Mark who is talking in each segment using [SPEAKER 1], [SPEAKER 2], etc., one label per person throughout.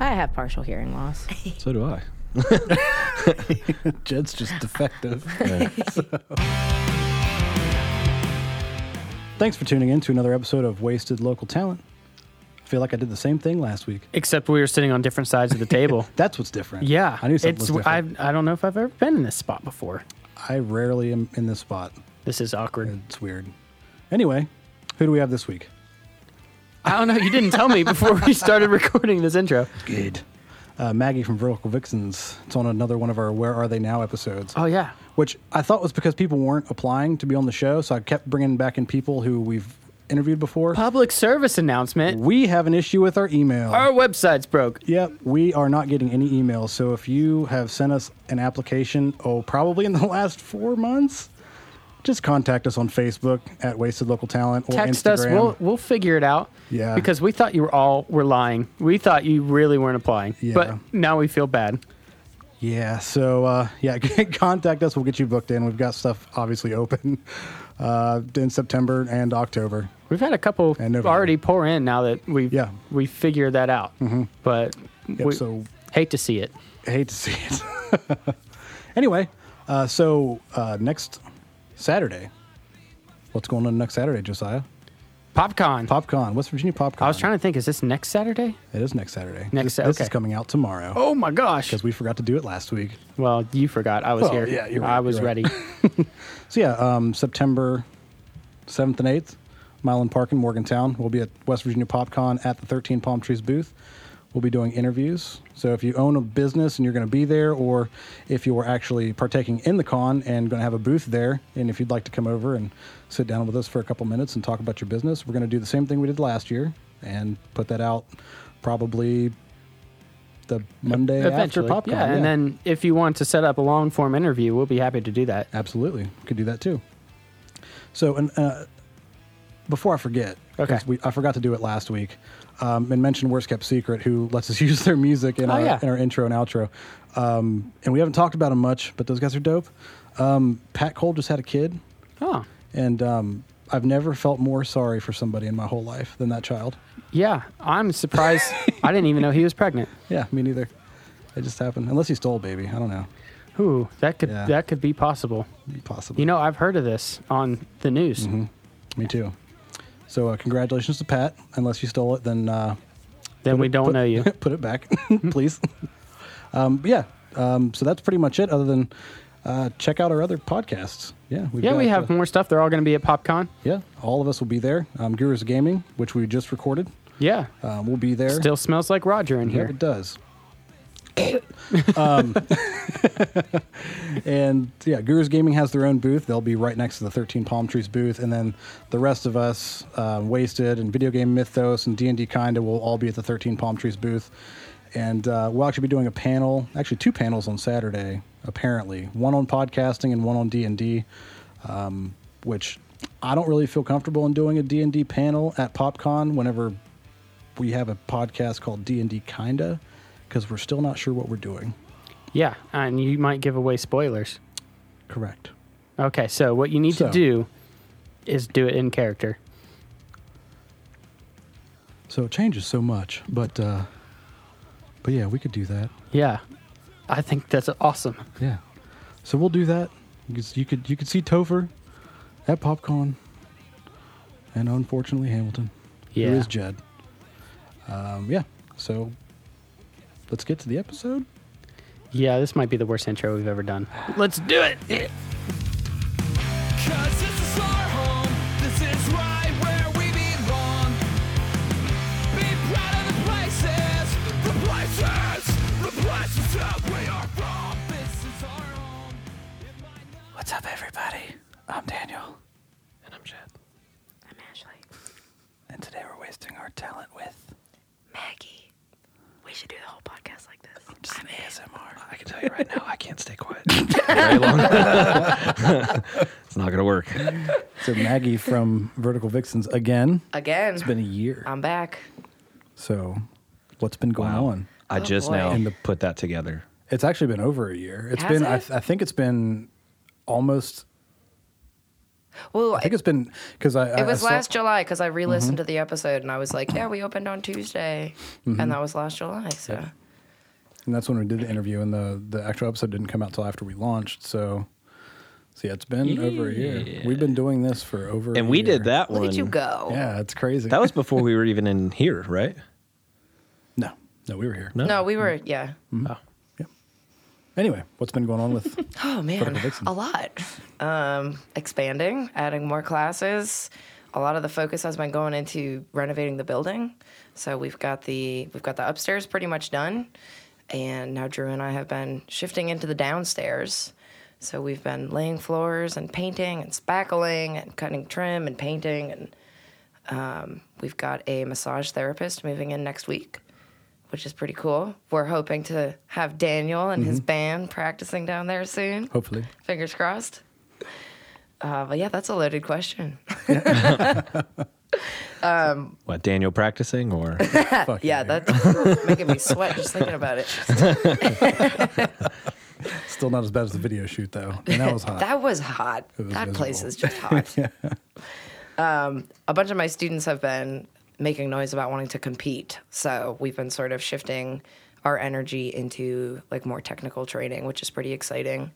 [SPEAKER 1] I have partial hearing loss.
[SPEAKER 2] So do I.
[SPEAKER 3] Jed's just defective. Thanks for tuning in to another episode of Wasted Local Talent. I feel like I did the same thing last week.
[SPEAKER 4] Except we were sitting on different sides of the table.
[SPEAKER 3] That's what's different.
[SPEAKER 4] yeah,
[SPEAKER 3] I knew something
[SPEAKER 4] it's.
[SPEAKER 3] was different.
[SPEAKER 4] I I don't know if I've ever been in this spot before.
[SPEAKER 3] I rarely am in this spot.
[SPEAKER 4] This is awkward.
[SPEAKER 3] It's weird. Anyway, who do we have this week?
[SPEAKER 4] I don't know. You didn't tell me before we started recording this intro.
[SPEAKER 3] Good. Uh, Maggie from Vertical Vixens. It's on another one of our Where Are They Now episodes.
[SPEAKER 4] Oh yeah,
[SPEAKER 3] which I thought was because people weren't applying to be on the show, so I kept bringing back in people who we've interviewed before.
[SPEAKER 4] public service announcement.
[SPEAKER 3] We have an issue with our email.
[SPEAKER 4] Our website's broke.
[SPEAKER 3] Yep, we are not getting any emails. So if you have sent us an application, oh, probably in the last four months, just contact us on Facebook at Wasted Local Talent or
[SPEAKER 4] Text
[SPEAKER 3] Instagram.
[SPEAKER 4] us. We'll we'll figure it out.
[SPEAKER 3] Yeah.
[SPEAKER 4] Because we thought you were all were lying. We thought you really weren't applying.
[SPEAKER 3] Yeah.
[SPEAKER 4] But now we feel bad.
[SPEAKER 3] Yeah. So uh, yeah, contact us. We'll get you booked in. We've got stuff obviously open uh, in September and October.
[SPEAKER 4] We've had a couple
[SPEAKER 3] And November.
[SPEAKER 4] already pour in now that we
[SPEAKER 3] Yeah. Mm-hmm.
[SPEAKER 4] we figured that out. But
[SPEAKER 3] Yep,
[SPEAKER 4] we
[SPEAKER 3] so-
[SPEAKER 4] hate to see it.
[SPEAKER 3] I hate to see it. anyway, uh, so uh, next Saturday, what's going on next Saturday, Josiah?
[SPEAKER 4] PopCon.
[SPEAKER 3] PopCon, West Virginia PopCon.
[SPEAKER 4] I was trying to think. Is this next Saturday?
[SPEAKER 3] It is next Saturday.
[SPEAKER 4] Next
[SPEAKER 3] This,
[SPEAKER 4] Sa-
[SPEAKER 3] this is
[SPEAKER 4] okay.
[SPEAKER 3] coming out tomorrow.
[SPEAKER 4] Oh my gosh.
[SPEAKER 3] because we forgot to do it last week.
[SPEAKER 4] Well, you forgot. I was
[SPEAKER 3] Well,
[SPEAKER 4] here.
[SPEAKER 3] yeah, you're right,
[SPEAKER 4] I was
[SPEAKER 3] you're right.
[SPEAKER 4] ready.
[SPEAKER 3] So yeah, um, September seventh and eighth, Milan Park in Morgantown. We'll be at West Virginia PopCon at the Thirteen Palm Trees booth. We'll be doing interviews. So if you own a business and you're going to be there, or if you are actually partaking in the con and going to have a booth there, and if you'd like to come over and sit down with us for a couple minutes and talk about your business, we're going to do the same thing we did last year and put that out probably the Monday
[SPEAKER 4] Eventually.
[SPEAKER 3] after PopCon.
[SPEAKER 4] yeah, and then if you want to set up a long form interview, we'll be happy to do that.
[SPEAKER 3] Absolutely, could do that too. So, and uh, before I forget,
[SPEAKER 4] Okay.
[SPEAKER 3] 'cause we, I forgot to do it last week, um, and mention Worst Kept Secret, who lets us use their music in,
[SPEAKER 4] Oh,
[SPEAKER 3] our,
[SPEAKER 4] yeah.
[SPEAKER 3] in our intro and outro. Um, and we haven't talked about them much, but those guys are dope. Um, Pat Cole just had a kid,
[SPEAKER 4] Oh,
[SPEAKER 3] and um, I've never felt more sorry for somebody in my whole life than that child.
[SPEAKER 4] yeah. I'm surprised. I didn't even know he was pregnant.
[SPEAKER 3] Yeah, me neither. It just happened. Unless he stole a baby, I don't know.
[SPEAKER 4] Ooh, that could
[SPEAKER 3] Yeah.
[SPEAKER 4] that could be possible.
[SPEAKER 3] Possibly.
[SPEAKER 4] You know, I've heard of this on the news.
[SPEAKER 3] Mm-hmm. me too. So, uh, congratulations to Pat. Unless you stole it, then. Uh,
[SPEAKER 4] Then we don't
[SPEAKER 3] put-
[SPEAKER 4] know you.
[SPEAKER 3] put it back, please. um, but yeah. Um, so that's pretty much it. Other than uh, check out our other podcasts. Yeah, we've
[SPEAKER 4] Yeah, we
[SPEAKER 3] got,
[SPEAKER 4] have
[SPEAKER 3] uh,
[SPEAKER 4] more stuff. They're all going to be at PopCon.
[SPEAKER 3] yeah, all of us will be there. Um, Gurus of Gaming, which we just recorded,
[SPEAKER 4] Yeah.
[SPEAKER 3] uh, we'll be there.
[SPEAKER 4] Still smells like Roger in
[SPEAKER 3] yeah,
[SPEAKER 4] here.
[SPEAKER 3] it does. um, and yeah, Gurus Gaming has their own booth. They'll be right next to the 13 Palm Trees booth, and then the rest of us, uh, Wasted and Video Game Mythos and D and D Kinda, will all be at the 13 Palm Trees booth. And uh, we'll actually be doing a panel, actually two panels on Saturday, apparently one on podcasting and one on D and D, um, which I don't really feel comfortable in doing a D and D panel at PopCon whenever we have a podcast called D&D Kinda because we're still not sure what we're doing.
[SPEAKER 4] Yeah, and you might give away spoilers.
[SPEAKER 3] Correct.
[SPEAKER 4] Okay, so what you need
[SPEAKER 3] So-
[SPEAKER 4] to do is do it in character.
[SPEAKER 3] So it changes so much, but uh but yeah, we could do that.
[SPEAKER 4] Yeah. I think that's awesome.
[SPEAKER 3] Yeah. So we'll do that. You could you could, you could see Topher at PopCon and unfortunately Hamilton.
[SPEAKER 4] Yeah.
[SPEAKER 3] Who is Jed. Um yeah. So let's get to the episode.
[SPEAKER 4] Yeah, this might be the worst intro we've ever done. Let's do it.
[SPEAKER 5] Cause this is our home, this is right where we belong. Be proud of the places, the places, the places that we are from. This is our home. It might not
[SPEAKER 2] What's up, everybody? I'm Daniel. And I'm Jed.
[SPEAKER 1] I'm Ashley.
[SPEAKER 2] And today we're wasting our talent with
[SPEAKER 1] Maggie. We should do the whole podcast like this.
[SPEAKER 2] just ASMR. I can tell you right now, I can't stay quiet very long. it's not going to work.
[SPEAKER 3] So Maggie from Vertical Vixens again.
[SPEAKER 1] Again.
[SPEAKER 3] It's been a year.
[SPEAKER 1] I'm back.
[SPEAKER 3] So what's been going
[SPEAKER 2] Wow.
[SPEAKER 3] on?
[SPEAKER 2] I
[SPEAKER 1] Oh,
[SPEAKER 2] just
[SPEAKER 1] boy.
[SPEAKER 2] now
[SPEAKER 3] And the-
[SPEAKER 2] put that together.
[SPEAKER 3] It's actually been over a year. It's
[SPEAKER 1] Has
[SPEAKER 3] been I,
[SPEAKER 1] it?
[SPEAKER 3] I think it's been almost
[SPEAKER 1] Well,
[SPEAKER 3] I think it's been because I, I-
[SPEAKER 1] It was
[SPEAKER 3] I saw- Mm-hmm.
[SPEAKER 1] last July because I re-listened to the episode and I was like, "Yeah, we opened on Tuesday,"
[SPEAKER 3] Mm-hmm.
[SPEAKER 1] and that was last July. So
[SPEAKER 3] and that's when we did the interview, and the the actual episode didn't come out till after we launched. So, so yeah, it's been over a year. We've been doing this for over.
[SPEAKER 2] And
[SPEAKER 3] a
[SPEAKER 2] we
[SPEAKER 3] year.
[SPEAKER 2] did that
[SPEAKER 1] look
[SPEAKER 2] one.
[SPEAKER 1] at you go.
[SPEAKER 3] Yeah, it's crazy.
[SPEAKER 2] That was before we were even in here, right?
[SPEAKER 3] no, no, we were here.
[SPEAKER 1] No, we were yeah.
[SPEAKER 2] Oh.
[SPEAKER 3] Anyway, what's been going on with?
[SPEAKER 1] Oh man, a lot. Um, expanding, adding more classes. A lot of the focus has been going into renovating the building. So we've got the we've got the upstairs pretty much done, and now Drew and I have been shifting into the downstairs. So we've been laying floors and painting and spackling and cutting trim and painting and um, we've got a massage therapist moving in next week which is pretty cool. We're hoping to have Daniel and his band practicing down there soon.
[SPEAKER 3] Hopefully,
[SPEAKER 1] Fingers crossed. Uh, but yeah, that's a loaded question.
[SPEAKER 2] What, Daniel practicing or?
[SPEAKER 3] Fuck
[SPEAKER 1] Uh, yeah, that's making me sweat just thinking about it.
[SPEAKER 3] still not as bad as the video shoot though, and that was hot.
[SPEAKER 1] That was hot.
[SPEAKER 3] was
[SPEAKER 1] that place
[SPEAKER 3] miserable.
[SPEAKER 1] is just hot. um, a bunch of my students have been making noise about wanting to compete. So we've been sort of shifting our energy into like more technical training, which is pretty exciting.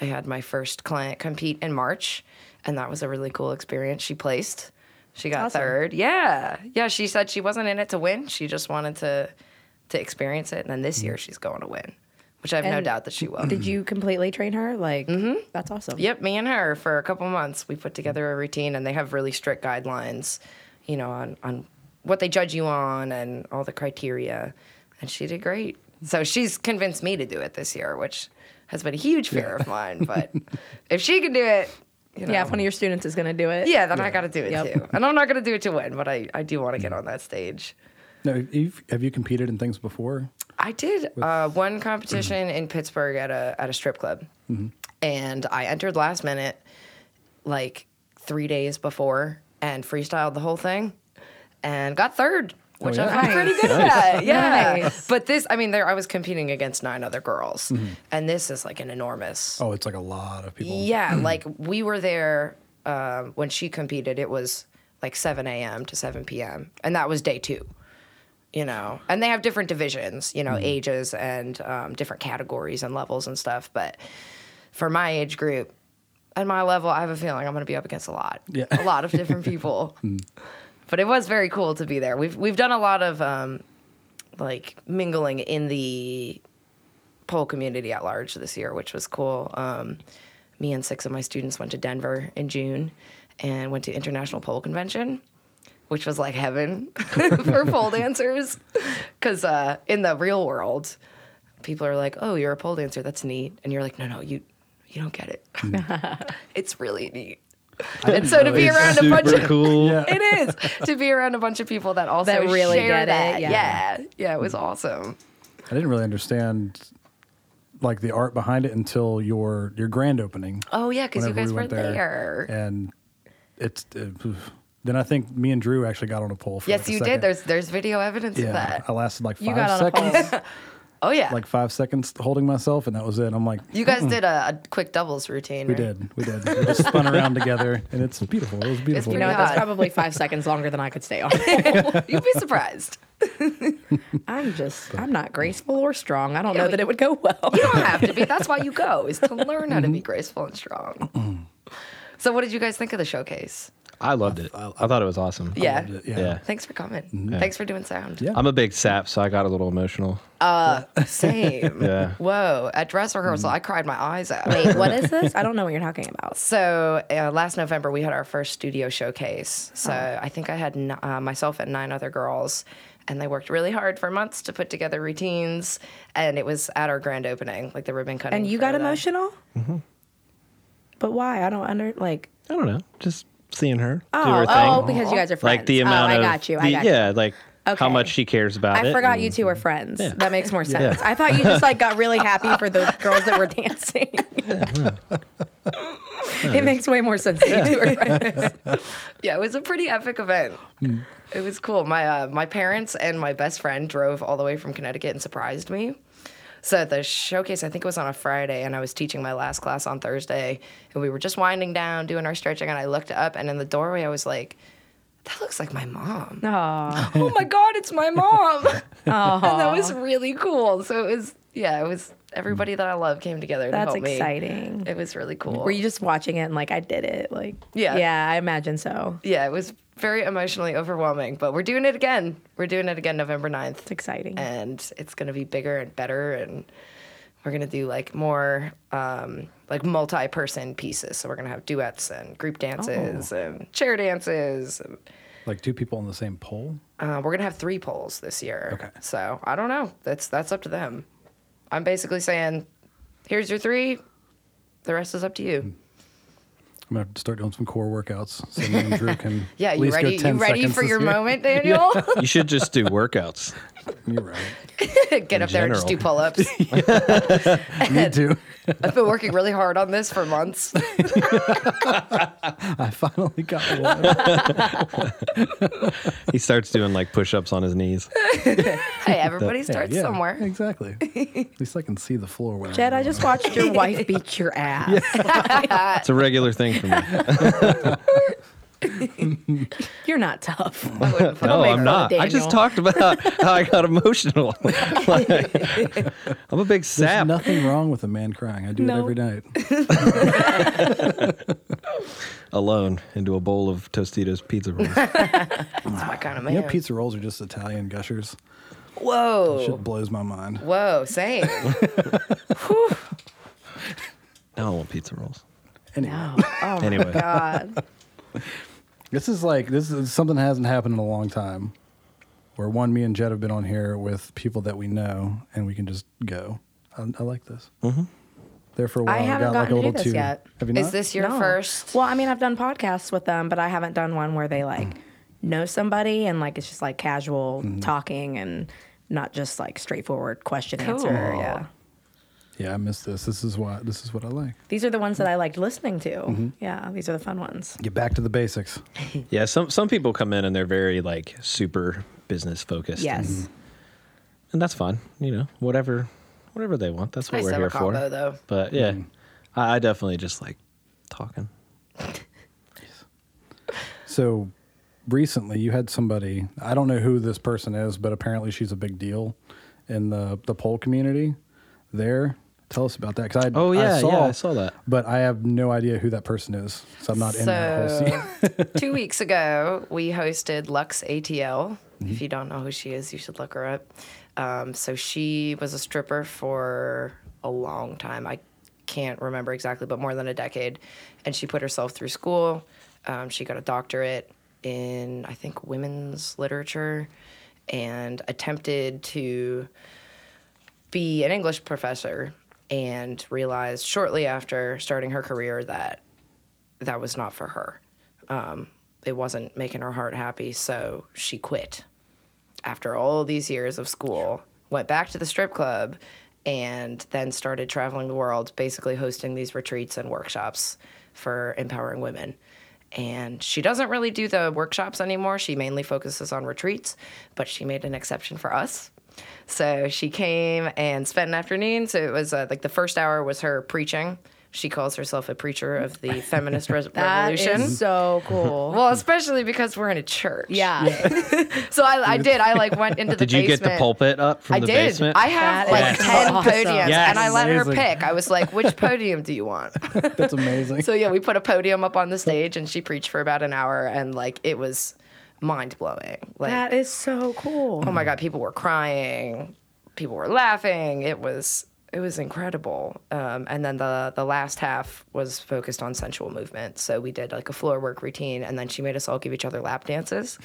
[SPEAKER 1] I had my first client compete in March, and that was a really cool experience. She placed. She got
[SPEAKER 6] Awesome.
[SPEAKER 1] third. Yeah. Yeah, she said she wasn't in it to win. She just wanted to to experience it. And then this year she's going to win, which I have no
[SPEAKER 6] And
[SPEAKER 1] doubt that she will.
[SPEAKER 6] Did you completely train her? Like, that's awesome.
[SPEAKER 1] Mm-hmm. Yep, me and her for a couple months. We put together a routine, and they have really strict guidelines, you know, on on what they judge you on and all the criteria. And she did great. So she's convinced me to do it this year, which has been a huge fear of mine. But if she can do it, you know,
[SPEAKER 6] Yeah, if one of your students is going to do it.
[SPEAKER 1] yeah, then I got to do it
[SPEAKER 6] Yep.
[SPEAKER 1] too. And I'm not going to do it to win, but I I do want to get on that stage.
[SPEAKER 3] no, you've, have you competed in things before?
[SPEAKER 1] I did uh, one competition in Pittsburgh at a at a strip club,
[SPEAKER 6] Mm-hmm.
[SPEAKER 1] and I entered last minute, like three days before, and freestyled the whole thing, and got third, which
[SPEAKER 3] yeah.
[SPEAKER 1] I felt pretty
[SPEAKER 6] Oh, Nice.
[SPEAKER 1] good at. Yeah,
[SPEAKER 6] Nice. Mm-hmm.
[SPEAKER 1] but this, I mean, there I was competing against nine other girls, and this is like an enormous.
[SPEAKER 3] Oh, it's like a lot of people.
[SPEAKER 1] Yeah, like we were there um, when she competed. It was like 7 a.m. to 7 p.m. And that was day two, you know. And they have different divisions, you know,
[SPEAKER 3] Mm-hmm.
[SPEAKER 1] ages and um, different categories and levels and stuff. But for my age group and my level, I have a feeling I'm going to be up against a lot,
[SPEAKER 3] Yeah. Mm.
[SPEAKER 1] a lot of different people. But it was very cool to be there. We've we've done a lot of um, like mingling in the pole community at large this year, which was cool. Um, me and six of my students went to Denver in June and went to International Pole Convention, which was like heaven for pole dancers. Because uh, in the real world, people are like, "Oh, you're a pole dancer. That's neat," and you're like, "No, no, you, you don't get it. it's really neat." And so to be around a bunch of
[SPEAKER 2] cool.
[SPEAKER 1] it is to be around a bunch of people that also
[SPEAKER 6] That really
[SPEAKER 1] share
[SPEAKER 6] get it,
[SPEAKER 1] that.
[SPEAKER 6] yeah.
[SPEAKER 1] yeah, yeah, it was awesome.
[SPEAKER 3] I didn't really understand like the art behind it until your your grand opening.
[SPEAKER 1] Oh yeah, because you
[SPEAKER 3] whenever
[SPEAKER 1] guys
[SPEAKER 3] we
[SPEAKER 1] were
[SPEAKER 3] went
[SPEAKER 1] there.
[SPEAKER 3] And it's uh, oof. then I think me and Drew actually got on a pole. For
[SPEAKER 1] Yes,
[SPEAKER 3] like a
[SPEAKER 1] you
[SPEAKER 3] second.
[SPEAKER 1] did. There's there's video evidence
[SPEAKER 3] yeah,
[SPEAKER 1] of that.
[SPEAKER 3] I lasted like five
[SPEAKER 6] You got on
[SPEAKER 3] seconds,
[SPEAKER 6] a pole.
[SPEAKER 1] Oh yeah,
[SPEAKER 3] like five seconds holding myself, and that was it. I'm like,
[SPEAKER 1] you guys did a, a quick doubles routine.
[SPEAKER 3] we
[SPEAKER 1] right?
[SPEAKER 3] did, we did. We just spun around together, and it's beautiful. It was beautiful.
[SPEAKER 6] You
[SPEAKER 1] pretty
[SPEAKER 6] know, what, that's
[SPEAKER 1] God.
[SPEAKER 6] probably five seconds longer than I could stay on.
[SPEAKER 1] You'd be surprised.
[SPEAKER 6] I'm just, I'm not graceful or strong. I don't know
[SPEAKER 1] Yeah,
[SPEAKER 6] that it would go well.
[SPEAKER 1] You don't have to be. That's why you go is to learn how to
[SPEAKER 3] Mm-hmm.
[SPEAKER 1] be graceful and strong. so what did you guys think of the showcase?
[SPEAKER 2] I loved it. I thought it was awesome.
[SPEAKER 1] Yeah.
[SPEAKER 3] yeah.
[SPEAKER 2] Yeah.
[SPEAKER 1] Thanks for coming.
[SPEAKER 3] Mm-hmm.
[SPEAKER 1] Thanks for doing sound.
[SPEAKER 3] Yeah.
[SPEAKER 2] I'm a big sap, so I got a little emotional.
[SPEAKER 1] Same.
[SPEAKER 2] Yeah.
[SPEAKER 1] Whoa. At dress rehearsal,
[SPEAKER 3] Mm-hmm.
[SPEAKER 1] I cried my eyes out.
[SPEAKER 6] Wait, what is this? I don't know what you're talking about.
[SPEAKER 1] So uh, last November we had our first studio showcase. So I think I had n- uh, myself and nine other girls, and they worked really hard for months to put together routines. And it was at our grand opening, like the ribbon cutting.
[SPEAKER 6] And you
[SPEAKER 1] for
[SPEAKER 6] got
[SPEAKER 1] the-
[SPEAKER 6] emotional?
[SPEAKER 2] Mm-hmm.
[SPEAKER 6] But why? I don't under, like,
[SPEAKER 2] I don't know. Just seeing her do her
[SPEAKER 6] oh,
[SPEAKER 2] thing.
[SPEAKER 6] oh, because you guys are friends.
[SPEAKER 2] like the
[SPEAKER 6] Oh,
[SPEAKER 2] amount
[SPEAKER 6] I
[SPEAKER 2] of
[SPEAKER 6] got you. I
[SPEAKER 2] the-
[SPEAKER 6] got you.
[SPEAKER 2] yeah, like
[SPEAKER 6] Okay.
[SPEAKER 2] how much she cares about it.
[SPEAKER 6] I forgot
[SPEAKER 2] and-
[SPEAKER 6] you two were friends.
[SPEAKER 2] Yeah.
[SPEAKER 6] That makes more sense. I thought you just like got really happy for the girls that were dancing.
[SPEAKER 2] Mm-hmm.
[SPEAKER 6] it makes way more sense. That you two were friends.
[SPEAKER 1] Yeah, it was a pretty epic event.
[SPEAKER 6] Hmm.
[SPEAKER 1] It was cool. My uh, my parents and my best friend drove all the way from Connecticut and surprised me. So at the showcase, I think it was on a Friday, and I was teaching my last class on Thursday, and we were just winding down, doing our stretching, and I looked up, and in the doorway, I was like, that looks like my mom.
[SPEAKER 6] Aw.
[SPEAKER 1] oh my God, it's my mom. And that was really cool. So it was, yeah, it was everybody that I love came together to
[SPEAKER 6] That's
[SPEAKER 1] help me.
[SPEAKER 6] exciting.
[SPEAKER 1] It was really cool.
[SPEAKER 6] Hmm. Were you just watching it and like I did it? Like
[SPEAKER 1] Yeah.
[SPEAKER 6] yeah, I imagine so.
[SPEAKER 1] yeah, it was very emotionally overwhelming, but we're doing it again. We're doing it again November 9th.
[SPEAKER 6] It's exciting.
[SPEAKER 1] and it's going to be bigger and better and we're going to do like more um, like multi-person pieces so we're going to have duets and group dances
[SPEAKER 3] Oh.
[SPEAKER 1] and chair dances and,
[SPEAKER 3] Like two people on the same pole.
[SPEAKER 1] uh, we're going to have three polls this year
[SPEAKER 3] Okay.
[SPEAKER 1] so i don't know that's that's up to them i'm basically saying here's your three the rest is up to
[SPEAKER 3] Mm.
[SPEAKER 1] you
[SPEAKER 3] I'm gonna have to start doing some core workouts. So me and Drew can.
[SPEAKER 1] yeah
[SPEAKER 3] at
[SPEAKER 1] you
[SPEAKER 3] least go
[SPEAKER 1] ready you
[SPEAKER 3] 10
[SPEAKER 1] ready
[SPEAKER 3] seconds
[SPEAKER 1] for
[SPEAKER 3] this
[SPEAKER 1] your
[SPEAKER 3] year.
[SPEAKER 1] moment daniel
[SPEAKER 2] You should just do workouts.
[SPEAKER 3] You're right.
[SPEAKER 1] get up there and just do
[SPEAKER 2] general.
[SPEAKER 1] pull-ups
[SPEAKER 3] Me too.
[SPEAKER 1] i've been working really hard on this for months
[SPEAKER 3] I finally got one.
[SPEAKER 2] He starts doing like push-ups on his knees.
[SPEAKER 1] hey everybody
[SPEAKER 3] Yeah,
[SPEAKER 1] starts
[SPEAKER 3] yeah,
[SPEAKER 1] somewhere
[SPEAKER 3] Exactly. At least I can see the floor. When I'm
[SPEAKER 6] Jed, I
[SPEAKER 3] doing
[SPEAKER 6] just
[SPEAKER 3] it.
[SPEAKER 6] watched your wife beat your ass.
[SPEAKER 2] It's a regular thing for me.
[SPEAKER 6] You're not tough.
[SPEAKER 1] I wouldn't put
[SPEAKER 2] No,
[SPEAKER 6] make fun
[SPEAKER 2] I'm
[SPEAKER 6] of
[SPEAKER 2] not. I
[SPEAKER 6] Daniel.
[SPEAKER 2] just talked about how I got emotional. Like, I'm a big
[SPEAKER 3] There's
[SPEAKER 2] sap.
[SPEAKER 3] nothing wrong with a man crying. I do it
[SPEAKER 6] No.
[SPEAKER 3] every night.
[SPEAKER 2] Alone into a bowl of Tostitos pizza rolls.
[SPEAKER 1] my kind of
[SPEAKER 3] You
[SPEAKER 1] man. Oh.
[SPEAKER 3] know, pizza rolls are just Italian gushers. Shit
[SPEAKER 1] Whoa.
[SPEAKER 3] blows my mind.
[SPEAKER 1] Whoa, same.
[SPEAKER 2] No, I want pizza rolls.
[SPEAKER 3] Anyway,
[SPEAKER 6] Oh my
[SPEAKER 2] Anyway.
[SPEAKER 6] god.
[SPEAKER 3] this is like this is something that hasn't happened in a long time. Where one, me and Jed have been on here with people that we know, and we can just go. I, I like this. Mm-hmm. There for a while,
[SPEAKER 6] I haven't
[SPEAKER 3] got like a
[SPEAKER 6] gotten to do
[SPEAKER 3] little
[SPEAKER 6] this
[SPEAKER 3] too.
[SPEAKER 6] yet.
[SPEAKER 3] Have you not?
[SPEAKER 1] Is this your
[SPEAKER 6] No.
[SPEAKER 1] first?
[SPEAKER 6] Well, I mean, I've done podcasts with them, but I haven't done one where they like know somebody and like it's just like casual talking and not just like straightforward question answer.
[SPEAKER 1] Cool.
[SPEAKER 6] Yeah.
[SPEAKER 3] Yeah, I missed this. This is why. This is what I like.
[SPEAKER 6] These are the ones that I liked listening to. Yeah, these are the fun ones.
[SPEAKER 3] Get back to the basics.
[SPEAKER 2] Yeah, some some people come in and they're very like super business focused.
[SPEAKER 6] Yes.
[SPEAKER 1] Mm-hmm.
[SPEAKER 2] and that's fine. You know, whatever, whatever they want. That's what
[SPEAKER 1] Nice
[SPEAKER 2] we're
[SPEAKER 1] to have
[SPEAKER 2] here
[SPEAKER 1] a combo,
[SPEAKER 2] for.
[SPEAKER 1] though.
[SPEAKER 2] But yeah,
[SPEAKER 3] Mm.
[SPEAKER 2] I, I definitely just like talking.
[SPEAKER 3] So recently you had somebody, I don't know who this person is, but apparently she's a big deal in the, the pole community there. Tell us about that. Cause I,
[SPEAKER 2] Oh, yeah,
[SPEAKER 3] I saw,
[SPEAKER 2] yeah, I saw that.
[SPEAKER 3] But I have no idea who that person is. So I'm not in that whole scene.
[SPEAKER 1] So, two weeks ago, we hosted Lux ATL.
[SPEAKER 3] Mm-hmm.
[SPEAKER 1] If you don't know who she is, you should look her up. Um, so, she was a stripper for a long time. I can't remember exactly, but more than a decade. And she put herself through school. Um, she got a doctorate in, I think, women's literature and attempted to be an English professor and realized shortly after starting her career that that was not for her. Um, it wasn't making her heart happy, so she quit. After all these years of school, went back to the strip club and then started traveling the world, basically hosting these retreats and workshops for empowering women. And she doesn't really do the workshops anymore. She mainly focuses on retreats, but she made an exception for us. So she came and spent an afternoon. So it was uh, like the first hour was her preaching. She calls herself a preacher of the feminist res-
[SPEAKER 6] That is
[SPEAKER 1] revolution.
[SPEAKER 6] so cool.
[SPEAKER 1] well, especially because we're in a church.
[SPEAKER 6] yeah.
[SPEAKER 1] So I, I did. I like went into the
[SPEAKER 2] Did you
[SPEAKER 1] basement.
[SPEAKER 2] get the pulpit up from
[SPEAKER 1] I
[SPEAKER 2] the
[SPEAKER 1] did.
[SPEAKER 2] basement?
[SPEAKER 1] I have
[SPEAKER 6] That
[SPEAKER 1] like
[SPEAKER 6] is
[SPEAKER 1] ten
[SPEAKER 6] awesome.
[SPEAKER 1] podiums,
[SPEAKER 2] Yes.
[SPEAKER 1] and I let her
[SPEAKER 3] Amazing.
[SPEAKER 1] pick. I was like, "Which podium do you want?"
[SPEAKER 3] That's amazing.
[SPEAKER 1] so yeah, we put a podium up on the stage, and she preached for about an hour, and like it was mind blowing. Like,
[SPEAKER 6] That is so cool.
[SPEAKER 1] oh my god, people were crying, people were laughing. It was it was incredible. Um, and then the the last half was focused on sensual movement. So we did like a floor work routine, and then she made us all give each other lap dances,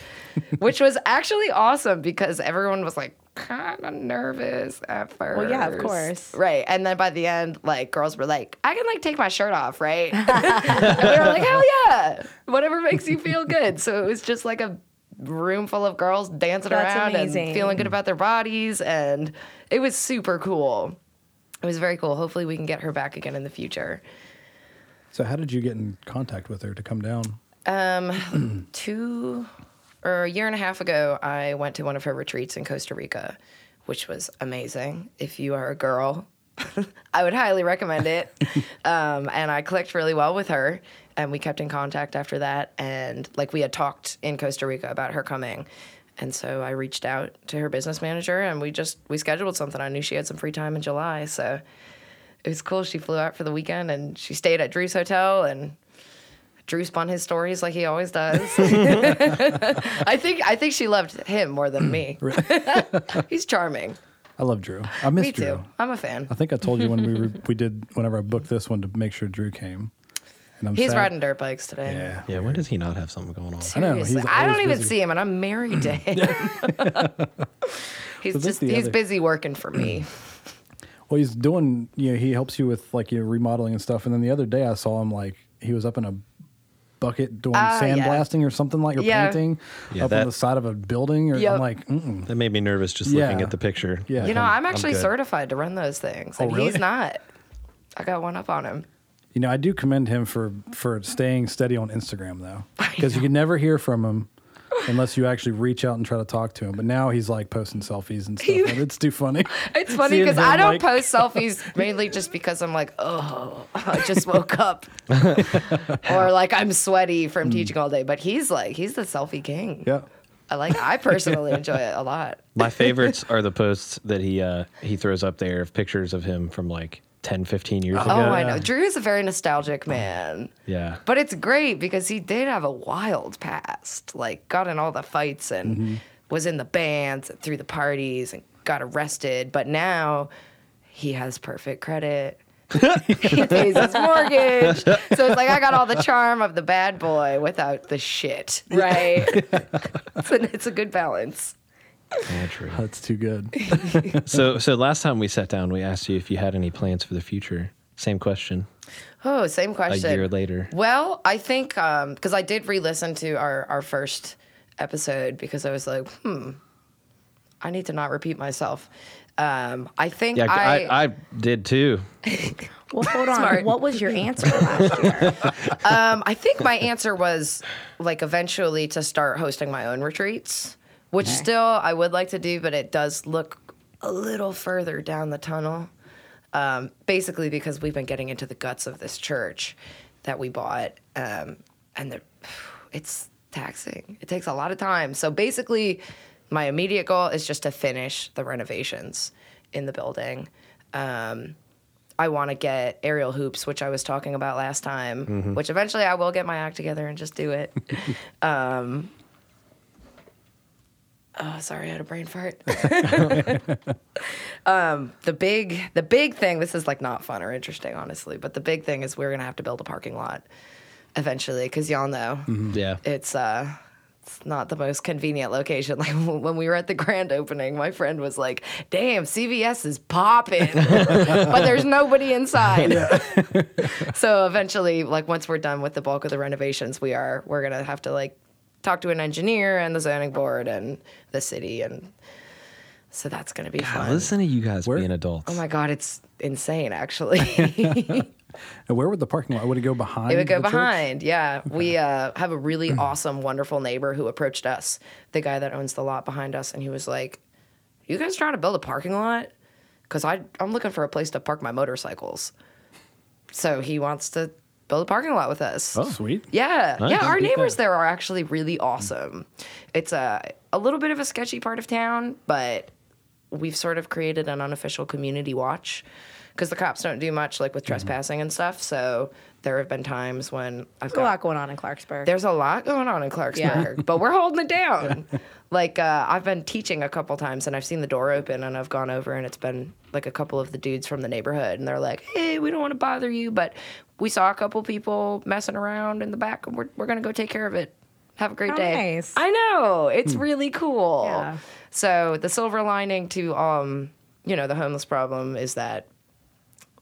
[SPEAKER 1] which was actually awesome because everyone was like kind of nervous at first.
[SPEAKER 6] Well, yeah, of course.
[SPEAKER 1] right. And then by the end, like girls were like, I can like take my shirt off, right? and we were like, hell yeah, whatever makes you feel good. So it was just like a room full of girls dancing
[SPEAKER 6] That's
[SPEAKER 1] around and
[SPEAKER 6] amazing.
[SPEAKER 1] feeling good about their bodies. And it was super cool. It was very cool. Hopefully, we can get her back again in the future.
[SPEAKER 3] So how did you get in contact with her to come down?
[SPEAKER 1] two or a year and a half ago, I went to one of her retreats in Costa Rica, which was amazing. If you are a girl, I would highly recommend it. um, and I clicked really well with her, and we kept in contact after that. And like we had talked in Costa Rica about her coming. And so I reached out to her business manager, and we just we scheduled something. I knew she had some free time in July, so it was cool. She flew out for the weekend, and she stayed at Drew's hotel, and Drew spun his stories like he always does. I think I think she loved him more than me. He's charming.
[SPEAKER 3] I love Drew. I miss
[SPEAKER 1] Me
[SPEAKER 3] Drew.
[SPEAKER 1] too. I'm a fan.
[SPEAKER 3] I think I told you when we re- we did whenever I booked this one to make sure Drew came. And I'm
[SPEAKER 1] He's
[SPEAKER 3] sad-
[SPEAKER 1] riding dirt bikes today.
[SPEAKER 3] Yeah.
[SPEAKER 2] Yeah, when does he not have something going on?
[SPEAKER 3] I know,
[SPEAKER 1] Seriously.
[SPEAKER 3] he's
[SPEAKER 1] I don't
[SPEAKER 3] always
[SPEAKER 1] even
[SPEAKER 3] busy.
[SPEAKER 1] see him, and I'm married to him. he's
[SPEAKER 3] think
[SPEAKER 1] just
[SPEAKER 3] the
[SPEAKER 1] he's
[SPEAKER 3] other-
[SPEAKER 1] busy working for me.
[SPEAKER 3] Well, he's doing. You know, he helps you with like your remodeling and stuff. And then the other day, I saw him like he was up in a bucket doing
[SPEAKER 1] Ah, yeah.
[SPEAKER 3] sandblasting or something like or
[SPEAKER 1] Yeah.
[SPEAKER 3] painting
[SPEAKER 2] Yeah,
[SPEAKER 3] up
[SPEAKER 2] that-
[SPEAKER 3] on the side of a building. Or
[SPEAKER 1] Yep.
[SPEAKER 3] I'm like, Mm-mm.
[SPEAKER 2] That made me nervous just looking
[SPEAKER 3] Yeah.
[SPEAKER 2] at the picture.
[SPEAKER 3] Yeah.
[SPEAKER 1] You know,
[SPEAKER 2] I'm
[SPEAKER 1] I'm actually
[SPEAKER 2] good.
[SPEAKER 1] certified to run those things, and
[SPEAKER 3] Oh, really?
[SPEAKER 1] he's not. I got one up on him.
[SPEAKER 3] you know, I do commend him for for staying steady on Instagram though, because you can never hear from him. Unless you actually reach out and try to talk to him, but now he's like posting selfies and stuff. and it's too funny.
[SPEAKER 1] It's funny
[SPEAKER 3] Seeing
[SPEAKER 1] because
[SPEAKER 3] him,
[SPEAKER 1] I
[SPEAKER 3] like-
[SPEAKER 1] don't post selfies mainly just because I'm like, oh, I just woke up, or like I'm sweaty from teaching all day. But he's like, he's the selfie king.
[SPEAKER 3] Mm. yeah,
[SPEAKER 1] I like. I personally enjoy it a lot.
[SPEAKER 2] My favorites are the posts that he uh, he throws up there of pictures of him from like 10, 15 years ago.
[SPEAKER 1] Oh, I know. Drew is a very nostalgic man.
[SPEAKER 2] Yeah.
[SPEAKER 1] But it's great because he did have a wild past. Like got in all the fights and was in the bands and threw the parties and got arrested. But now he has perfect credit. he pays his mortgage. So it's like I got all the charm of the bad boy without the shit. Right. it's, a, it's a good balance.
[SPEAKER 2] Yeah, true.
[SPEAKER 3] that's too good.
[SPEAKER 2] so so last time we sat down, we asked you if you had any plans for the future. Same question.
[SPEAKER 1] Oh, same question.
[SPEAKER 2] year later.
[SPEAKER 1] Well, I think because I did re-listen to our our first episode because I was like, hmm, I need to not repeat myself. Um, I think
[SPEAKER 2] Yeah,
[SPEAKER 1] I,
[SPEAKER 2] I, I, did too.
[SPEAKER 6] Well, hold on.
[SPEAKER 1] Smart.
[SPEAKER 6] What was your answer last year?
[SPEAKER 1] um, I think my answer was like eventually to start hosting my own retreats, which still I would like to do, but it does look a little further down the tunnel. Um, basically, because we've been getting into the guts of this church that we bought, um, and the, it's taxing. It takes a lot of time. So basically, my immediate goal is just to finish the renovations in the building. I want to get aerial hoops, which I was talking about last time, which eventually I will get my act together and just do it. um, oh, sorry, I had a brain fart. um, the big, the big thing. This is like not fun or interesting, honestly. But the big thing is we're gonna have to build a parking lot eventually, because y'all know
[SPEAKER 2] Yeah.
[SPEAKER 1] it's uh it's not the most convenient location. Like when we were at the grand opening, my friend was like, "Damn, CVS is popping," but there's nobody inside. so eventually, like once we're done with the bulk of the renovations, we are we're gonna have to like talk to an engineer and the zoning board and the city, and so that's gonna be
[SPEAKER 2] God,
[SPEAKER 1] fun.
[SPEAKER 2] listen to you guys
[SPEAKER 3] Where-
[SPEAKER 2] being adults.
[SPEAKER 1] Oh my god, it's insane actually.
[SPEAKER 3] And where would the parking lot? Would it go behind?
[SPEAKER 1] It would go
[SPEAKER 3] the church? Hmm.
[SPEAKER 1] behind. Yeah. We uh, have a really awesome, wonderful neighbor who approached us, the guy that owns the lot behind us. And he was like, You guys trying to build a parking lot? Because I'm looking for a place to park my motorcycles. So he wants to build a parking lot with us.
[SPEAKER 3] Oh, sweet.
[SPEAKER 1] Yeah.
[SPEAKER 2] Nice.
[SPEAKER 1] Yeah. Our
[SPEAKER 2] Beat
[SPEAKER 1] neighbors there are actually really
[SPEAKER 3] Hmm.
[SPEAKER 1] awesome. It's a, a little bit of a sketchy part of town, but we've sort of created an unofficial community watch because the cops don't do much like with trespassing and stuff. So there have been times when I've
[SPEAKER 6] There's a
[SPEAKER 1] got
[SPEAKER 6] lot going on in Clarksburg.
[SPEAKER 1] there's a lot going on in Clarksburg, but we're holding it down. Like uh, I've been teaching a couple times, and I've seen the door open, and I've gone over, and it's been like a couple of the dudes from the neighborhood, and they're like, "Hey, we don't want to bother you, but we saw a couple people messing around in the back, and we're we're gonna go take care of it. Have a great
[SPEAKER 6] How
[SPEAKER 1] day."
[SPEAKER 6] nice.
[SPEAKER 1] I know it's
[SPEAKER 3] Hmm.
[SPEAKER 1] really cool.
[SPEAKER 6] Yeah.
[SPEAKER 1] So the silver lining to um, you know, the homeless problem is that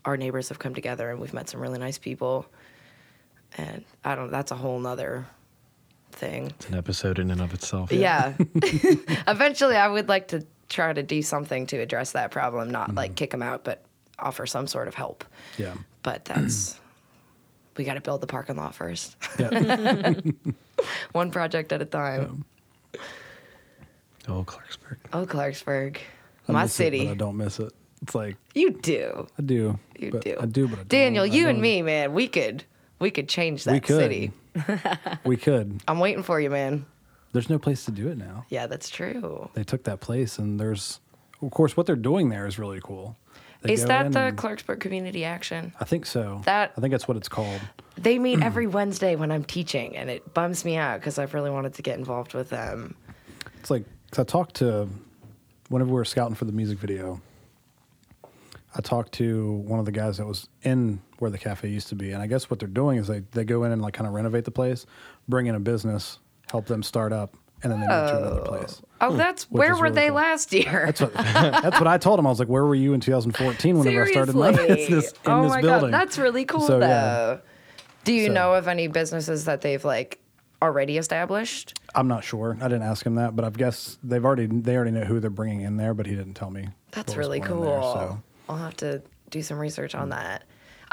[SPEAKER 1] our neighbors have come together, and we've met some really nice people. And I don't. That's a whole nother thing.
[SPEAKER 2] It's an episode in and of itself.
[SPEAKER 1] Yeah. Eventually, I would like to try to do something to address that problem, not
[SPEAKER 3] Mm-hmm.
[SPEAKER 1] like kick them out, but offer some sort of help.
[SPEAKER 3] Yeah.
[SPEAKER 1] But that's, we got to build the parking lot first,
[SPEAKER 3] Yeah.
[SPEAKER 1] one project at a time.
[SPEAKER 2] Oh, Clarksburg.
[SPEAKER 1] Oh, Clarksburg.
[SPEAKER 3] I
[SPEAKER 1] My
[SPEAKER 3] miss it,
[SPEAKER 1] city.
[SPEAKER 3] but I don't miss it. It's like
[SPEAKER 1] You do.
[SPEAKER 3] I do.
[SPEAKER 1] You
[SPEAKER 3] but
[SPEAKER 1] do.
[SPEAKER 3] I do, but I
[SPEAKER 1] Daniel,
[SPEAKER 3] don't. I
[SPEAKER 1] you and
[SPEAKER 3] don't.
[SPEAKER 1] me, man, we could we could change that
[SPEAKER 3] We could.
[SPEAKER 1] city.
[SPEAKER 3] We could.
[SPEAKER 1] I'm waiting for you, man.
[SPEAKER 3] There's no place to do it now.
[SPEAKER 1] Yeah, that's true.
[SPEAKER 3] They took that place, and there's, of course, what they're doing there is really cool. They
[SPEAKER 1] Is
[SPEAKER 3] go
[SPEAKER 1] that
[SPEAKER 3] in
[SPEAKER 1] the
[SPEAKER 3] and-
[SPEAKER 1] Clarksburg Community Action?
[SPEAKER 3] I think so.
[SPEAKER 1] that-
[SPEAKER 3] I think that's what it's called.
[SPEAKER 1] They
[SPEAKER 3] Mm.
[SPEAKER 1] meet every Wednesday when I'm teaching, and it bums me out because I've really wanted to get involved with them.
[SPEAKER 3] It's like 'cause I talked to whenever we were scouting for the music video. I talked to one of the guys that was in where the cafe used to be, and I guess what they're doing is they, they go in and like kind of renovate the place, bring in a business, help them start up, and then they move to another place.
[SPEAKER 1] Oh, that's
[SPEAKER 3] Hmm. Which
[SPEAKER 1] where
[SPEAKER 3] is
[SPEAKER 1] were
[SPEAKER 3] really
[SPEAKER 1] they
[SPEAKER 3] cool.
[SPEAKER 1] last year?
[SPEAKER 3] That's what that's what I told him. I was like, "Where were you in 2014 whenever I started my
[SPEAKER 1] Seriously.
[SPEAKER 3] business in
[SPEAKER 1] oh
[SPEAKER 3] this
[SPEAKER 1] my
[SPEAKER 3] building?"
[SPEAKER 1] god, that's really cool
[SPEAKER 3] So,
[SPEAKER 1] though.
[SPEAKER 3] yeah.
[SPEAKER 1] Do you
[SPEAKER 3] So-
[SPEAKER 1] know of any businesses that they've like already established?
[SPEAKER 3] I'm not sure. I didn't ask him that, but I guess they've already they already know who they're bringing in there, but he didn't tell me.
[SPEAKER 1] That's
[SPEAKER 3] what was
[SPEAKER 1] really
[SPEAKER 3] going
[SPEAKER 1] cool.
[SPEAKER 3] in there, so. Hmm.
[SPEAKER 1] I'll have to do some research on that.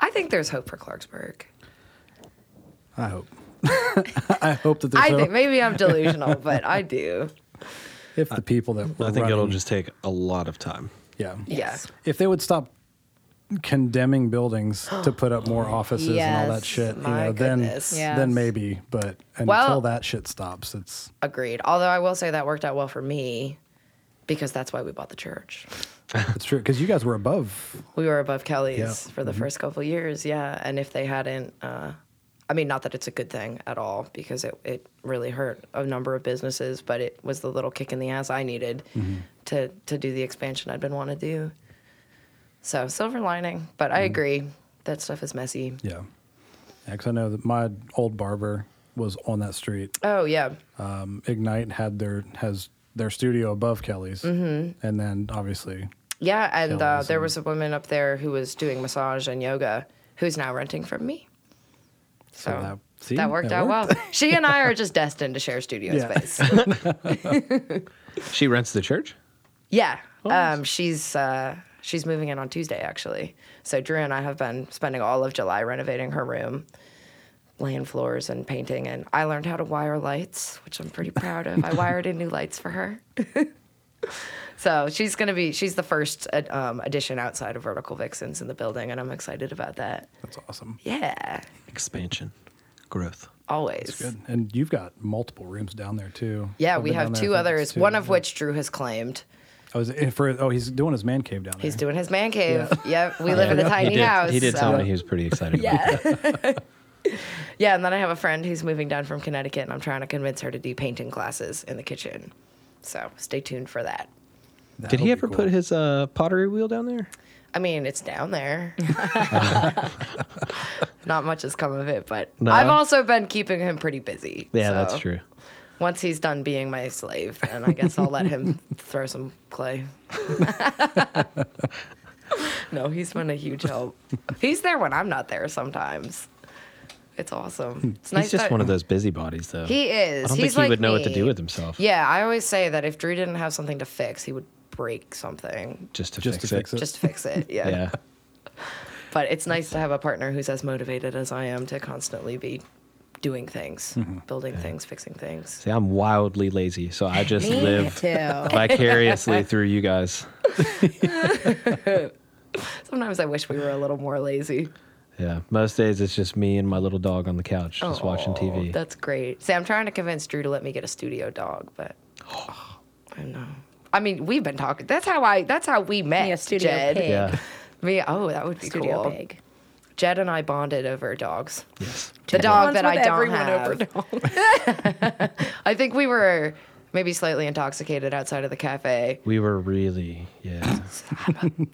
[SPEAKER 1] I think there's hope for Clarksburg.
[SPEAKER 3] I hope. I hope that there's
[SPEAKER 1] I
[SPEAKER 3] hope.
[SPEAKER 1] think maybe I'm delusional, but I do.
[SPEAKER 3] if the people that were
[SPEAKER 2] I think
[SPEAKER 3] running,
[SPEAKER 2] it'll just take a lot of time.
[SPEAKER 3] yeah
[SPEAKER 1] Yes.
[SPEAKER 3] if they would stop condemning buildings to put up more offices and all that
[SPEAKER 6] Yes,
[SPEAKER 3] shit, you
[SPEAKER 1] my
[SPEAKER 3] know, then
[SPEAKER 1] goodness.
[SPEAKER 6] Yes.
[SPEAKER 3] then maybe. But until
[SPEAKER 1] Well-
[SPEAKER 3] that shit stops, it's
[SPEAKER 1] Agreed. Although I will say that worked out well for me because that's why we bought the church.
[SPEAKER 3] it's true because you guys were above.
[SPEAKER 1] We were above Kelly's
[SPEAKER 3] Yeah. Mm-hmm.
[SPEAKER 1] for the first couple of years, yeah. And if they hadn't, uh, I mean, not that it's a good thing at all because it, it really hurt a number of businesses, but it was the little kick in the ass I needed
[SPEAKER 3] Mm-hmm.
[SPEAKER 1] to, to do the expansion I'd been wanting to do. So, silver lining, but I agree. That stuff is messy.
[SPEAKER 3] Mm-hmm. Yeah, because I know that my old barber was on that street.
[SPEAKER 1] Oh, yeah.
[SPEAKER 3] Um, Ignite had their has their studio above Kelly's, mm-hmm. and then obviously
[SPEAKER 1] Yeah, and uh,
[SPEAKER 3] Kelly's
[SPEAKER 1] there
[SPEAKER 3] and-
[SPEAKER 1] was a woman up there who was doing massage and yoga who's now renting from me. So,
[SPEAKER 3] that- see,
[SPEAKER 1] that worked
[SPEAKER 3] that
[SPEAKER 1] out well. She and I are just destined to share studio
[SPEAKER 3] Yeah.
[SPEAKER 1] space.
[SPEAKER 2] She rents the church.
[SPEAKER 1] Yeah.
[SPEAKER 3] Oh,
[SPEAKER 1] Um, she's uh, she's moving in on Tuesday actually. So Drew and I have been spending all of July renovating her room, laying floors and painting. And I learned how to wire lights, which I'm pretty proud of. I wired in new lights for her. so she's gonna be she's the first uh, um, addition outside of Vertical Vixens in the building, and I'm excited about that.
[SPEAKER 3] that's awesome.
[SPEAKER 1] Yeah,
[SPEAKER 2] Expansion, growth.
[SPEAKER 1] always.
[SPEAKER 3] Good. And you've got multiple rooms down there too.
[SPEAKER 1] Yeah,
[SPEAKER 3] I've
[SPEAKER 1] we
[SPEAKER 3] been
[SPEAKER 1] have
[SPEAKER 3] down there,
[SPEAKER 1] two
[SPEAKER 3] I think it's
[SPEAKER 1] others,
[SPEAKER 3] two,
[SPEAKER 1] one of
[SPEAKER 3] yeah.
[SPEAKER 1] which Drew has claimed.
[SPEAKER 3] Oh, is it for, oh, he's doing his man cave down there.
[SPEAKER 1] He's doing his man cave. Yep,
[SPEAKER 3] Oh,
[SPEAKER 1] we live in a
[SPEAKER 2] Yeah.
[SPEAKER 1] tiny
[SPEAKER 2] he did,
[SPEAKER 1] house.
[SPEAKER 2] He did
[SPEAKER 1] so-
[SPEAKER 2] tell me he was pretty excited. about
[SPEAKER 6] Yeah.
[SPEAKER 1] Yeah, and then I have a friend who's moving down from Connecticut, and I'm trying to convince her to do painting classes in the kitchen. So stay tuned for that.
[SPEAKER 2] it. Did
[SPEAKER 3] That'll be
[SPEAKER 2] he ever
[SPEAKER 3] cool.
[SPEAKER 2] put his uh, pottery wheel down there?
[SPEAKER 1] I mean, it's down there. Not much has come of it, but
[SPEAKER 2] No.
[SPEAKER 1] I've also been keeping him pretty busy.
[SPEAKER 2] Yeah,
[SPEAKER 1] so
[SPEAKER 2] that's true.
[SPEAKER 1] Once he's done being my slave, then I guess I'll let him throw some clay. no, he's been a huge help. He's there when I'm not there sometimes. It's awesome. It's nice
[SPEAKER 2] He's just
[SPEAKER 1] that-
[SPEAKER 2] one of those busybodies, though.
[SPEAKER 1] He is.
[SPEAKER 2] I don't
[SPEAKER 1] He's
[SPEAKER 2] think he
[SPEAKER 1] like
[SPEAKER 2] would know what to
[SPEAKER 1] me.
[SPEAKER 2] do with himself.
[SPEAKER 1] Yeah, I always say that if Drew didn't have something to fix, he would break something
[SPEAKER 2] Just to
[SPEAKER 3] Just
[SPEAKER 2] fix
[SPEAKER 3] to
[SPEAKER 2] it.
[SPEAKER 3] fix it.
[SPEAKER 1] just to fix it. Yeah.
[SPEAKER 2] Yeah.
[SPEAKER 1] But it's nice to have a partner who's as motivated as I am to constantly be doing things,
[SPEAKER 6] Mm-hmm.
[SPEAKER 1] building things, fixing things.
[SPEAKER 2] See, I'm wildly lazy, so I just
[SPEAKER 6] Me
[SPEAKER 2] live
[SPEAKER 6] too.
[SPEAKER 2] vicariously through you guys.
[SPEAKER 1] Sometimes I wish we were a little more lazy.
[SPEAKER 2] Yeah. Most days it's just me and my little dog on the couch just watching
[SPEAKER 1] Aw,
[SPEAKER 2] TV.
[SPEAKER 1] That's great. See, I'm trying to convince Drew to let me get a studio dog, but I know. I mean, we've been talking. That's how I. That's how we met.
[SPEAKER 6] Yeah, studio
[SPEAKER 1] Jed.
[SPEAKER 6] pig.
[SPEAKER 2] yeah.
[SPEAKER 1] Me. Oh, that would be
[SPEAKER 6] Studio
[SPEAKER 1] cool.
[SPEAKER 6] big.
[SPEAKER 1] Jed and I bonded over dogs.
[SPEAKER 2] Yes.
[SPEAKER 1] The dog
[SPEAKER 6] Ones
[SPEAKER 1] that I
[SPEAKER 6] with
[SPEAKER 1] don't
[SPEAKER 6] everyone
[SPEAKER 1] have.
[SPEAKER 6] over dogs.
[SPEAKER 1] I think we were maybe slightly intoxicated outside of the cafe.
[SPEAKER 2] We were really, yeah.
[SPEAKER 1] Slightly.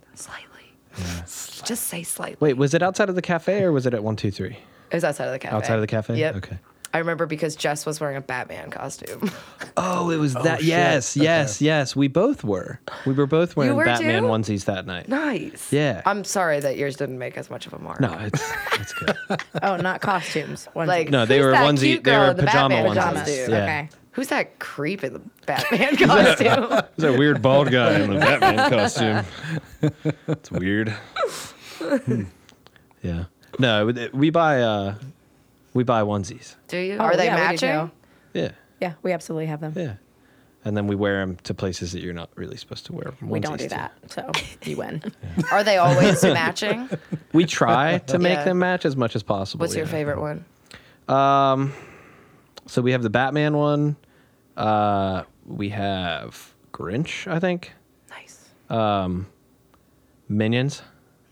[SPEAKER 1] Just say slightly.
[SPEAKER 2] Wait, was it outside of the cafe or was it at 123?
[SPEAKER 1] It was outside of the cafe.
[SPEAKER 2] Outside of the cafe?
[SPEAKER 1] Yep.
[SPEAKER 2] Okay.
[SPEAKER 1] I remember because Jess was wearing a Batman costume.
[SPEAKER 2] Oh, it was that.
[SPEAKER 3] shit.
[SPEAKER 2] Yes,
[SPEAKER 3] Okay.
[SPEAKER 2] yes, yes. We both were. We were both wearing
[SPEAKER 1] were
[SPEAKER 2] Batman
[SPEAKER 1] too?
[SPEAKER 2] onesies that night.
[SPEAKER 1] nice.
[SPEAKER 2] Yeah.
[SPEAKER 1] I'm sorry that yours didn't make as much of a mark.
[SPEAKER 2] No, it's it's good.
[SPEAKER 6] Oh, not costumes. Onesies.
[SPEAKER 1] Like,
[SPEAKER 2] No, they
[SPEAKER 1] who's
[SPEAKER 2] were
[SPEAKER 1] that
[SPEAKER 2] onesie-
[SPEAKER 1] cute
[SPEAKER 2] they
[SPEAKER 1] girl
[SPEAKER 2] were
[SPEAKER 1] in the
[SPEAKER 2] pajama
[SPEAKER 1] Batman
[SPEAKER 2] onesies.
[SPEAKER 1] costume?
[SPEAKER 6] pajamas.
[SPEAKER 2] Yeah.
[SPEAKER 6] Okay.
[SPEAKER 1] Who's that creep in the Batman costume?
[SPEAKER 2] There's that weird bald guy in the Batman costume. It's weird. Hmm. yeah. No, it- we buy uh we buy onesies.
[SPEAKER 1] do you?
[SPEAKER 6] Oh,
[SPEAKER 1] Are they
[SPEAKER 6] yeah, we do
[SPEAKER 1] matching?
[SPEAKER 6] too.
[SPEAKER 2] Yeah.
[SPEAKER 6] Yeah, we absolutely have them.
[SPEAKER 2] Yeah. and then we wear them to places that you're not really supposed to wear.
[SPEAKER 6] We don't
[SPEAKER 2] onesies
[SPEAKER 6] do
[SPEAKER 2] to.
[SPEAKER 6] that. So you win.
[SPEAKER 1] Are they always matching?
[SPEAKER 2] We try to make
[SPEAKER 1] Yeah.
[SPEAKER 2] them match as much as possible.
[SPEAKER 1] What's your
[SPEAKER 2] Oh, yeah.
[SPEAKER 1] favorite one?
[SPEAKER 2] So we have the Batman one. Uh, we have Grinch, I think.
[SPEAKER 1] Nice.
[SPEAKER 2] Minions.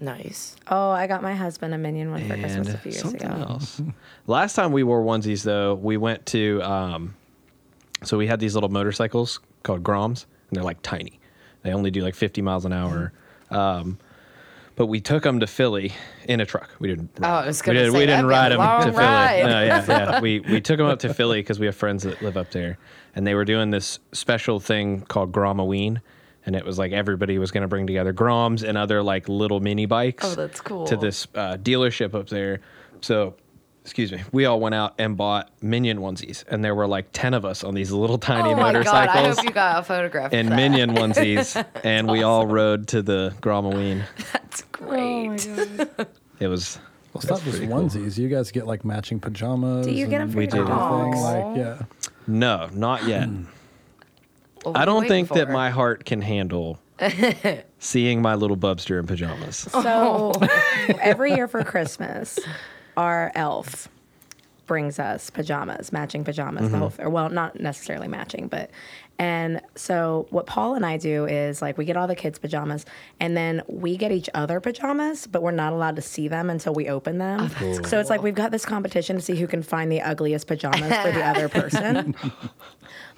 [SPEAKER 1] Nice.
[SPEAKER 6] Oh, I got my husband a minion one for Christmas a
[SPEAKER 2] and
[SPEAKER 6] few years
[SPEAKER 2] something
[SPEAKER 6] ago.
[SPEAKER 2] else. Last time we wore onesies, though, we went to. Um, so we had these little motorcycles called Groms, and they're like tiny. They only do like 50 miles an hour.
[SPEAKER 1] Mm-hmm.
[SPEAKER 2] Um, but we took them to Philly in a truck. We didn't.
[SPEAKER 1] Oh, I was gonna
[SPEAKER 2] we, did,
[SPEAKER 1] say,
[SPEAKER 2] we didn't ride
[SPEAKER 1] that'd be a
[SPEAKER 2] them to
[SPEAKER 1] long ride.
[SPEAKER 2] Philly. No, yeah, yeah. We we took them up to Philly because we have friends that live up there, and they were doing this special thing called Gromoween. And it was like everybody was going to bring together Groms and other like little mini bikes
[SPEAKER 1] Oh, that's cool.
[SPEAKER 2] to this uh, dealership up there. So, excuse me, we all went out and bought Minion onesies, and there were like ten of us on these little tiny
[SPEAKER 1] oh my god! I
[SPEAKER 2] motorcycles
[SPEAKER 1] hope you got a photograph. of
[SPEAKER 2] and
[SPEAKER 1] that.
[SPEAKER 2] Minion onesies, and we all rode to the Gromoween.
[SPEAKER 1] That's great.
[SPEAKER 2] It was
[SPEAKER 3] Well, it's not just onesies. You guys get like matching pajamas.
[SPEAKER 6] Do you get 'em
[SPEAKER 3] and
[SPEAKER 6] for We your
[SPEAKER 3] everything,
[SPEAKER 2] do.
[SPEAKER 6] dogs?
[SPEAKER 3] Like, yeah.
[SPEAKER 2] no, not yet.
[SPEAKER 1] What were
[SPEAKER 2] I
[SPEAKER 1] you
[SPEAKER 2] don't
[SPEAKER 1] waiting
[SPEAKER 2] think that
[SPEAKER 1] for?
[SPEAKER 2] my heart can handle seeing my little bubster in pajamas.
[SPEAKER 1] Oh.
[SPEAKER 6] So every year for Christmas, our elf brings us pajamas, matching pajamas, the whole or well, not necessarily matching, but and so what Paul and I do is like we get all the kids pajamas and then we get each other pajamas, but we're not allowed to see them until we open them. So it's like we've got this competition to see who can find the ugliest pajamas for the other person.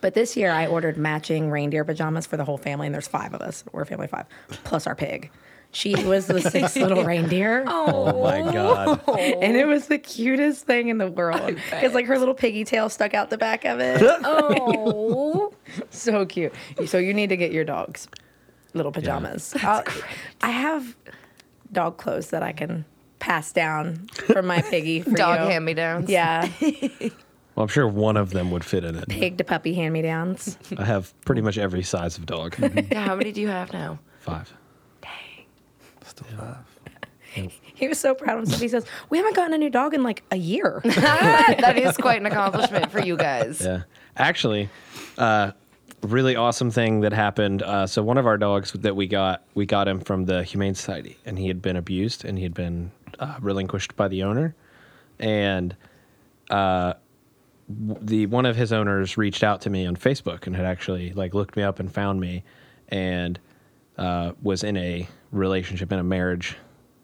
[SPEAKER 6] But this year I ordered matching reindeer pajamas for the whole family, and there's five of us. We're family of five, plus our pig. She was the sixth little reindeer.
[SPEAKER 2] Oh my god!
[SPEAKER 6] And it was the cutest thing in the world. Because like her little piggy tail stuck out the back of it. oh. so cute. So you need to get your dogs little pajamas. I'll- I have dog clothes that I can pass down from my piggy for
[SPEAKER 1] Dog
[SPEAKER 6] you.
[SPEAKER 1] hand-me-downs.
[SPEAKER 6] Yeah.
[SPEAKER 2] Well, I'm sure one of them would fit in it.
[SPEAKER 6] Pig to puppy hand me downs.
[SPEAKER 2] I have pretty much every size of dog.
[SPEAKER 1] Yeah. How many do you have now?
[SPEAKER 2] Five.
[SPEAKER 3] Still five.
[SPEAKER 6] He was so proud of himself. He says, We haven't gotten a new dog in like a year.
[SPEAKER 1] that is quite an accomplishment for you guys.
[SPEAKER 2] Yeah. Actually, uh, really awesome thing that happened. Uh, so one of our dogs that we got, we got him from the Humane Society, and he had been abused, and he had been uh, relinquished by the owner, and uh, w- the one of his owners reached out to me on Facebook and had actually like looked me up and found me, and uh, was in a relationship in a marriage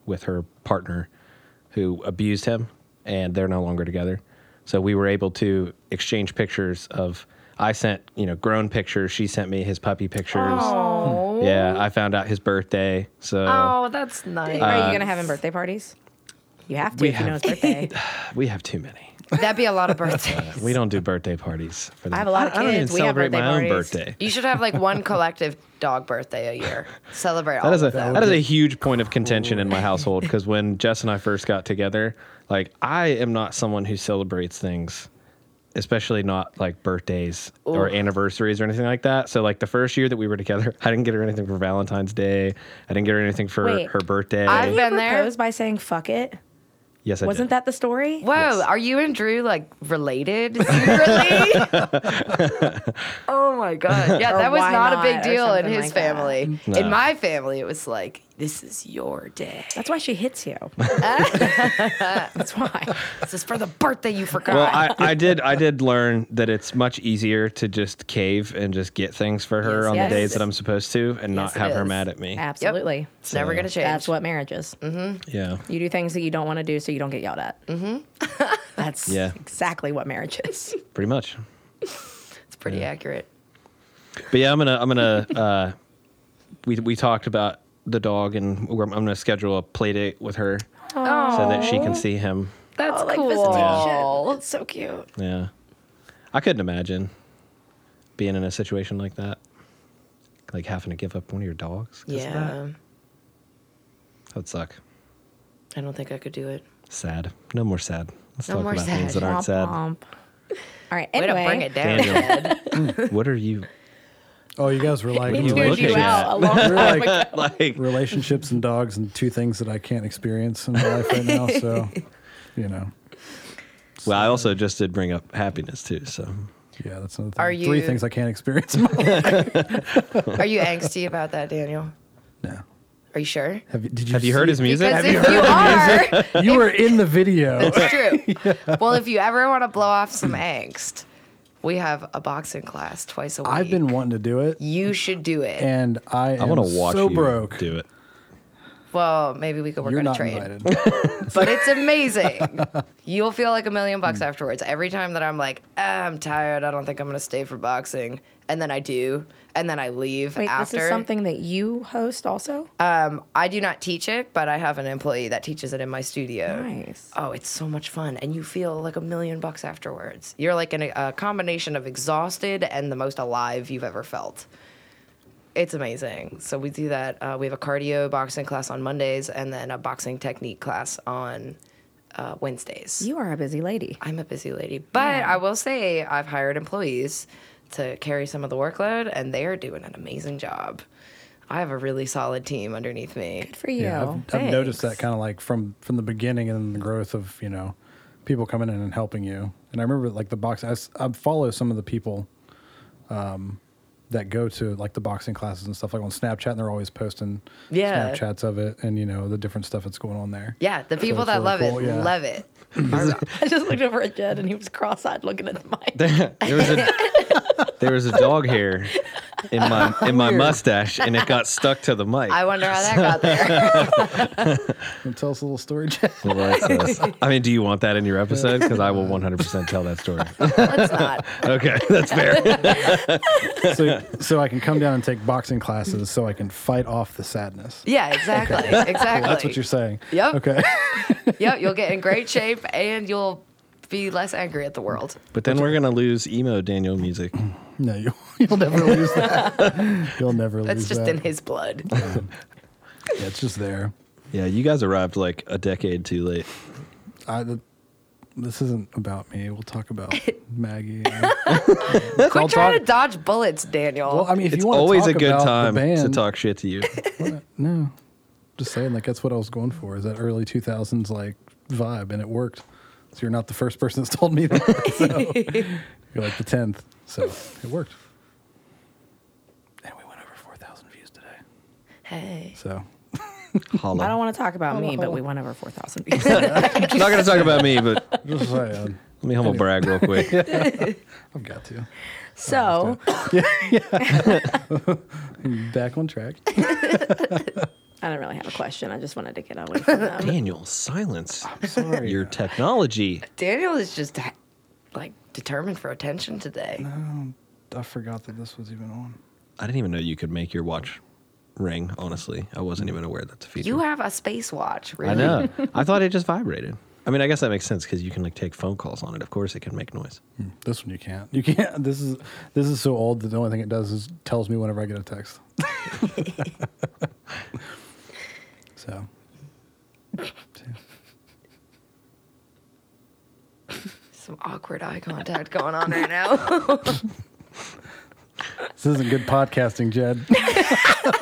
[SPEAKER 2] with her partner who abused him and they're no longer together so we were able to exchange pictures of i sent you know grown pictures she sent me his puppy pictures
[SPEAKER 1] Oh.
[SPEAKER 2] yeah i found out his birthday so
[SPEAKER 1] Oh, that's nice.
[SPEAKER 2] Uh,
[SPEAKER 6] Are you going to have him birthday parties? You have to
[SPEAKER 2] we
[SPEAKER 6] if you know
[SPEAKER 2] have-
[SPEAKER 6] his birthday.
[SPEAKER 2] we have too many
[SPEAKER 1] That'd be a lot of birthdays.
[SPEAKER 2] we don't do birthday parties for them.
[SPEAKER 6] have a lot of
[SPEAKER 2] I, I don't even
[SPEAKER 6] kids. We have
[SPEAKER 2] celebrate
[SPEAKER 6] birthday
[SPEAKER 2] my own
[SPEAKER 6] parties.
[SPEAKER 2] birthday
[SPEAKER 1] You should have like one collective dog birthday a year. Celebrate all
[SPEAKER 2] that is a
[SPEAKER 1] of them.
[SPEAKER 2] that is a huge point of contention in my household because when Jess and I first got together, like I am not someone who celebrates things, especially not like birthdays or anniversaries or anything like that. So like the first year that we were together, I didn't get her anything for Valentine's Day. I didn't get her anything for
[SPEAKER 6] Wait.
[SPEAKER 2] her birthday.
[SPEAKER 1] I've
[SPEAKER 6] He
[SPEAKER 1] been there.
[SPEAKER 6] proposed by saying, Fuck it.
[SPEAKER 2] yes, I
[SPEAKER 6] Wasn't
[SPEAKER 2] did.
[SPEAKER 6] that the story?
[SPEAKER 1] Whoa, are you and Drew like related secretly? oh my god. Yeah,
[SPEAKER 6] Or
[SPEAKER 1] that was
[SPEAKER 6] why
[SPEAKER 1] not, a
[SPEAKER 6] not,
[SPEAKER 1] big
[SPEAKER 6] or
[SPEAKER 1] deal in
[SPEAKER 6] something
[SPEAKER 1] his
[SPEAKER 6] like that.
[SPEAKER 1] family.
[SPEAKER 2] No.
[SPEAKER 1] In my family, it was like, this is your day.
[SPEAKER 6] That's why she hits you. That's why.
[SPEAKER 1] This is for the birthday you forgot.
[SPEAKER 2] Well, I, I did. I did learn that it's much easier to just cave and just get things for her
[SPEAKER 1] Yes,
[SPEAKER 2] on
[SPEAKER 6] yes.
[SPEAKER 2] the days that I'm supposed to, and
[SPEAKER 1] Yes,
[SPEAKER 2] not
[SPEAKER 1] it
[SPEAKER 2] have her
[SPEAKER 1] is.
[SPEAKER 2] mad at me.
[SPEAKER 6] Absolutely.
[SPEAKER 1] it's never gonna change. Mm-hmm.
[SPEAKER 6] That's what marriage is.
[SPEAKER 2] Yeah.
[SPEAKER 6] You do things that you don't want to do so you don't get yelled at. Mm-hmm. That's
[SPEAKER 2] Yeah.
[SPEAKER 6] exactly what marriage is.
[SPEAKER 2] Pretty much.
[SPEAKER 1] it's pretty accurate.
[SPEAKER 2] But yeah, I'm gonna I'm gonna uh, we we talked about the dog and we're, I'm gonna schedule a play date with her so that she can see him.
[SPEAKER 1] Oh, That's
[SPEAKER 6] Oh, like
[SPEAKER 1] cool.
[SPEAKER 6] visitation. It's so cute.
[SPEAKER 2] Yeah, I couldn't imagine being in a situation like that, like having to give up one of your dogs. 'cause of
[SPEAKER 1] Yeah.
[SPEAKER 2] that. that'd suck.
[SPEAKER 1] I don't think I could do it.
[SPEAKER 2] Sad. No more sad. Let's
[SPEAKER 1] No
[SPEAKER 2] talk
[SPEAKER 1] more
[SPEAKER 2] about
[SPEAKER 1] sad.
[SPEAKER 2] things that aren't
[SPEAKER 6] Womp
[SPEAKER 2] sad.
[SPEAKER 6] womp. All right.
[SPEAKER 1] Way
[SPEAKER 6] Anyway,
[SPEAKER 1] to bring it down.
[SPEAKER 2] Daniel, what are you
[SPEAKER 3] Oh, you guys were like,
[SPEAKER 2] you
[SPEAKER 3] really-
[SPEAKER 2] looking
[SPEAKER 6] you
[SPEAKER 2] at?
[SPEAKER 6] out a long
[SPEAKER 3] we're
[SPEAKER 6] time ago.
[SPEAKER 3] like
[SPEAKER 2] like?
[SPEAKER 3] relationships and dogs and two things that I can't experience in my life right now. So, you know,
[SPEAKER 2] Well, I also just did bring up happiness too, so
[SPEAKER 3] Yeah, that's another thing.
[SPEAKER 1] Are
[SPEAKER 3] three
[SPEAKER 1] you-
[SPEAKER 3] things I can't experience. in my life.
[SPEAKER 1] Are you angsty about that, Daniel?
[SPEAKER 3] no.
[SPEAKER 1] Are you sure?
[SPEAKER 3] Have you, did
[SPEAKER 2] Have you heard his music?
[SPEAKER 1] Because if you are,
[SPEAKER 3] You were in the video.
[SPEAKER 1] It's true. Well, if you ever want to blow off some angst, we have a boxing class twice a week.
[SPEAKER 3] I've been wanting to do it,
[SPEAKER 1] You should do it.
[SPEAKER 3] and I am
[SPEAKER 2] I want to watch
[SPEAKER 3] so
[SPEAKER 2] you
[SPEAKER 3] broke.
[SPEAKER 2] do it.
[SPEAKER 1] well, maybe we could work
[SPEAKER 3] You're
[SPEAKER 1] on a
[SPEAKER 3] not
[SPEAKER 1] trade.
[SPEAKER 3] invited.
[SPEAKER 1] But it's amazing. You'll feel like a million bucks afterwards. Every time that I'm like, "Ah, I'm tired. I don't think I'm going to stay for boxing. And then I do. And then I leave
[SPEAKER 6] Wait,
[SPEAKER 1] after.
[SPEAKER 6] this is something that you host also?
[SPEAKER 1] um, I do not teach it, but I have an employee that teaches it in my studio.
[SPEAKER 6] nice.
[SPEAKER 1] Oh, it's so much fun. And you feel like a million bucks afterwards. You're like in a, a combination of exhausted and the most alive you've ever felt. It's amazing. So we do that. Uh, we have a cardio boxing class on Mondays and then a boxing technique class on uh, Wednesdays.
[SPEAKER 6] You are a busy lady.
[SPEAKER 1] I'm a busy lady, but I will say I've hired employees to carry some of the workload, and they are doing an amazing job. I have a really solid team underneath me.
[SPEAKER 6] Good for you.
[SPEAKER 3] Yeah, I've, I've noticed that
[SPEAKER 1] Thanks.
[SPEAKER 3] kind of like from from the beginning and the growth of you know people coming in and helping you. And I remember like the box. I, s- I follow some of the people um, that go to like the boxing classes and stuff like on Snapchat, and they're always posting
[SPEAKER 1] Yeah.
[SPEAKER 3] Snapchats of it and you know the different stuff that's going on there.
[SPEAKER 1] Yeah, the people
[SPEAKER 3] it's
[SPEAKER 1] that
[SPEAKER 3] really
[SPEAKER 1] love
[SPEAKER 3] cool,
[SPEAKER 1] it
[SPEAKER 3] yeah.
[SPEAKER 1] love it.
[SPEAKER 6] I just looked over at Jed and he was cross-eyed looking at the mic.
[SPEAKER 2] There was a there was a dog hair in my in my mustache, and it got stuck to the mic.
[SPEAKER 1] I wonder how that got there.
[SPEAKER 3] Wanna Tell us a little story. Jen?
[SPEAKER 2] Like this. I mean, do you want that in your episode? Because I will 100% tell that story.
[SPEAKER 1] Let's not.
[SPEAKER 2] Okay, that's fair.
[SPEAKER 3] so, so I can come down and take boxing classes, so I can fight off the sadness.
[SPEAKER 1] Yeah, exactly. Exactly.
[SPEAKER 3] That's what you're saying.
[SPEAKER 1] Yep.
[SPEAKER 3] Okay.
[SPEAKER 1] Yep, you'll get in great shape and you'll be less angry at the world.
[SPEAKER 2] But then we're gonna lose emo Daniel music.
[SPEAKER 3] No, you, you'll never lose that. You'll never lose
[SPEAKER 1] That's just
[SPEAKER 3] that.
[SPEAKER 1] in his blood.
[SPEAKER 3] Yeah, it's just there.
[SPEAKER 2] Yeah, you guys arrived like a decade too late.
[SPEAKER 3] I, th- this isn't about me. We'll talk about Maggie.
[SPEAKER 1] Quit trying to dodge bullets, Daniel.
[SPEAKER 3] well, I mean, if
[SPEAKER 2] it's
[SPEAKER 3] you want
[SPEAKER 2] always
[SPEAKER 3] to
[SPEAKER 2] a
[SPEAKER 3] talk
[SPEAKER 2] good
[SPEAKER 3] about the
[SPEAKER 2] time to
[SPEAKER 3] band-
[SPEAKER 2] talk shit to you.
[SPEAKER 3] No, just saying. Like that's what I was going for. Is that early two thousands like vibe, and it worked. So you're not the first person that's told me that. So you're like the tenth. So it worked. And we went over four thousand views today.
[SPEAKER 1] hey.
[SPEAKER 3] So
[SPEAKER 2] Hollow.
[SPEAKER 6] I don't want to talk about me, but we went over 4,000 views.
[SPEAKER 2] Not gonna talk about me, but let
[SPEAKER 3] just saying,
[SPEAKER 2] me humble brag real quick.
[SPEAKER 3] I've got to
[SPEAKER 6] so
[SPEAKER 3] back on track.
[SPEAKER 6] I don't really have a question. I just wanted to get away from them.
[SPEAKER 2] Daniel, silence
[SPEAKER 3] Sorry.
[SPEAKER 2] your technology.
[SPEAKER 1] Daniel is just like determined for attention today.
[SPEAKER 3] Um, I forgot that this was even on.
[SPEAKER 2] I didn't even know you could make your watch ring. Honestly, I wasn't even aware that's a feature.
[SPEAKER 1] You have a space watch, really?
[SPEAKER 2] I know. I thought it just vibrated. I mean, I guess that makes sense because you can like take phone calls on it. Of course, it can make noise.
[SPEAKER 3] Hmm, This one you can't. You can't. This is this is so old that the only thing it does is tells me whenever I get a text. so.
[SPEAKER 1] Some awkward eye contact going on right now.
[SPEAKER 3] This isn't good podcasting, Jed.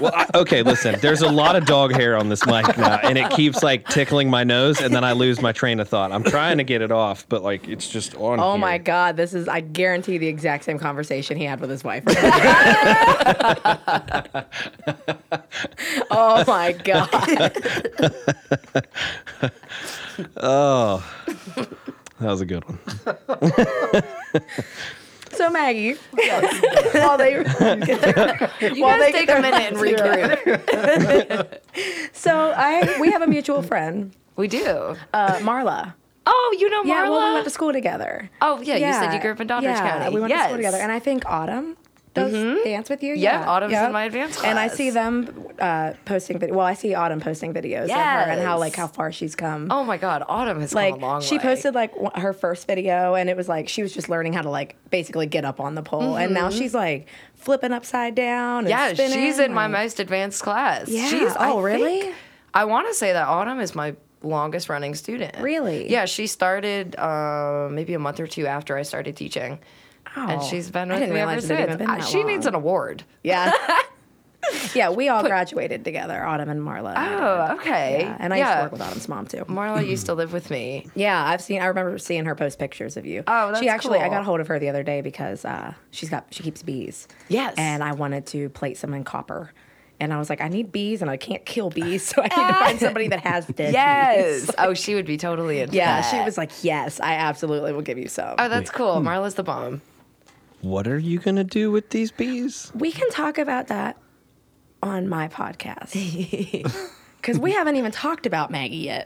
[SPEAKER 2] Well, I, okay, listen. There's a lot of dog hair on this mic now, and it keeps like tickling my nose, and then I lose my train of thought. I'm trying to get it off, but like it's just on.
[SPEAKER 6] Oh
[SPEAKER 2] here.
[SPEAKER 6] my God, this is, I guarantee, the exact same conversation he had with his wife. oh my God.
[SPEAKER 2] That was a good one.
[SPEAKER 6] So, Maggie, while they,
[SPEAKER 1] You
[SPEAKER 6] While
[SPEAKER 1] guys
[SPEAKER 6] they
[SPEAKER 1] take
[SPEAKER 6] get their
[SPEAKER 1] a minute and regroup.
[SPEAKER 6] so I, we have a mutual friend,
[SPEAKER 1] we do.
[SPEAKER 6] uh, Marla.
[SPEAKER 1] Oh, you know Marla?
[SPEAKER 6] Yeah, well, we went to school together.
[SPEAKER 1] oh, yeah, You said you grew up in Dodgers
[SPEAKER 6] yeah,
[SPEAKER 1] County.
[SPEAKER 6] We went to
[SPEAKER 1] Yes. Mm-hmm.
[SPEAKER 6] school together, and I think Autumn does dance with you.
[SPEAKER 1] Yeah, Autumn's in my advanced
[SPEAKER 6] and I
[SPEAKER 1] class.
[SPEAKER 6] see them uh, posting. Vid- well, I see Autumn posting videos of her and how like
[SPEAKER 1] Yes.
[SPEAKER 6] how far she's come.
[SPEAKER 1] oh my God, Autumn has
[SPEAKER 6] like
[SPEAKER 1] come a long
[SPEAKER 6] she
[SPEAKER 1] way.
[SPEAKER 6] posted like w- her first video, and it was like she was just learning how to like basically get up on the pole, and now she's like flipping upside down. And
[SPEAKER 1] Mm-hmm. Yeah,
[SPEAKER 6] spinning,
[SPEAKER 1] she's in my
[SPEAKER 6] like-
[SPEAKER 1] most advanced class.
[SPEAKER 6] Yeah.
[SPEAKER 1] She's, I
[SPEAKER 6] Oh, really?
[SPEAKER 1] think- I want to say that Autumn is my longest running student.
[SPEAKER 6] Really?
[SPEAKER 1] Yeah, she started uh, maybe a month or two after I started teaching.
[SPEAKER 6] Ow.
[SPEAKER 1] And she's been
[SPEAKER 6] Oh, I
[SPEAKER 1] with
[SPEAKER 6] didn't
[SPEAKER 1] me ever
[SPEAKER 6] realize it had
[SPEAKER 1] since.
[SPEAKER 6] even been
[SPEAKER 1] Uh,
[SPEAKER 6] that
[SPEAKER 1] she needs
[SPEAKER 6] long.
[SPEAKER 1] an award.
[SPEAKER 6] Yeah. Yeah, we all graduated together, Autumn and Marla.
[SPEAKER 1] Oh, okay.
[SPEAKER 6] Yeah, and I used to work with Autumn's mom too.
[SPEAKER 1] Marla used to live with me.
[SPEAKER 6] Yeah, I've seen. I remember seeing her post pictures of you.
[SPEAKER 1] Oh, that's
[SPEAKER 6] she actually. I
[SPEAKER 1] cool.
[SPEAKER 6] got a hold of her the other day because uh, she's got she keeps bees.
[SPEAKER 1] Yes.
[SPEAKER 6] and I wanted to plate some in copper, and I was like, I need bees, and I can't kill bees, so I need to find somebody that has dead. bees.
[SPEAKER 1] Yes. oh, she would be totally into
[SPEAKER 6] Yeah,
[SPEAKER 1] that.
[SPEAKER 6] she was like, "Yes, I absolutely will give you some."
[SPEAKER 1] Oh, that's cool. Marla's the bomb.
[SPEAKER 2] What are you gonna do with these bees?
[SPEAKER 6] we can talk about that on my podcast because we haven't even talked about Maggie yet.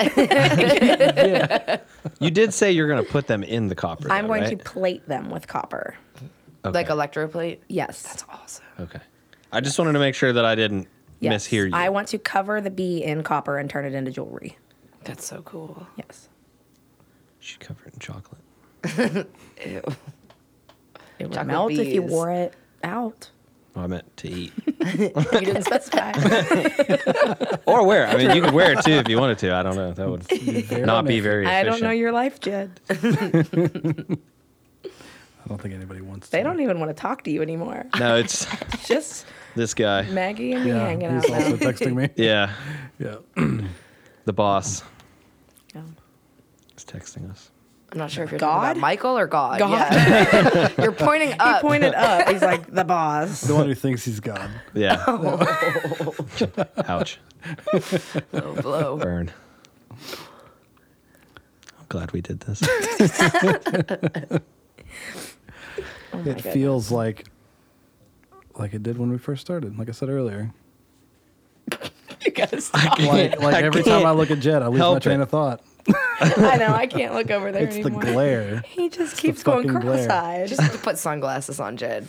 [SPEAKER 2] You did say you're gonna put them in the copper.
[SPEAKER 6] I'm
[SPEAKER 2] though,
[SPEAKER 6] going
[SPEAKER 2] right?
[SPEAKER 6] to plate them with copper.
[SPEAKER 2] Okay.
[SPEAKER 1] Like electroplate.
[SPEAKER 6] Yes,
[SPEAKER 1] Awesome.
[SPEAKER 2] Okay. I just wanted to make sure that I didn't
[SPEAKER 6] Yes.
[SPEAKER 2] mishear you.
[SPEAKER 6] I want to cover the bee in copper and turn it into jewelry.
[SPEAKER 1] That's so cool.
[SPEAKER 6] Yes.
[SPEAKER 2] Should cover it in chocolate.
[SPEAKER 1] Ew.
[SPEAKER 6] It would
[SPEAKER 1] Chocolate
[SPEAKER 6] melt if you
[SPEAKER 1] bees.
[SPEAKER 6] wore it out.
[SPEAKER 2] Well, Oh, I meant to eat
[SPEAKER 6] You didn't specify.
[SPEAKER 2] or wear. I mean, you could wear it too if you wanted to. I don't know. That would not be very.
[SPEAKER 6] I
[SPEAKER 2] Efficient.
[SPEAKER 6] don't know your life, Jed.
[SPEAKER 3] I don't think anybody wants.
[SPEAKER 6] They
[SPEAKER 3] to.
[SPEAKER 6] don't even want to talk to you anymore.
[SPEAKER 2] No, it's
[SPEAKER 6] It's just
[SPEAKER 2] this guy.
[SPEAKER 6] Maggie and me
[SPEAKER 3] Yeah,
[SPEAKER 6] hanging
[SPEAKER 3] he's
[SPEAKER 6] out now.
[SPEAKER 3] also texting me.
[SPEAKER 2] Yeah,
[SPEAKER 3] Yeah.
[SPEAKER 2] the boss
[SPEAKER 6] Yeah.
[SPEAKER 2] is texting us.
[SPEAKER 1] I'm not sure if you're
[SPEAKER 6] God?
[SPEAKER 1] talking about Michael or God.
[SPEAKER 6] God.
[SPEAKER 1] Yeah. you're pointing up.
[SPEAKER 6] Pointed up. He's like the boss.
[SPEAKER 3] The one who thinks he's God.
[SPEAKER 6] Oh
[SPEAKER 2] Yeah. Ouch.
[SPEAKER 1] oh, blow.
[SPEAKER 2] Burn. I'm glad we did this.
[SPEAKER 3] it feels like like it did when we first started. Like I said earlier.
[SPEAKER 6] You guys.
[SPEAKER 3] Like, like every time I look at Jed, I lose my
[SPEAKER 2] help
[SPEAKER 3] train
[SPEAKER 2] it.
[SPEAKER 3] of thought.
[SPEAKER 6] I know. I can't look over there
[SPEAKER 3] It's the
[SPEAKER 6] anymore.
[SPEAKER 3] glare.
[SPEAKER 6] He just keeps going
[SPEAKER 3] fucking glare.
[SPEAKER 6] cross-eyed.
[SPEAKER 1] Just put sunglasses on Jed.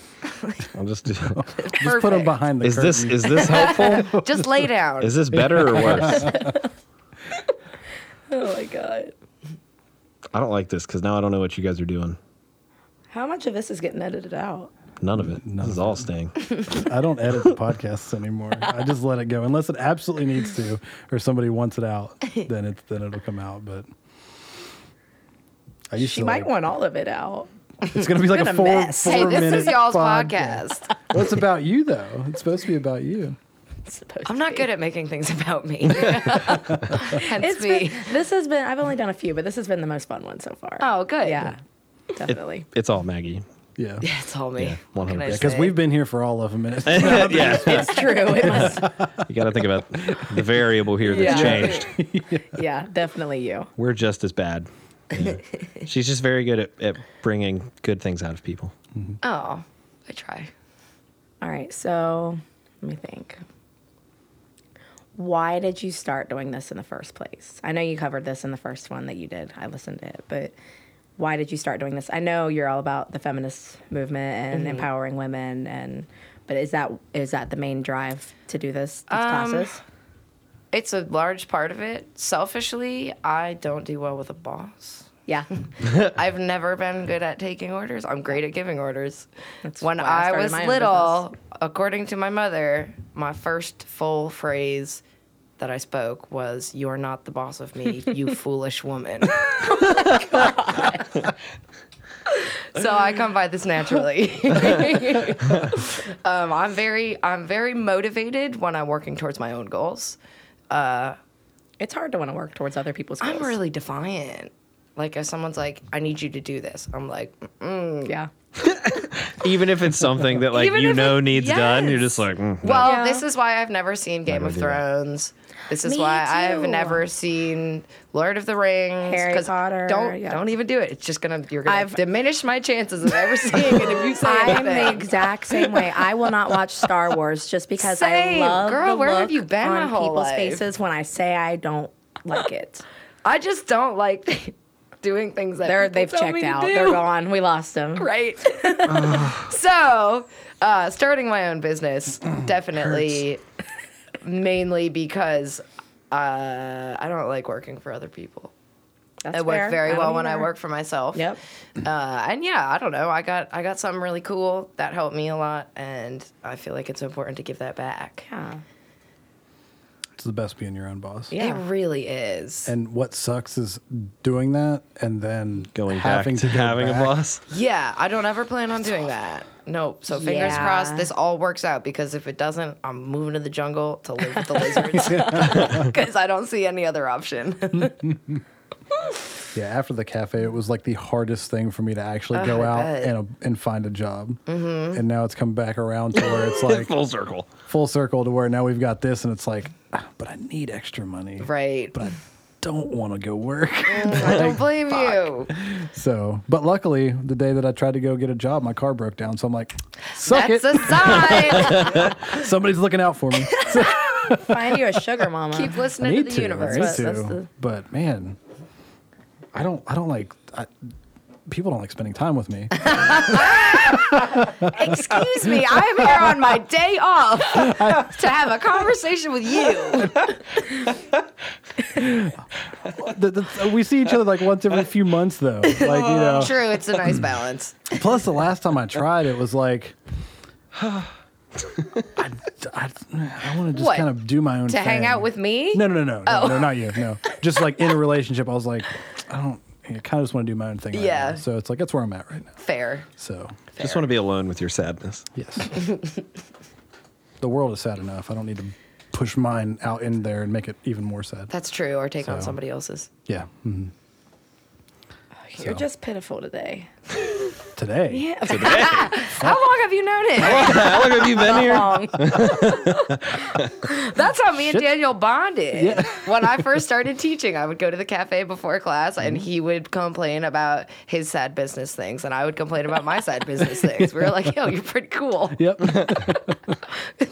[SPEAKER 2] I'm just.
[SPEAKER 3] Just put him behind the
[SPEAKER 2] is this
[SPEAKER 3] curtain.
[SPEAKER 2] is this helpful?
[SPEAKER 1] Just lay down.
[SPEAKER 2] Is this better or worse?
[SPEAKER 6] oh my god.
[SPEAKER 2] I don't like this because now I don't know what you guys are doing.
[SPEAKER 6] How much of this is getting edited out?
[SPEAKER 2] None of it. this is all staying.
[SPEAKER 3] I don't edit the podcasts anymore. I just let it go unless it absolutely needs to, or somebody wants it out. Then it then it'll come out. But I used
[SPEAKER 6] She
[SPEAKER 3] to
[SPEAKER 6] might
[SPEAKER 3] like-
[SPEAKER 6] want all of it out.
[SPEAKER 3] It's gonna be like
[SPEAKER 6] been
[SPEAKER 3] a
[SPEAKER 6] a
[SPEAKER 3] four,
[SPEAKER 6] mess.
[SPEAKER 3] four
[SPEAKER 1] hey, this
[SPEAKER 3] minute
[SPEAKER 1] is y'all's
[SPEAKER 3] podcast.
[SPEAKER 1] podcast.
[SPEAKER 3] Well, it's about you though. It's supposed to be about you.
[SPEAKER 6] It's supposed
[SPEAKER 1] I'm
[SPEAKER 6] to
[SPEAKER 1] not
[SPEAKER 6] be.
[SPEAKER 1] good at making things about me. Hence
[SPEAKER 6] It's
[SPEAKER 1] me.
[SPEAKER 6] been, this has been. I've only done a few, but this has been the most fun one so far.
[SPEAKER 1] Oh, good.
[SPEAKER 6] yeah, definitely.
[SPEAKER 2] It's all Maggie.
[SPEAKER 3] Yeah.
[SPEAKER 1] It's all me.
[SPEAKER 2] Yeah,
[SPEAKER 1] What can I
[SPEAKER 2] 100%.
[SPEAKER 3] Because
[SPEAKER 1] say?
[SPEAKER 3] we've been here for all of a minute.
[SPEAKER 2] yeah,
[SPEAKER 6] it's true. It must,
[SPEAKER 2] you got to think about the variable here that's
[SPEAKER 6] Yeah.
[SPEAKER 2] changed.
[SPEAKER 6] yeah, definitely you.
[SPEAKER 2] We're just as bad. Yeah. She's just very good at, at bringing good things out of people.
[SPEAKER 1] Oh, I try.
[SPEAKER 6] All right, so let me think. Why did you start doing this in the first place? I know you covered this in the first one that you did. I listened to it, but why did you start doing this? I know you're all about the feminist movement and empowering women, and but is that is that the main drive to do this these classes?
[SPEAKER 1] It's a large part of it. Selfishly, I don't do well with a boss.
[SPEAKER 6] Yeah,
[SPEAKER 1] I've never been good at taking orders. I'm great at giving orders.
[SPEAKER 6] That's
[SPEAKER 1] when
[SPEAKER 6] why I
[SPEAKER 1] I,
[SPEAKER 6] started
[SPEAKER 1] was
[SPEAKER 6] my own
[SPEAKER 1] little, according to my mother, my first full phrase that I spoke was, You're not the boss of me, you foolish woman.
[SPEAKER 6] Oh
[SPEAKER 1] so I come by this naturally. um, I'm very I'm very motivated when I'm working towards my own goals.
[SPEAKER 6] it's hard to want to work towards other people's goals.
[SPEAKER 1] I'm really defiant. Like if someone's like, I need you to do this, I'm like,
[SPEAKER 6] yeah.
[SPEAKER 2] Even if it's something that like
[SPEAKER 1] Even
[SPEAKER 2] you
[SPEAKER 1] if
[SPEAKER 2] know
[SPEAKER 1] it-
[SPEAKER 2] needs done, you're just
[SPEAKER 1] yes.
[SPEAKER 2] like, mm, no.
[SPEAKER 1] Well,
[SPEAKER 6] Yeah.
[SPEAKER 1] this is why I've never seen Game
[SPEAKER 2] gonna
[SPEAKER 1] of
[SPEAKER 2] do that.
[SPEAKER 1] Thrones. This is
[SPEAKER 6] Me
[SPEAKER 1] why I've
[SPEAKER 6] too.
[SPEAKER 1] never seen Lord of the Rings.
[SPEAKER 6] Harry
[SPEAKER 1] 'cause
[SPEAKER 6] Potter,
[SPEAKER 1] Don't
[SPEAKER 6] yeah.
[SPEAKER 1] don't even do it. It's just gonna you're gonna
[SPEAKER 6] I've-
[SPEAKER 1] diminish my chances of ever seeing it if you say
[SPEAKER 6] I'm the
[SPEAKER 1] anything.
[SPEAKER 6] exact same way. I will not watch Star Wars just because
[SPEAKER 1] Same.
[SPEAKER 6] I love
[SPEAKER 1] Girl,
[SPEAKER 6] the
[SPEAKER 1] where have
[SPEAKER 6] look
[SPEAKER 1] you been
[SPEAKER 6] on
[SPEAKER 1] my whole
[SPEAKER 6] people's
[SPEAKER 1] life?
[SPEAKER 6] faces when I say I don't like it.
[SPEAKER 1] I just don't like doing things that
[SPEAKER 6] They're
[SPEAKER 1] people
[SPEAKER 6] they've
[SPEAKER 1] tell me
[SPEAKER 6] checked
[SPEAKER 1] to
[SPEAKER 6] out.
[SPEAKER 1] do.
[SPEAKER 6] They're gone. We lost them.
[SPEAKER 1] right? so, uh, starting my own business
[SPEAKER 6] Mm,
[SPEAKER 1] definitely, mainly because uh, I don't like working for other people.
[SPEAKER 6] That's
[SPEAKER 1] I work
[SPEAKER 6] fair.
[SPEAKER 1] very well
[SPEAKER 6] don't
[SPEAKER 1] when I
[SPEAKER 6] either.
[SPEAKER 1] work for myself.
[SPEAKER 6] Yep.
[SPEAKER 1] Uh, and yeah, I don't know. I got I got something really cool that helped me a lot, and I feel like it's important to give that back.
[SPEAKER 6] Yeah.
[SPEAKER 3] it's the best being your own boss.
[SPEAKER 6] Yeah.
[SPEAKER 1] It really is.
[SPEAKER 3] And what sucks is doing that and then
[SPEAKER 2] going
[SPEAKER 3] having
[SPEAKER 2] back to,
[SPEAKER 3] go
[SPEAKER 2] having
[SPEAKER 3] back.
[SPEAKER 2] a boss.
[SPEAKER 1] yeah, I don't ever plan on doing that. Nope. So fingers
[SPEAKER 6] Yeah.
[SPEAKER 1] crossed this all works out because if it doesn't, I'm moving to the jungle to live with the lizards because I don't see any other option.
[SPEAKER 3] Yeah, after the cafe, it was like the hardest thing for me to actually
[SPEAKER 1] Oh,
[SPEAKER 3] go
[SPEAKER 1] I
[SPEAKER 3] out
[SPEAKER 1] bet.
[SPEAKER 3] and uh, and find a job. Mm-hmm. And now it's come back around to where it's like
[SPEAKER 2] Full circle.
[SPEAKER 3] full circle to where now we've got this, and it's like, "Ah, but I need extra money,
[SPEAKER 1] right.
[SPEAKER 3] But I don't want to go work.
[SPEAKER 1] I don't blame you.
[SPEAKER 3] so, but luckily, the day that I tried to go get a job, my car broke down. So I'm like, suck
[SPEAKER 1] That's
[SPEAKER 3] it.
[SPEAKER 1] a sign.
[SPEAKER 3] Somebody's looking out for me.
[SPEAKER 6] Find you a sugar mama.
[SPEAKER 1] Keep
[SPEAKER 3] I
[SPEAKER 1] listening to
[SPEAKER 3] need
[SPEAKER 1] the
[SPEAKER 3] to. I
[SPEAKER 1] universe.
[SPEAKER 3] need
[SPEAKER 1] That's-
[SPEAKER 3] to.
[SPEAKER 1] that's the-
[SPEAKER 3] But man, I don't. I don't like. I, people don't like spending time with me.
[SPEAKER 1] Excuse me, I'm here on my day off to have a conversation with you.
[SPEAKER 3] the, the, we see each other like once every few months though like you know
[SPEAKER 1] True, it's a nice balance.
[SPEAKER 3] plus the last time i tried it was like i, I, I want to just
[SPEAKER 1] What?
[SPEAKER 3] kind of do my own
[SPEAKER 1] To hang
[SPEAKER 3] thing.
[SPEAKER 1] out with me? Oh.
[SPEAKER 3] no no no no no, no not you no just like in a relationship i was like i don't i kind of just want to do my own thing right
[SPEAKER 1] Yeah.
[SPEAKER 3] now. so it's like that's where i'm at right now
[SPEAKER 1] Fair.
[SPEAKER 3] so
[SPEAKER 2] Just want to be alone with your sadness.
[SPEAKER 3] yes the world is sad enough i don't need to push mine out in there and make it even more sad
[SPEAKER 1] That's true, or take on
[SPEAKER 3] So.
[SPEAKER 1] somebody else's.
[SPEAKER 3] yeah Mhm.
[SPEAKER 1] Oh,
[SPEAKER 6] You're just pitiful today.
[SPEAKER 3] today
[SPEAKER 1] How long have you known it?
[SPEAKER 2] How long have you been here?
[SPEAKER 6] Um,
[SPEAKER 1] That's how me and Daniel bonded. When I first started teaching, I would go to the cafe before class and he would complain about his sad business things and I would complain about my sad business things. We were like, yo, you're pretty cool.
[SPEAKER 3] yep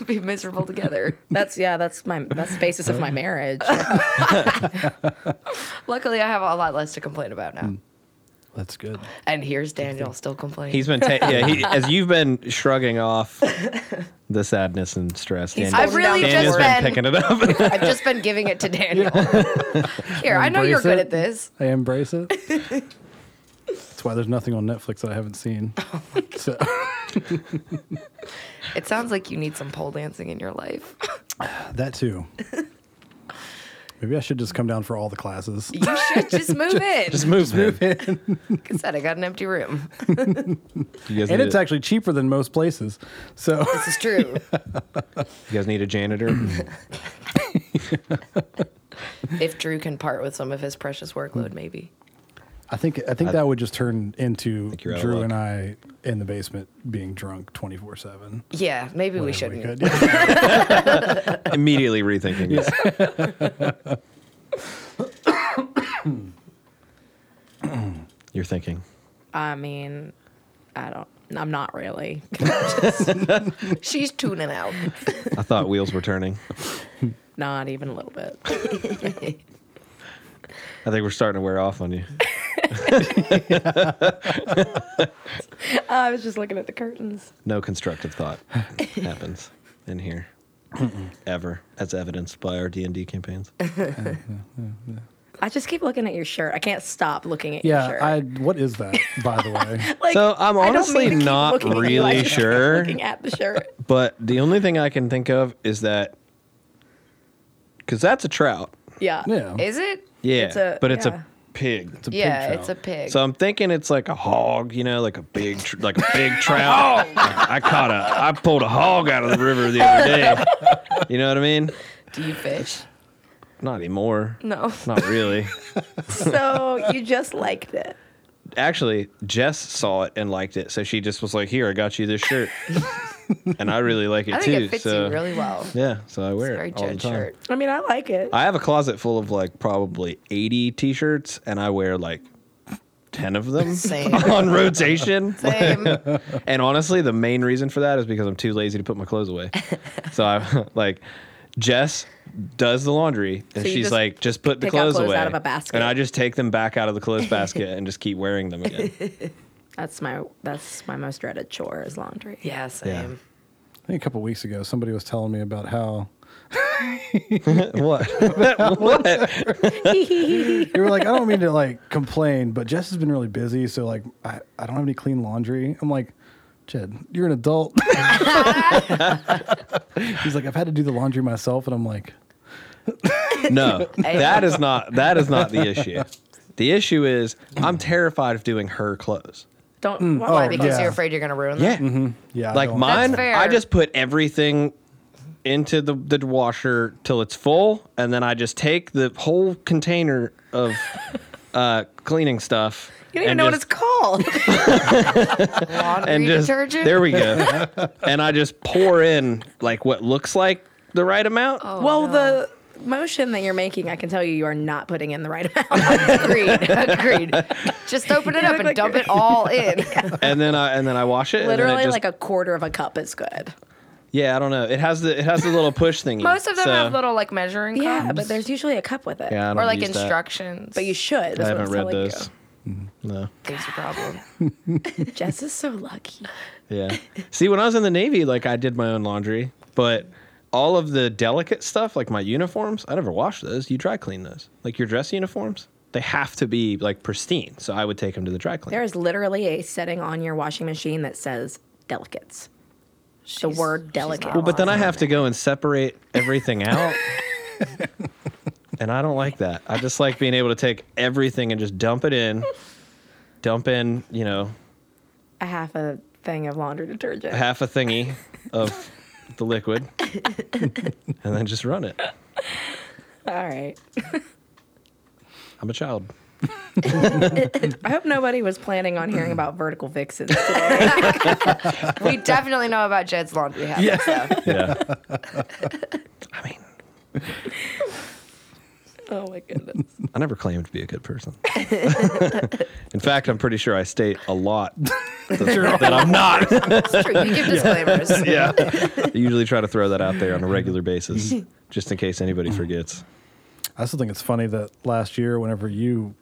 [SPEAKER 1] Be miserable together.
[SPEAKER 6] That's yeah. That's my that's the basis of my marriage.
[SPEAKER 1] Luckily, I have a lot less to complain about now.
[SPEAKER 3] that's good
[SPEAKER 1] And here's Daniel still complaining.
[SPEAKER 2] He's been, ta- yeah, he, as you've been shrugging off the sadness and stress. Daniel-
[SPEAKER 1] I've really
[SPEAKER 6] down
[SPEAKER 2] Daniel's
[SPEAKER 1] just
[SPEAKER 2] been
[SPEAKER 1] been,
[SPEAKER 2] picking it up.
[SPEAKER 1] I've just been giving it to Daniel. Here, I know you're
[SPEAKER 3] Embrace
[SPEAKER 1] good
[SPEAKER 3] it.
[SPEAKER 1] at this.
[SPEAKER 3] I embrace it. That's why there's nothing on Netflix that I haven't seen.
[SPEAKER 1] Oh
[SPEAKER 3] so,
[SPEAKER 1] It sounds like you need some pole dancing in your life.
[SPEAKER 3] that too. Maybe I should just come down for all the classes.
[SPEAKER 1] You should just move in.
[SPEAKER 2] Just move, move in.
[SPEAKER 1] like I said, I got an empty room.
[SPEAKER 2] You guys,
[SPEAKER 3] And
[SPEAKER 2] need
[SPEAKER 3] it's
[SPEAKER 2] a,
[SPEAKER 3] actually cheaper than most places. So
[SPEAKER 1] This is true.
[SPEAKER 2] you guys need a janitor.
[SPEAKER 1] If Drew can part with some of his precious workload, maybe.
[SPEAKER 3] I think I think that would just turn into
[SPEAKER 2] you're out of
[SPEAKER 3] Drew
[SPEAKER 2] luck.
[SPEAKER 3] and I in the basement being drunk 24 7.
[SPEAKER 1] Yeah, maybe we shouldn't.
[SPEAKER 2] Immediately rethinking this. You're thinking.
[SPEAKER 6] I mean, I don't. I'm not really.
[SPEAKER 1] She's tuning out.
[SPEAKER 2] I thought wheels were turning.
[SPEAKER 6] Not even a little bit.
[SPEAKER 2] I think we're starting to wear off on you.
[SPEAKER 6] I was just looking at the curtains.
[SPEAKER 2] No constructive thought happens in here ever, as evidenced by our D and D campaigns.
[SPEAKER 6] I just keep looking at your shirt. I can't stop looking at your
[SPEAKER 3] Yeah,
[SPEAKER 6] shirt.
[SPEAKER 3] I what is that, by the way?
[SPEAKER 6] like,
[SPEAKER 2] so I'm
[SPEAKER 6] I don't mean
[SPEAKER 2] honestly
[SPEAKER 6] to keep
[SPEAKER 2] not
[SPEAKER 6] looking at you. I
[SPEAKER 2] really
[SPEAKER 6] just keep
[SPEAKER 2] sure,
[SPEAKER 6] Looking at the shirt.
[SPEAKER 2] but the only thing I can think of is that because that's a trout.
[SPEAKER 6] Yeah.
[SPEAKER 3] Yeah.
[SPEAKER 1] Is it?
[SPEAKER 2] Yeah,
[SPEAKER 6] It's a-
[SPEAKER 2] but it's
[SPEAKER 6] yeah.
[SPEAKER 2] a pig.
[SPEAKER 3] a pig
[SPEAKER 1] yeah,
[SPEAKER 3] trout.
[SPEAKER 1] it's a pig.
[SPEAKER 2] So I'm thinking it's like a hog, you know, like a big, tr- like a big trout. I caught a, I pulled a hog out of the river the other day. You know what I mean?
[SPEAKER 1] Do you fish?
[SPEAKER 2] Not anymore.
[SPEAKER 1] No.
[SPEAKER 2] Not really.
[SPEAKER 6] So you just liked it.
[SPEAKER 2] Actually, Jess saw it and liked it, so she just was like, "Here, I got you this shirt," and I really like it
[SPEAKER 1] I think
[SPEAKER 2] too.
[SPEAKER 1] it fits
[SPEAKER 2] so
[SPEAKER 1] you really well.
[SPEAKER 2] yeah, so I
[SPEAKER 1] It's a
[SPEAKER 2] wear
[SPEAKER 1] very
[SPEAKER 2] it all the
[SPEAKER 1] jet
[SPEAKER 2] time.
[SPEAKER 1] shirt.
[SPEAKER 6] I mean, I like it.
[SPEAKER 2] I have a closet full of like probably 80 t-shirts, and I wear like 10 of them
[SPEAKER 1] Same.
[SPEAKER 2] on rotation.
[SPEAKER 1] Same.
[SPEAKER 2] And honestly, the main reason for that is because I'm too lazy to put my clothes away. so I like Jess does the laundry and
[SPEAKER 6] So you
[SPEAKER 2] she's
[SPEAKER 6] just
[SPEAKER 2] like, just put the
[SPEAKER 6] pick out
[SPEAKER 2] clothes,
[SPEAKER 6] clothes
[SPEAKER 2] away.
[SPEAKER 6] out of a basket.
[SPEAKER 2] And I just take them back out of the clothes basket and just keep wearing them again.
[SPEAKER 6] that's my that's my most dreaded chore is laundry.
[SPEAKER 1] Yeah, same.
[SPEAKER 3] I think a couple weeks ago somebody was telling me about how
[SPEAKER 2] what? what?
[SPEAKER 3] you were like, I don't mean to like complain, but Jess has been really busy, so like I, I don't have any clean laundry. I'm like, Jed, you're an adult. He's like, I've had to do the laundry myself, and I'm like,
[SPEAKER 2] No, that is not that is not the issue. The issue is I'm terrified of doing her clothes.
[SPEAKER 1] Don't
[SPEAKER 3] oh,
[SPEAKER 1] why? because
[SPEAKER 3] yeah.
[SPEAKER 1] you're afraid you're gonna ruin
[SPEAKER 2] Yeah.
[SPEAKER 6] Mm-hmm.
[SPEAKER 1] them.
[SPEAKER 3] "Hmm, Yeah, I
[SPEAKER 2] Like
[SPEAKER 3] don't-
[SPEAKER 2] mine,
[SPEAKER 1] That's fair.
[SPEAKER 2] I just put everything into the, the washer till it's full, and then I just take the whole container of uh, cleaning stuff.
[SPEAKER 1] You don't even
[SPEAKER 2] and
[SPEAKER 1] know what
[SPEAKER 2] just-
[SPEAKER 1] it's called. Laundry
[SPEAKER 2] and just
[SPEAKER 1] detergent.
[SPEAKER 2] there we go. and I just pour in like what looks like the right amount.
[SPEAKER 1] Oh.
[SPEAKER 6] well, the motion that you're making, I can tell you, you are not putting in the right amount.
[SPEAKER 1] agreed. Agreed. Just open it up
[SPEAKER 6] look
[SPEAKER 1] and
[SPEAKER 6] like
[SPEAKER 1] dump it all in.
[SPEAKER 2] And then I and then I wash it. and then
[SPEAKER 6] Literally,
[SPEAKER 2] it just,
[SPEAKER 6] like a quarter of a cup is good.
[SPEAKER 2] yeah, I don't know. It has the it has the little push thingy.
[SPEAKER 1] Most of them
[SPEAKER 2] so-
[SPEAKER 1] have little like measuring
[SPEAKER 6] Yeah,
[SPEAKER 1] cups
[SPEAKER 6] but there's usually a cup with it.
[SPEAKER 2] yeah, I don't
[SPEAKER 1] or like
[SPEAKER 2] use that.
[SPEAKER 1] instructions.
[SPEAKER 6] But you should. That's
[SPEAKER 2] I
[SPEAKER 6] what
[SPEAKER 2] haven't
[SPEAKER 6] I'm
[SPEAKER 2] read
[SPEAKER 6] telling
[SPEAKER 2] those. No.
[SPEAKER 1] should. There's a problem.
[SPEAKER 6] You. Jess is so lucky.
[SPEAKER 2] Yeah. See, when I was in the Navy, like I did my own laundry, but all of the delicate stuff, like my uniforms, I never washed those. You dry clean those. Like your dress uniforms, they have to be like pristine. So I would take them to the
[SPEAKER 6] There
[SPEAKER 2] dry cleaner.
[SPEAKER 6] is literally a setting on your washing machine that says delicates. the word delicate.
[SPEAKER 2] Well, but then I have to go and separate everything out. and I don't like that. I just like being able to take everything and just dump it in, dump in, you know,
[SPEAKER 6] a half a thing of laundry detergent.
[SPEAKER 2] half a thingy of the liquid and then just run it.
[SPEAKER 6] All right.
[SPEAKER 2] I'm a child.
[SPEAKER 6] I hope nobody was planning on hearing about vertical fixes today.
[SPEAKER 1] we definitely know about Jed's laundry habits. though.
[SPEAKER 2] Yeah. I mean,
[SPEAKER 6] oh my goodness.
[SPEAKER 2] I never claimed to be a good person. In fact, I'm pretty sure I state a lot that, that I'm not.
[SPEAKER 1] It's true. You give disclaimers.
[SPEAKER 2] yeah. I usually try to throw that out there on a regular basis just in case anybody forgets.
[SPEAKER 3] I still think it's funny that last year, whenever you,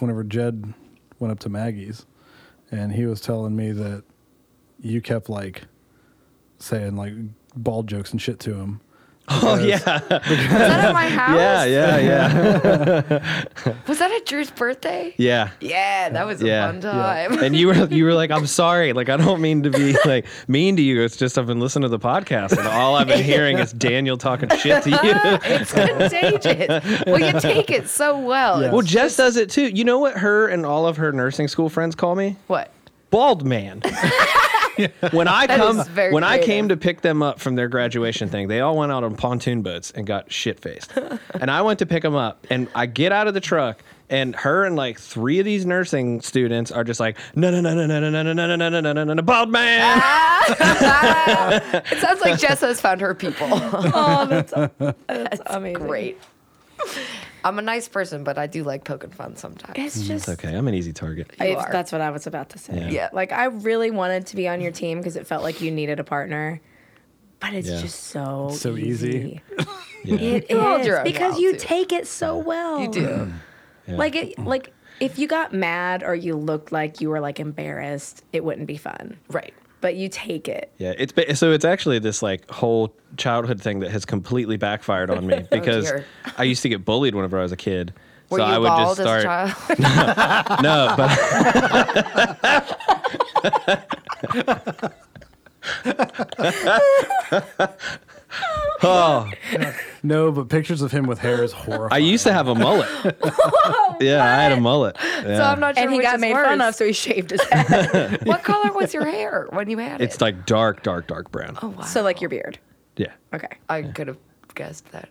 [SPEAKER 3] whenever Jed went up to Maggie's, and he was telling me that you kept like saying like bald jokes and shit to him.
[SPEAKER 2] Oh, yeah.
[SPEAKER 1] Was that at my house?
[SPEAKER 2] Yeah, yeah, yeah.
[SPEAKER 1] Was that at Drew's birthday?
[SPEAKER 2] Yeah.
[SPEAKER 1] Yeah, that was
[SPEAKER 2] Yeah.
[SPEAKER 1] a fun time.
[SPEAKER 2] And you were you were like, I'm sorry, like I don't mean to be like mean to you. It's just I've been listening to the podcast and all I've been hearing is Daniel talking shit to you.
[SPEAKER 1] it's contagious. Well, you take it so well.
[SPEAKER 3] Yeah.
[SPEAKER 2] Well, Jess does it too. You know what her and all of her nursing school friends call me?
[SPEAKER 1] What?
[SPEAKER 2] Bald man. when I
[SPEAKER 1] That
[SPEAKER 2] come,
[SPEAKER 1] is very
[SPEAKER 2] when I
[SPEAKER 1] creative.
[SPEAKER 2] came to pick them up from their graduation thing, they all went out on pontoon boats and got shit faced. and I went to pick them up, and I get out of the truck, and her and like three of these nursing students are just like, no, no, no, no, no, no, no, no, no, no, no, no, no, no, no, bald man.
[SPEAKER 1] It sounds like Jess has found her people.
[SPEAKER 6] Oh, that's, that's amazing.
[SPEAKER 1] Great. I'm a nice person, but I do like poking fun sometimes.
[SPEAKER 6] It's just
[SPEAKER 2] Mm, Okay, I'm an easy target.
[SPEAKER 1] You
[SPEAKER 6] If
[SPEAKER 1] are.
[SPEAKER 6] that's what I was about to say.
[SPEAKER 2] Yeah.
[SPEAKER 1] Yeah.
[SPEAKER 6] Like I really wanted to be on your team because it felt like you needed a partner, but it's
[SPEAKER 2] Yeah.
[SPEAKER 6] just so
[SPEAKER 3] So easy.
[SPEAKER 2] Yeah.
[SPEAKER 6] It
[SPEAKER 1] You hold
[SPEAKER 6] is
[SPEAKER 1] your own
[SPEAKER 6] because
[SPEAKER 1] mouth,
[SPEAKER 6] you
[SPEAKER 1] too.
[SPEAKER 6] take it so well.
[SPEAKER 1] You do.
[SPEAKER 6] Like it. Like if you got mad or you looked like you were like embarrassed, it wouldn't be fun.
[SPEAKER 1] Right.
[SPEAKER 6] But you take it.
[SPEAKER 2] Yeah, it's ba- so it's actually this like whole childhood thing that has completely backfired on me because
[SPEAKER 1] Oh, dear.
[SPEAKER 2] I used to get bullied whenever I was a kid.
[SPEAKER 1] Were
[SPEAKER 2] so
[SPEAKER 1] you
[SPEAKER 2] I would
[SPEAKER 1] bald
[SPEAKER 2] just start
[SPEAKER 1] as a child?
[SPEAKER 2] No, but Oh,
[SPEAKER 3] No, but pictures of him with hair is horrifying.
[SPEAKER 2] I used to have a mullet. yeah, I had a mullet.
[SPEAKER 1] So
[SPEAKER 2] Yeah.
[SPEAKER 1] I'm not sure
[SPEAKER 6] And he
[SPEAKER 1] which
[SPEAKER 6] got
[SPEAKER 1] is
[SPEAKER 6] made
[SPEAKER 1] worse.
[SPEAKER 6] fun of, so he shaved his head.
[SPEAKER 1] What color was your hair when you had
[SPEAKER 2] it's
[SPEAKER 1] it?
[SPEAKER 2] like dark, dark, dark brown.
[SPEAKER 1] oh, wow.
[SPEAKER 6] so like your beard.
[SPEAKER 2] Yeah.
[SPEAKER 6] Okay.
[SPEAKER 1] I could have guessed that.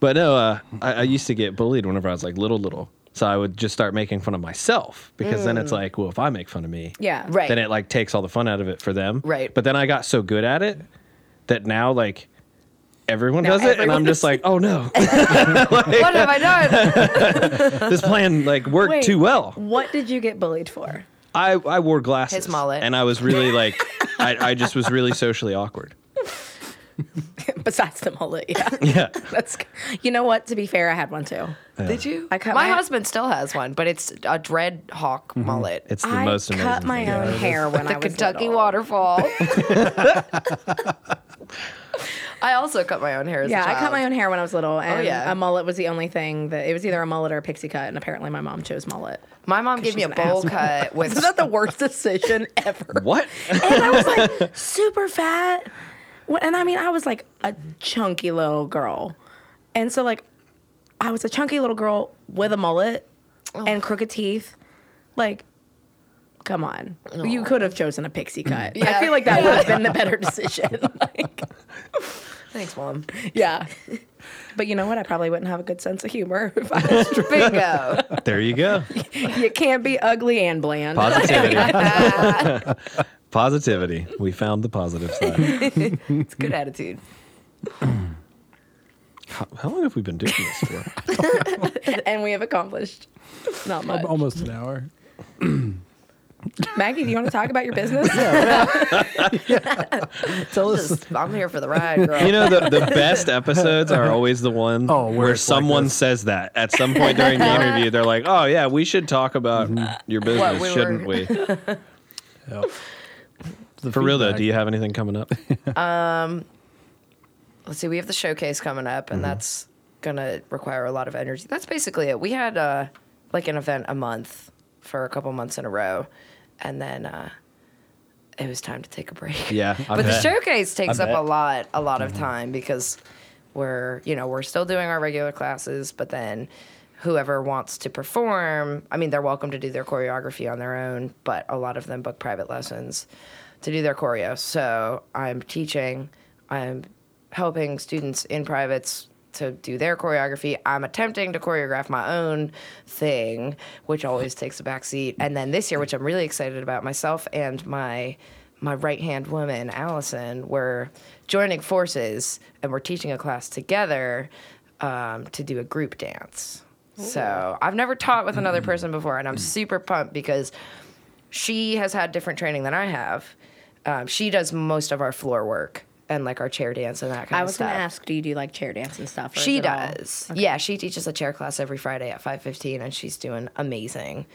[SPEAKER 2] But no, uh, I, I used to get bullied whenever I was like little, little. So I would just start making fun of myself because then
[SPEAKER 1] Mm.
[SPEAKER 2] it's like, well, if I make fun of me,
[SPEAKER 6] Yeah.
[SPEAKER 1] Right.
[SPEAKER 2] then it like takes all the fun out of it for them.
[SPEAKER 1] Right.
[SPEAKER 2] But then I got so good at it that now like everyone does it, and I'm
[SPEAKER 6] everyone
[SPEAKER 2] just like, oh no,
[SPEAKER 1] What have I done?
[SPEAKER 2] this plan like worked
[SPEAKER 6] Wait.
[SPEAKER 2] too well.
[SPEAKER 6] What did you get bullied for?
[SPEAKER 2] I I wore glasses,
[SPEAKER 1] His mullet.
[SPEAKER 2] and I was really like, I, I just was really socially awkward.
[SPEAKER 6] Besides the mullet, yeah.
[SPEAKER 2] Yeah.
[SPEAKER 6] That's. You know what? To be fair, I had one too.
[SPEAKER 1] Did you?
[SPEAKER 6] I cut
[SPEAKER 1] my,
[SPEAKER 6] my-
[SPEAKER 1] husband still has one, but it's a dread hawk mullet.
[SPEAKER 2] It's the
[SPEAKER 6] I
[SPEAKER 2] most amazing.
[SPEAKER 6] cut my
[SPEAKER 2] thing.
[SPEAKER 6] own hair when I
[SPEAKER 1] the
[SPEAKER 6] was
[SPEAKER 1] Kentucky
[SPEAKER 6] little.
[SPEAKER 1] waterfall. I also cut my own hair as a
[SPEAKER 6] Yeah, I cut
[SPEAKER 1] child.
[SPEAKER 6] my own hair when I was little, and
[SPEAKER 1] yeah.
[SPEAKER 6] a mullet was the only thing that it was either a mullet or a pixie cut, and apparently my mom chose mullet.
[SPEAKER 1] My mom gave me a
[SPEAKER 6] she's an
[SPEAKER 1] bowl cut with
[SPEAKER 6] Isn't that the worst decision ever?
[SPEAKER 2] What?
[SPEAKER 6] And I was like super fat, Wh- and I mean I was like a chunky little girl, and so like I was a
[SPEAKER 1] Oh.
[SPEAKER 6] chunky little girl with a mullet and crooked teeth, like come on. You could have chosen a pixie cut.
[SPEAKER 1] Yeah.
[SPEAKER 6] I feel like that would have been the better decision. like,
[SPEAKER 1] Thanks, mom.
[SPEAKER 6] yeah. But you know what? I probably wouldn't have a good sense of humor. If I
[SPEAKER 1] Bingo.
[SPEAKER 2] There you go.
[SPEAKER 6] you can't be ugly and bland.
[SPEAKER 2] Positivity. Positivity. We found the positive side.
[SPEAKER 1] It's good attitude.
[SPEAKER 2] How, how long have we been doing this for?
[SPEAKER 6] and we have accomplished not much.
[SPEAKER 3] Almost an hour.
[SPEAKER 6] Maggie, do you want to talk about your business?
[SPEAKER 3] Tell us.
[SPEAKER 1] Just, I'm here for the ride, girl.
[SPEAKER 2] You know, the, the best episodes are always the one
[SPEAKER 3] Oh, where
[SPEAKER 2] where,
[SPEAKER 3] it's like
[SPEAKER 2] someone
[SPEAKER 3] this.
[SPEAKER 2] says that at some point during the interview. They're like, oh, yeah, we should talk about
[SPEAKER 3] Mm-hmm.
[SPEAKER 2] your business,
[SPEAKER 1] we were-
[SPEAKER 2] shouldn't we?
[SPEAKER 3] Yep. The
[SPEAKER 2] For real, though,
[SPEAKER 3] feedback.
[SPEAKER 2] do you have anything coming up?
[SPEAKER 1] let's see, we have the showcase coming up,
[SPEAKER 2] Mm-hmm.
[SPEAKER 1] and that's gonna require a lot of energy. That's basically it. We had uh, like an event a month for a couple months in a row, and then uh, it was time to take a break.
[SPEAKER 2] Yeah, I
[SPEAKER 1] but the
[SPEAKER 2] bet.
[SPEAKER 1] showcase takes
[SPEAKER 2] I
[SPEAKER 1] up a
[SPEAKER 2] bet. Mm-hmm.
[SPEAKER 1] lot, a lot of time because we're you know we're still doing our regular classes, but then whoever wants to perform, I mean, they're welcome to do their choreography on their own, but a lot of them book private lessons to do their choreo. So I'm teaching, I'm helping students in privates to do their choreography. I'm attempting to choreograph my own thing, which always takes a back seat. And then this year, which I'm really excited about, myself and my my right hand woman, Allison, were joining forces and we're teaching a class together um, to do a group dance. So I've never taught with another person before, and I'm super pumped because she has had different training than I have. Um, she does most of our floor work and like our chair dance and that kind
[SPEAKER 6] I
[SPEAKER 1] of
[SPEAKER 6] was
[SPEAKER 1] stuff.
[SPEAKER 6] going to ask, do you do like chair dance and stuff? or is
[SPEAKER 1] She
[SPEAKER 6] it all-
[SPEAKER 1] does. Yeah, she teaches a chair class every Friday at 5:15 and she's doing amazing.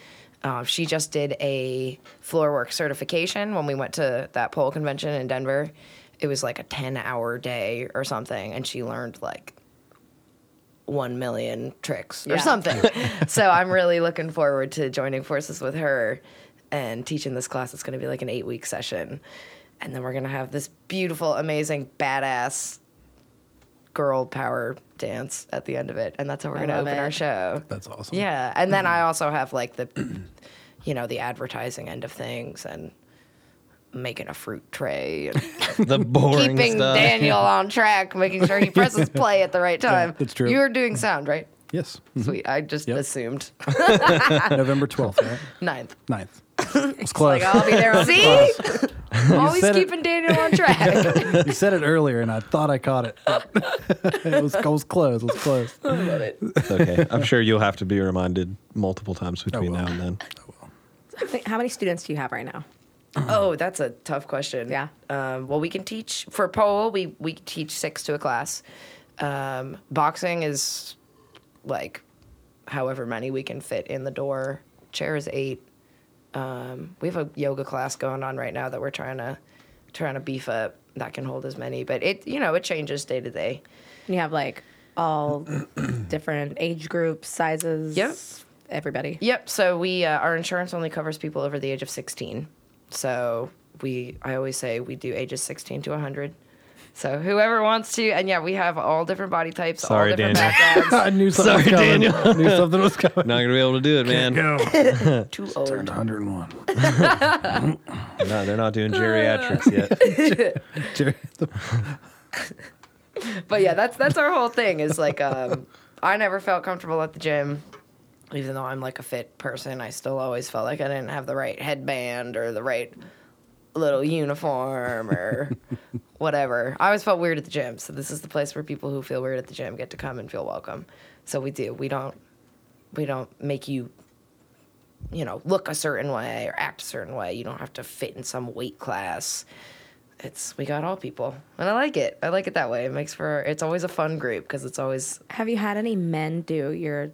[SPEAKER 1] Um, she just did a floor work certification when we went to that pole convention in Denver. It was like a 10-hour day or something and she learned like 1 million tricks or
[SPEAKER 6] Yeah.
[SPEAKER 1] something. so I'm really looking forward to joining forces with her and teaching this class. It's going to be like an 8-week session. And then we're going to have this beautiful, amazing, badass girl power dance at the end of it, and that's how we're going to
[SPEAKER 6] love
[SPEAKER 1] open our
[SPEAKER 6] it.
[SPEAKER 1] show.
[SPEAKER 3] That's awesome.
[SPEAKER 1] yeah, and then
[SPEAKER 3] Mm-hmm.
[SPEAKER 1] I also have like the, you know, the advertising end of things and making a fruit tray and
[SPEAKER 2] the boring
[SPEAKER 1] keeping
[SPEAKER 2] stuff.
[SPEAKER 1] Daniel on track, making sure he presses play at the right time.
[SPEAKER 3] that's true.
[SPEAKER 1] You're doing sound, right?
[SPEAKER 3] Yes.
[SPEAKER 1] Sweet. I just
[SPEAKER 3] Yep.
[SPEAKER 1] assumed
[SPEAKER 3] November 12th, right?
[SPEAKER 1] ninth.
[SPEAKER 3] Ninth. It's close.
[SPEAKER 6] I'll be there. on-
[SPEAKER 1] See, always
[SPEAKER 3] said it.
[SPEAKER 1] keeping Daniel on track.
[SPEAKER 3] you said it earlier, and I thought I caught it. it, was, it was close. It was close.
[SPEAKER 2] okay. I'm sure you'll have to be reminded multiple times between
[SPEAKER 3] will.
[SPEAKER 2] now and then.
[SPEAKER 6] How many students do you have right now?
[SPEAKER 1] Oh, that's a tough question.
[SPEAKER 6] Yeah.
[SPEAKER 1] Um, well, we can teach for pole. We we teach six to a class. Um, boxing is like however many we can fit in the door. Chair is eight. Um, we have a yoga class going on right now that we're trying to trying to beef up that can hold as many, but it you know it changes day to day.
[SPEAKER 6] You have like all different age groups, sizes.
[SPEAKER 1] Yep.
[SPEAKER 6] Everybody.
[SPEAKER 1] Yep. So we uh, our insurance only covers people over the age of 16. So we I always say we do ages 16 to 100. So whoever wants to, and yeah, we have all different body types,
[SPEAKER 2] Sorry,
[SPEAKER 1] all different
[SPEAKER 2] Daniel.
[SPEAKER 1] backgrounds.
[SPEAKER 3] I knew something
[SPEAKER 2] Sorry,
[SPEAKER 3] was coming.
[SPEAKER 2] Daniel.
[SPEAKER 3] I knew something was coming.
[SPEAKER 2] Not gonna be able to do it, man. No,
[SPEAKER 1] Too old.
[SPEAKER 3] 101.
[SPEAKER 2] they're not doing
[SPEAKER 1] Uh.
[SPEAKER 2] geriatrics yet.
[SPEAKER 3] Jerry, the
[SPEAKER 1] But yeah, that's that's our whole thing. Is like um, I never felt comfortable at the gym. Even though I'm like a fit person, I still always felt like I didn't have the right headband or the right little uniform or whatever. I always felt weird at the gym. So this is the place where people who feel weird at the gym get to come and feel welcome. So we do. We don't we don't make you you know, look a certain way or act a certain way. You don't have to fit in some weight class. It's we got all people. And I like it. I like it that way. It makes for it's always a fun group because it's always
[SPEAKER 6] Have you had any men do your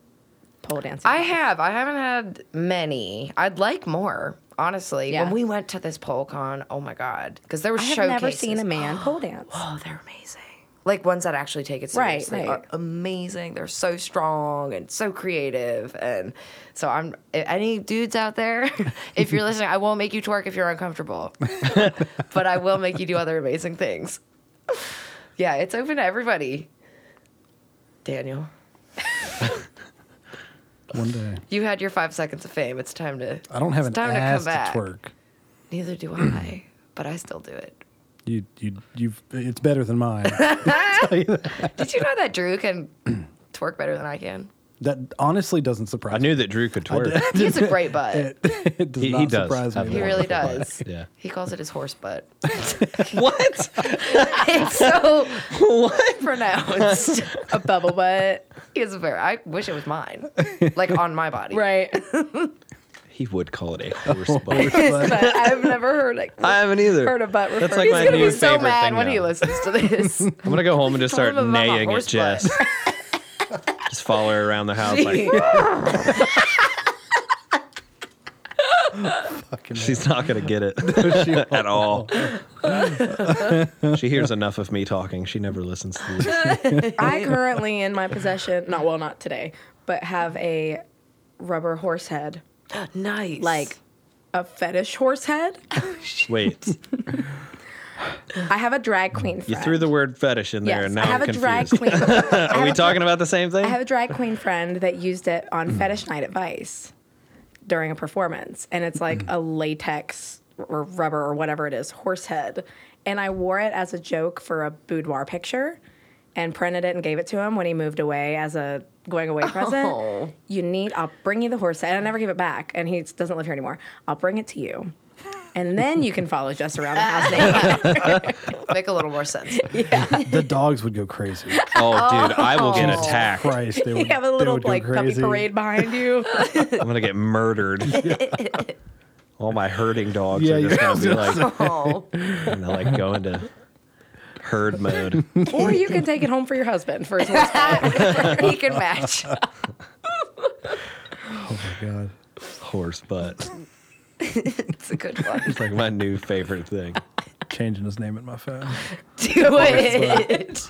[SPEAKER 6] pole dancing?
[SPEAKER 1] I have. I haven't had many. I'd like more, honestly.
[SPEAKER 6] Yeah.
[SPEAKER 1] When we went to this pole con, oh my god, because there were
[SPEAKER 6] I have
[SPEAKER 1] showcases.
[SPEAKER 6] never seen a man pole dance.
[SPEAKER 1] Oh, they're amazing. Like ones that actually take it
[SPEAKER 6] Right,
[SPEAKER 1] seriously
[SPEAKER 6] right.
[SPEAKER 1] are amazing. They're so strong and so creative. And so I'm if any dudes out there, if you're listening, I won't make you twerk if you're uncomfortable. but I will make you do other amazing things. Yeah, it's open to everybody. Daniel.
[SPEAKER 3] One day.
[SPEAKER 1] You had your five seconds of fame. It's time to.
[SPEAKER 3] I don't have
[SPEAKER 1] it's
[SPEAKER 3] an
[SPEAKER 1] time
[SPEAKER 3] ass
[SPEAKER 1] to come back.
[SPEAKER 3] twerk.
[SPEAKER 1] Neither do I, but I still do it.
[SPEAKER 3] You, you, you've. It's better than mine.
[SPEAKER 1] Did you know that Drew can twerk better than I can?
[SPEAKER 3] that honestly doesn't surprise.
[SPEAKER 2] I knew that Drew could twerk.
[SPEAKER 1] He has a great butt.
[SPEAKER 3] me. It, it does
[SPEAKER 2] He- he
[SPEAKER 3] not
[SPEAKER 2] does
[SPEAKER 3] surprise
[SPEAKER 2] have
[SPEAKER 3] me.
[SPEAKER 2] a
[SPEAKER 1] he
[SPEAKER 2] Yeah.
[SPEAKER 1] really does.
[SPEAKER 2] Yeah.
[SPEAKER 1] He calls it his horse butt. what? it's so what pronounced.
[SPEAKER 6] A bubble butt.
[SPEAKER 1] He has a very. I wish it was mine, like on my body.
[SPEAKER 6] Right.
[SPEAKER 2] He would call it
[SPEAKER 3] Oh,
[SPEAKER 2] a horse butt.
[SPEAKER 6] but I've never heard it.
[SPEAKER 2] I haven't either.
[SPEAKER 6] Heard a butt referred
[SPEAKER 2] That's
[SPEAKER 6] to.
[SPEAKER 2] like
[SPEAKER 1] He's
[SPEAKER 2] my
[SPEAKER 1] gonna
[SPEAKER 2] new
[SPEAKER 1] be so
[SPEAKER 2] favorite
[SPEAKER 1] mad
[SPEAKER 2] thing
[SPEAKER 1] when he
[SPEAKER 2] now.
[SPEAKER 1] listens to this.
[SPEAKER 2] I'm gonna go home and just
[SPEAKER 1] Told
[SPEAKER 2] start
[SPEAKER 1] him about my
[SPEAKER 2] neighing at
[SPEAKER 1] horse
[SPEAKER 2] Jess.
[SPEAKER 1] butt.
[SPEAKER 2] just follow her around the house. Like
[SPEAKER 3] Fucking
[SPEAKER 2] she's not gonna get it at all. she hears enough of me talking. She never listens to this.
[SPEAKER 6] I currently in my possession, not well, not today, but have a rubber horse head,
[SPEAKER 1] nice.
[SPEAKER 6] like a fetish horse head.
[SPEAKER 2] Wait,
[SPEAKER 6] I have a drag queen.
[SPEAKER 2] you
[SPEAKER 6] Friend.
[SPEAKER 2] threw the word fetish in there,
[SPEAKER 6] Yes,
[SPEAKER 2] and now
[SPEAKER 6] I have
[SPEAKER 2] am
[SPEAKER 6] a
[SPEAKER 2] confused.
[SPEAKER 6] drag queen. I
[SPEAKER 2] Are
[SPEAKER 6] have
[SPEAKER 2] we
[SPEAKER 6] a-
[SPEAKER 2] talking about the same thing?
[SPEAKER 6] I have a drag queen friend that used it
[SPEAKER 2] Mm.
[SPEAKER 6] on fetish night at Vice during a performance, and it's like
[SPEAKER 2] Mm.
[SPEAKER 6] a latex or rubber or whatever it is horse head, and I wore it as a joke for a boudoir picture, and printed it and gave it to him when he moved away as a going away present.
[SPEAKER 1] Oh.
[SPEAKER 6] You need. I'll bring you the horse head. I never give it back, and he doesn't live here anymore. I'll bring it to you. And then you can follow Jess around the house. naked.
[SPEAKER 1] make a little more sense.
[SPEAKER 3] the dogs would go crazy.
[SPEAKER 2] oh, dude, I will get attacked.
[SPEAKER 3] Christ, they would,
[SPEAKER 6] you have a
[SPEAKER 3] they
[SPEAKER 6] little
[SPEAKER 3] would go
[SPEAKER 6] like puppy
[SPEAKER 3] crazy.
[SPEAKER 6] parade behind you.
[SPEAKER 2] I'm gonna get murdered. All my herding dogs
[SPEAKER 3] Yeah,
[SPEAKER 2] are just
[SPEAKER 3] you-
[SPEAKER 2] gonna be like,
[SPEAKER 1] Oh,
[SPEAKER 2] and they're like go into herd mode.
[SPEAKER 6] or you can take it home for your husband for his horse head.
[SPEAKER 1] he can match.
[SPEAKER 3] Oh my god.
[SPEAKER 2] Horse butt.
[SPEAKER 1] It's a good one.
[SPEAKER 2] It's like my new favorite thing.
[SPEAKER 3] Changing his name in my phone.
[SPEAKER 1] Do it.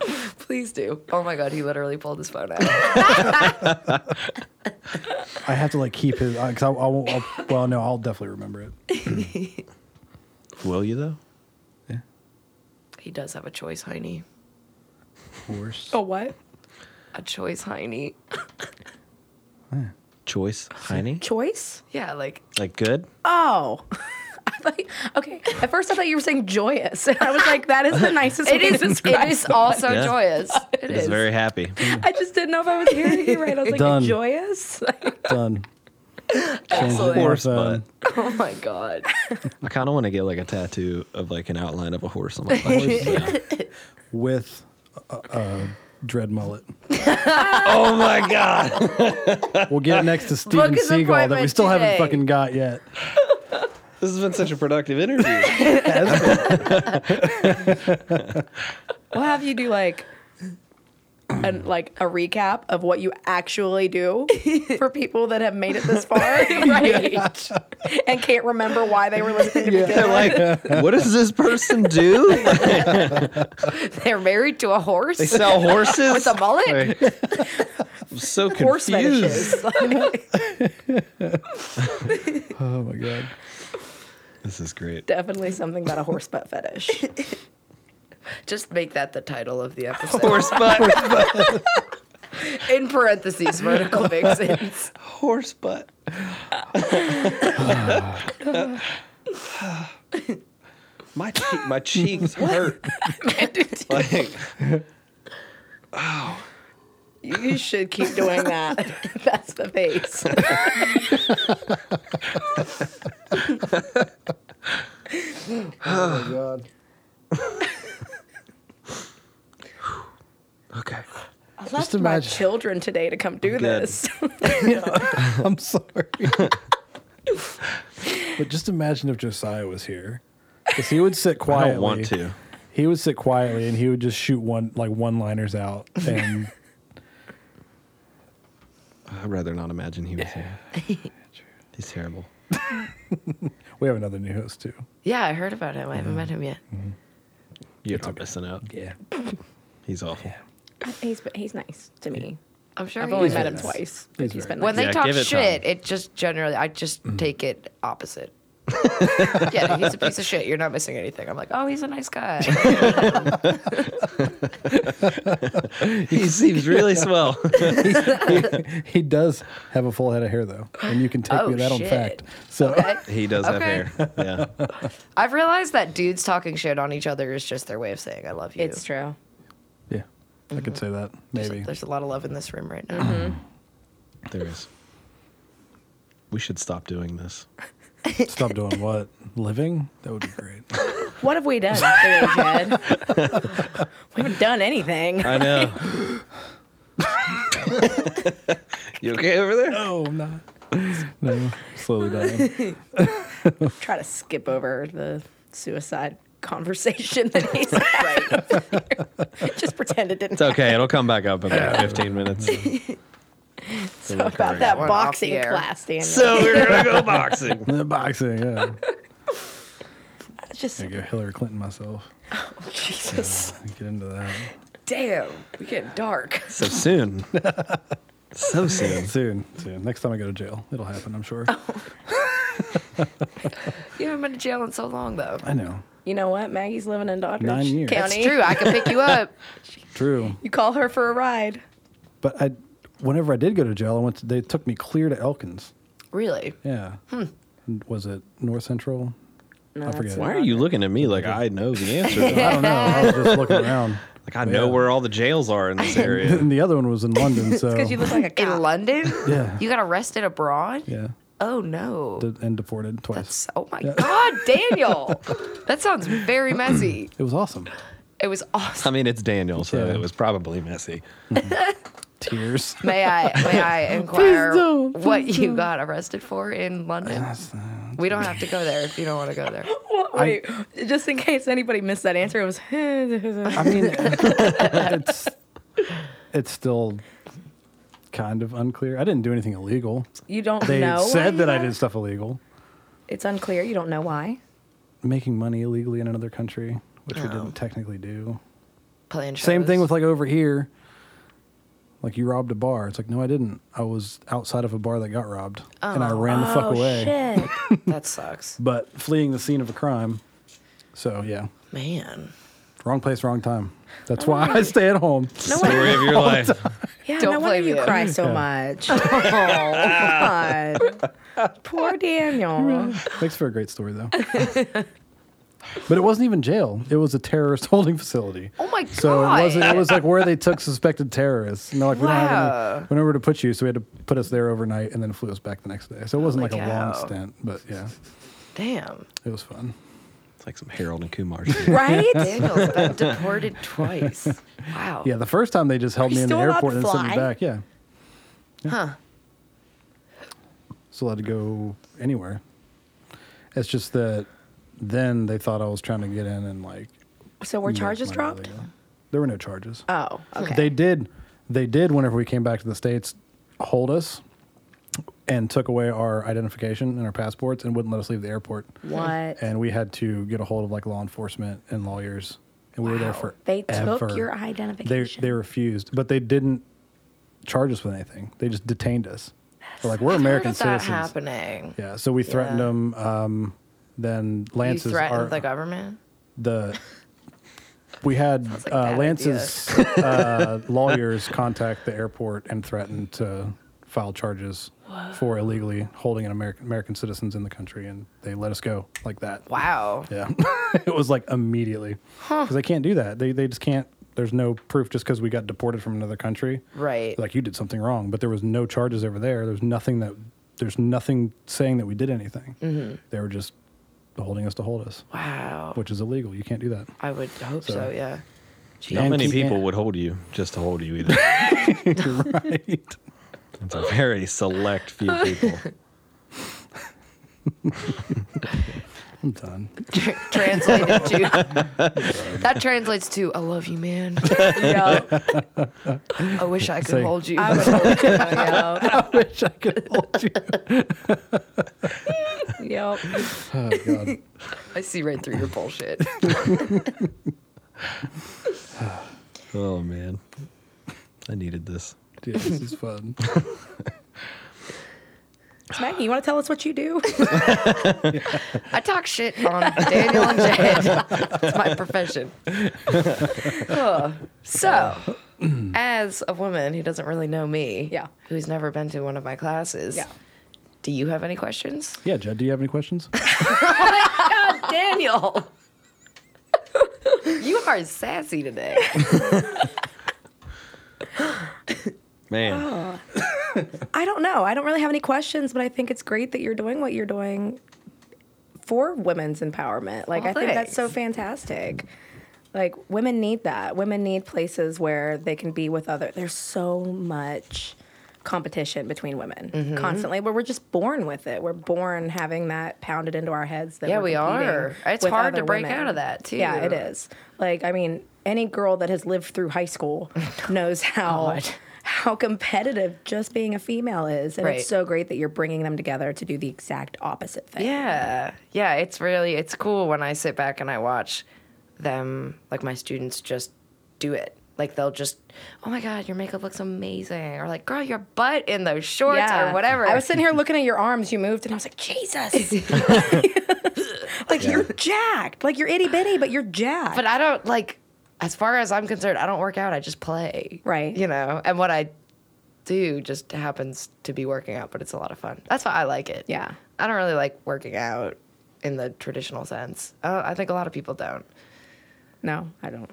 [SPEAKER 1] Please do. Oh my god, he literally pulled his phone out.
[SPEAKER 3] I have to like keep his because I, I won't. I'll, well, no, I'll definitely remember it.
[SPEAKER 2] Will you though?
[SPEAKER 1] He does have a choice, Heine.
[SPEAKER 3] Horse.
[SPEAKER 6] Oh what?
[SPEAKER 1] A choice, Heine.
[SPEAKER 2] Choice Heine?
[SPEAKER 6] Choice?
[SPEAKER 1] Yeah, like
[SPEAKER 2] Like good?
[SPEAKER 6] Oh. I thought, okay. At first, I thought you were saying joyous. I was like, that is the nicest.
[SPEAKER 1] it
[SPEAKER 6] way to
[SPEAKER 1] is. It
[SPEAKER 6] describe
[SPEAKER 1] is also
[SPEAKER 2] Yeah.
[SPEAKER 1] joyous. It
[SPEAKER 2] He's
[SPEAKER 1] is.
[SPEAKER 2] very happy.
[SPEAKER 6] I just didn't know if I was hearing you right. I was like,
[SPEAKER 3] Done.
[SPEAKER 6] joyous.
[SPEAKER 3] Done.
[SPEAKER 1] Excellent.
[SPEAKER 3] Horse
[SPEAKER 2] Horse butt.
[SPEAKER 1] Oh my god.
[SPEAKER 2] I kind of want to get like a tattoo of like an outline of a horse on my body.
[SPEAKER 3] with a, a dread mullet.
[SPEAKER 2] oh my god!
[SPEAKER 3] We'll get it next to Steven Seagal
[SPEAKER 1] his
[SPEAKER 3] that we
[SPEAKER 1] appointment
[SPEAKER 3] still haven't
[SPEAKER 1] today.
[SPEAKER 3] fucking got yet.
[SPEAKER 2] This has been such a productive interview.
[SPEAKER 6] We'll have you do like, an, like a recap of what you actually do for people that have made it this far, right? and can't remember why they were listening to me.
[SPEAKER 2] They're like, what does this person do?
[SPEAKER 1] They're married to a horse.
[SPEAKER 2] They sell horses with
[SPEAKER 1] a mullet?
[SPEAKER 2] I'm so
[SPEAKER 6] Horse
[SPEAKER 2] confused.
[SPEAKER 6] fetishes. Like,
[SPEAKER 3] Oh my god.
[SPEAKER 2] This is great.
[SPEAKER 6] definitely something about a horse butt fetish.
[SPEAKER 1] Just make that the title of the episode.
[SPEAKER 2] Horse butt.
[SPEAKER 1] In parentheses, vertical vixens.
[SPEAKER 2] horse butt. my cheek, my cheeks hurt. like,
[SPEAKER 6] You should keep doing that. That's the face.
[SPEAKER 3] Oh my god.
[SPEAKER 2] okay.
[SPEAKER 6] I left my
[SPEAKER 3] imagine.
[SPEAKER 6] children today to come do
[SPEAKER 2] good.
[SPEAKER 6] this.
[SPEAKER 3] I'm sorry. but just imagine if Josiah was here. Because he would sit
[SPEAKER 2] I
[SPEAKER 3] quietly.
[SPEAKER 2] don't want to.
[SPEAKER 3] He would sit quietly and he would just shoot one like one liners out. And
[SPEAKER 2] I'd rather not imagine he was here. He's terrible.
[SPEAKER 3] we have another new host too.
[SPEAKER 1] Yeah, I heard about him. I haven't met him yet.
[SPEAKER 2] You're not missing out.
[SPEAKER 3] Yeah.
[SPEAKER 2] He's awful.
[SPEAKER 6] he's he's nice to me.
[SPEAKER 1] I'm sure
[SPEAKER 6] I've
[SPEAKER 1] he
[SPEAKER 6] only
[SPEAKER 1] is.
[SPEAKER 6] met him
[SPEAKER 3] nice.
[SPEAKER 6] twice.
[SPEAKER 3] He's
[SPEAKER 6] He's
[SPEAKER 3] very
[SPEAKER 6] been
[SPEAKER 1] When
[SPEAKER 6] nice.
[SPEAKER 1] they
[SPEAKER 2] Yeah,
[SPEAKER 1] talk
[SPEAKER 2] give it time.
[SPEAKER 1] shit,
[SPEAKER 6] Mm-hmm.
[SPEAKER 1] it just generally I just take it opposite. yeah, he's a piece of shit. You're not missing anything. I'm like, oh, he's a nice guy.
[SPEAKER 2] he seems really swell.
[SPEAKER 3] he does have a full head of hair though, and you can take
[SPEAKER 1] Oh,
[SPEAKER 3] me that on
[SPEAKER 1] shit.
[SPEAKER 3] fact. So
[SPEAKER 1] Okay.
[SPEAKER 2] He does
[SPEAKER 1] Okay.
[SPEAKER 2] have hair. Yeah.
[SPEAKER 1] I've realized that dudes talking shit on each other is just their way of saying I love you.
[SPEAKER 6] It's true.
[SPEAKER 3] yeah, I could say that maybe.
[SPEAKER 1] There's a lot of love in this room right now.
[SPEAKER 6] Mm-hmm.
[SPEAKER 2] There is. We should stop doing this.
[SPEAKER 3] Stop doing what? Living? That would be great.
[SPEAKER 6] What have we done? Really, Jed? we haven't done anything.
[SPEAKER 2] I know. you okay over there?
[SPEAKER 3] No, I'm not. No, slowly dying.
[SPEAKER 6] Try to skip over the suicide conversation that he's right. Just pretend it didn't.
[SPEAKER 2] It's okay. It'll come back up in about 15 minutes.
[SPEAKER 6] So about that
[SPEAKER 1] One off
[SPEAKER 6] boxing
[SPEAKER 1] the air.
[SPEAKER 6] class, Daniel.
[SPEAKER 2] So we're gonna go boxing.
[SPEAKER 3] The boxing, yeah.
[SPEAKER 6] just
[SPEAKER 3] I go Hillary Clinton myself.
[SPEAKER 6] Oh, Jesus,
[SPEAKER 3] Get into that
[SPEAKER 1] Damn, we getting dark.
[SPEAKER 2] So soon. So soon.
[SPEAKER 3] soon. Soon. Next time I go to jail, it'll happen. I'm sure.
[SPEAKER 6] Oh.
[SPEAKER 1] You haven't been to jail in so long though.
[SPEAKER 3] I know.
[SPEAKER 6] you know what? Maggie's living in Doddridge
[SPEAKER 3] Nine years.
[SPEAKER 1] That's
[SPEAKER 6] County.
[SPEAKER 1] true. I can pick you up.
[SPEAKER 3] True.
[SPEAKER 6] You call her for a ride.
[SPEAKER 3] But I, whenever I did go to jail, I went. To, they took me clear to Elkins.
[SPEAKER 1] Really?
[SPEAKER 3] Yeah.
[SPEAKER 6] Hmm.
[SPEAKER 3] Was it North Central?
[SPEAKER 6] No,
[SPEAKER 3] I forget.
[SPEAKER 2] Why are you looking at me like I know the answer?
[SPEAKER 3] I don't know. I was just looking around.
[SPEAKER 2] Like I know where all the jails are in this area.
[SPEAKER 3] And the other one was in London, so
[SPEAKER 6] Because you look like a
[SPEAKER 1] In
[SPEAKER 6] cop.
[SPEAKER 1] London?
[SPEAKER 3] Yeah.
[SPEAKER 1] You got arrested abroad?
[SPEAKER 3] yeah,
[SPEAKER 1] Oh no.
[SPEAKER 3] de- and deported twice.
[SPEAKER 1] That's- oh my god, Daniel. that sounds very messy.
[SPEAKER 3] It was awesome.
[SPEAKER 1] It was
[SPEAKER 2] I
[SPEAKER 1] awesome.
[SPEAKER 2] mean, it's Daniel, so
[SPEAKER 3] Yeah.
[SPEAKER 2] it was probably messy.
[SPEAKER 3] Tears.
[SPEAKER 1] May I may I inquire what you got arrested for in London? We don't have to go there if you don't want to go there.
[SPEAKER 6] Well, wait, just in case anybody missed that answer, it was.
[SPEAKER 3] I mean, it's it's still kind of unclear. I didn't do anything illegal.
[SPEAKER 6] you don't
[SPEAKER 3] They
[SPEAKER 6] know. why
[SPEAKER 3] said
[SPEAKER 6] you
[SPEAKER 3] that I
[SPEAKER 6] got-
[SPEAKER 3] did stuff illegal,
[SPEAKER 6] It's unclear. You don't know why.
[SPEAKER 3] making money illegally in another country, which we didn't technically do.
[SPEAKER 1] Playing
[SPEAKER 3] Same thing
[SPEAKER 1] shows.
[SPEAKER 3] with like over here. Like you robbed a bar. It's like no, I didn't. I was outside of a bar that got robbed, and I ran the fuck away.
[SPEAKER 6] Oh, shit.
[SPEAKER 1] that sucks.
[SPEAKER 3] But fleeing the scene of a crime. So yeah,
[SPEAKER 1] Man.
[SPEAKER 3] wrong place, wrong time. That's why I stay at home.
[SPEAKER 6] No wonder,
[SPEAKER 2] Story of your life.
[SPEAKER 6] yeah,
[SPEAKER 1] Don't
[SPEAKER 6] no wonder
[SPEAKER 1] blame
[SPEAKER 6] you
[SPEAKER 1] you.
[SPEAKER 6] cry so much. Oh, God. Poor Daniel.
[SPEAKER 3] Thanks for a great story though. but it wasn't even jail. It was a terrorist holding facility.
[SPEAKER 1] Oh my god.
[SPEAKER 3] So it was it was like where they took suspected terrorists. And they're like, we don't have
[SPEAKER 1] Wow.
[SPEAKER 3] any, we nowhere to put you, so we had to put us there overnight and then flew us back the next day. So it wasn't like
[SPEAKER 1] Holy
[SPEAKER 3] a long
[SPEAKER 1] cow.
[SPEAKER 3] stint, but yeah,
[SPEAKER 1] Damn.
[SPEAKER 3] it was fun.
[SPEAKER 2] It's like some Harold and Kumar shit.
[SPEAKER 6] Right?
[SPEAKER 1] Daniel's been deported twice. Wow.
[SPEAKER 3] Yeah, the first time they just held
[SPEAKER 6] you
[SPEAKER 3] me in the
[SPEAKER 6] still allowed
[SPEAKER 3] airport
[SPEAKER 6] to
[SPEAKER 3] and sent me
[SPEAKER 6] fly?
[SPEAKER 3] back. Yeah,
[SPEAKER 1] Huh.
[SPEAKER 3] so allowed to go anywhere. It's just that then they thought I was trying to get in and like
[SPEAKER 6] So were
[SPEAKER 3] make
[SPEAKER 6] charges
[SPEAKER 3] money
[SPEAKER 6] dropped?
[SPEAKER 3] illegal. There were no charges.
[SPEAKER 6] Oh, okay.
[SPEAKER 3] They did. They did. Whenever we came back to the states, hold us and took away our identification and our passports and wouldn't let us leave the airport.
[SPEAKER 6] what?
[SPEAKER 3] And we had to get a hold of like law enforcement and lawyers, and we were there for.
[SPEAKER 6] They took your identification.
[SPEAKER 3] They they refused, but they didn't charge us with anything. They just detained us. They're like we're American
[SPEAKER 1] How did that
[SPEAKER 3] citizens.
[SPEAKER 1] happening?
[SPEAKER 3] Yeah, so we threatened
[SPEAKER 1] Yeah.
[SPEAKER 3] them. Um, then
[SPEAKER 1] You
[SPEAKER 3] Lance's
[SPEAKER 1] threatened
[SPEAKER 3] our-
[SPEAKER 1] the government?
[SPEAKER 3] the we had
[SPEAKER 1] like a
[SPEAKER 3] uh,
[SPEAKER 1] bad
[SPEAKER 3] Lance's uh, lawyers contact the airport and threaten to file charges for illegally holding an American American citizens in the country, and they let us go like that.
[SPEAKER 1] Wow.
[SPEAKER 3] Yeah, it was like immediately because they can't do that. They they just can't. There's no proof just because we got deported from another country.
[SPEAKER 1] Right.
[SPEAKER 3] Like you did something wrong, but there was no charges over there. There's nothing that there's nothing saying that we did anything.
[SPEAKER 1] Mm-hmm.
[SPEAKER 3] They were just holding us to hold us,
[SPEAKER 1] wow.
[SPEAKER 3] which is illegal. You can't do that.
[SPEAKER 1] I would hope so,
[SPEAKER 3] So-
[SPEAKER 1] yeah.
[SPEAKER 2] Not
[SPEAKER 3] And
[SPEAKER 2] many
[SPEAKER 3] keep-
[SPEAKER 2] people would hold you just to hold you either.
[SPEAKER 3] right.
[SPEAKER 2] It's a very select few people.
[SPEAKER 3] I'm done.
[SPEAKER 1] Translated to that translates to I love you, man.
[SPEAKER 6] Yo,
[SPEAKER 1] I wish I could
[SPEAKER 3] Say-
[SPEAKER 1] hold you.
[SPEAKER 6] I was old, yo,
[SPEAKER 3] I wish I could hold you.
[SPEAKER 6] yo.
[SPEAKER 3] Oh, God.
[SPEAKER 1] I see right through your bullshit.
[SPEAKER 2] Oh man, I needed this.
[SPEAKER 3] Dude, this is fun.
[SPEAKER 6] So Maggie, you want to tell us what you do?
[SPEAKER 1] I talk shit on Daniel and Jed. it's my profession. Huh. so, as a woman who doesn't really know me,
[SPEAKER 6] Yeah.
[SPEAKER 1] who's never been to one of my classes,
[SPEAKER 6] Yeah.
[SPEAKER 1] do you have any questions?
[SPEAKER 3] Yeah, Jed, do you have any questions?
[SPEAKER 1] God, Daniel. you are sassy today.
[SPEAKER 2] Man,
[SPEAKER 6] Oh. I don't know. I don't really have any questions, but I think it's great that you're doing what you're doing for women's empowerment. Like,
[SPEAKER 1] Well,
[SPEAKER 6] I think that's so
[SPEAKER 1] thanks.
[SPEAKER 6] fantastic. Like, women need that. Women need places where they can be with other. There's so much competition between women
[SPEAKER 1] Mm-hmm.
[SPEAKER 6] constantly, but we're just born with it. We're born having that pounded into our heads. That
[SPEAKER 1] Yeah,
[SPEAKER 6] we're
[SPEAKER 1] we
[SPEAKER 6] competing
[SPEAKER 1] are. It's
[SPEAKER 6] with
[SPEAKER 1] hard to
[SPEAKER 6] other
[SPEAKER 1] break
[SPEAKER 6] women.
[SPEAKER 1] out of that, too.
[SPEAKER 6] Yeah, it is. Like, I mean, any girl that has lived through high school knows how how competitive just being a female is, and
[SPEAKER 1] Right.
[SPEAKER 6] it's so great that you're bringing them together to do the exact opposite thing.
[SPEAKER 1] Yeah. Yeah, it's really it's cool when I sit back and I watch them like my students just do it. Like they'll just, oh my god, your makeup looks amazing, or like, girl, your butt in those shorts
[SPEAKER 6] Yeah.
[SPEAKER 1] or whatever.
[SPEAKER 6] I was sitting here looking at your arms you moved, and I was like, Jesus. like, you're jacked. Like, you're itty bitty, but you're jacked.
[SPEAKER 1] but I don't like, as far as I'm concerned, I don't work out. I just play.
[SPEAKER 6] Right.
[SPEAKER 1] You know, and what I do just happens to be working out, but it's a lot of fun. That's why I like it.
[SPEAKER 6] Yeah.
[SPEAKER 1] I don't really like working out in the traditional sense. Uh, I think a lot of people don't.
[SPEAKER 6] no, I don't.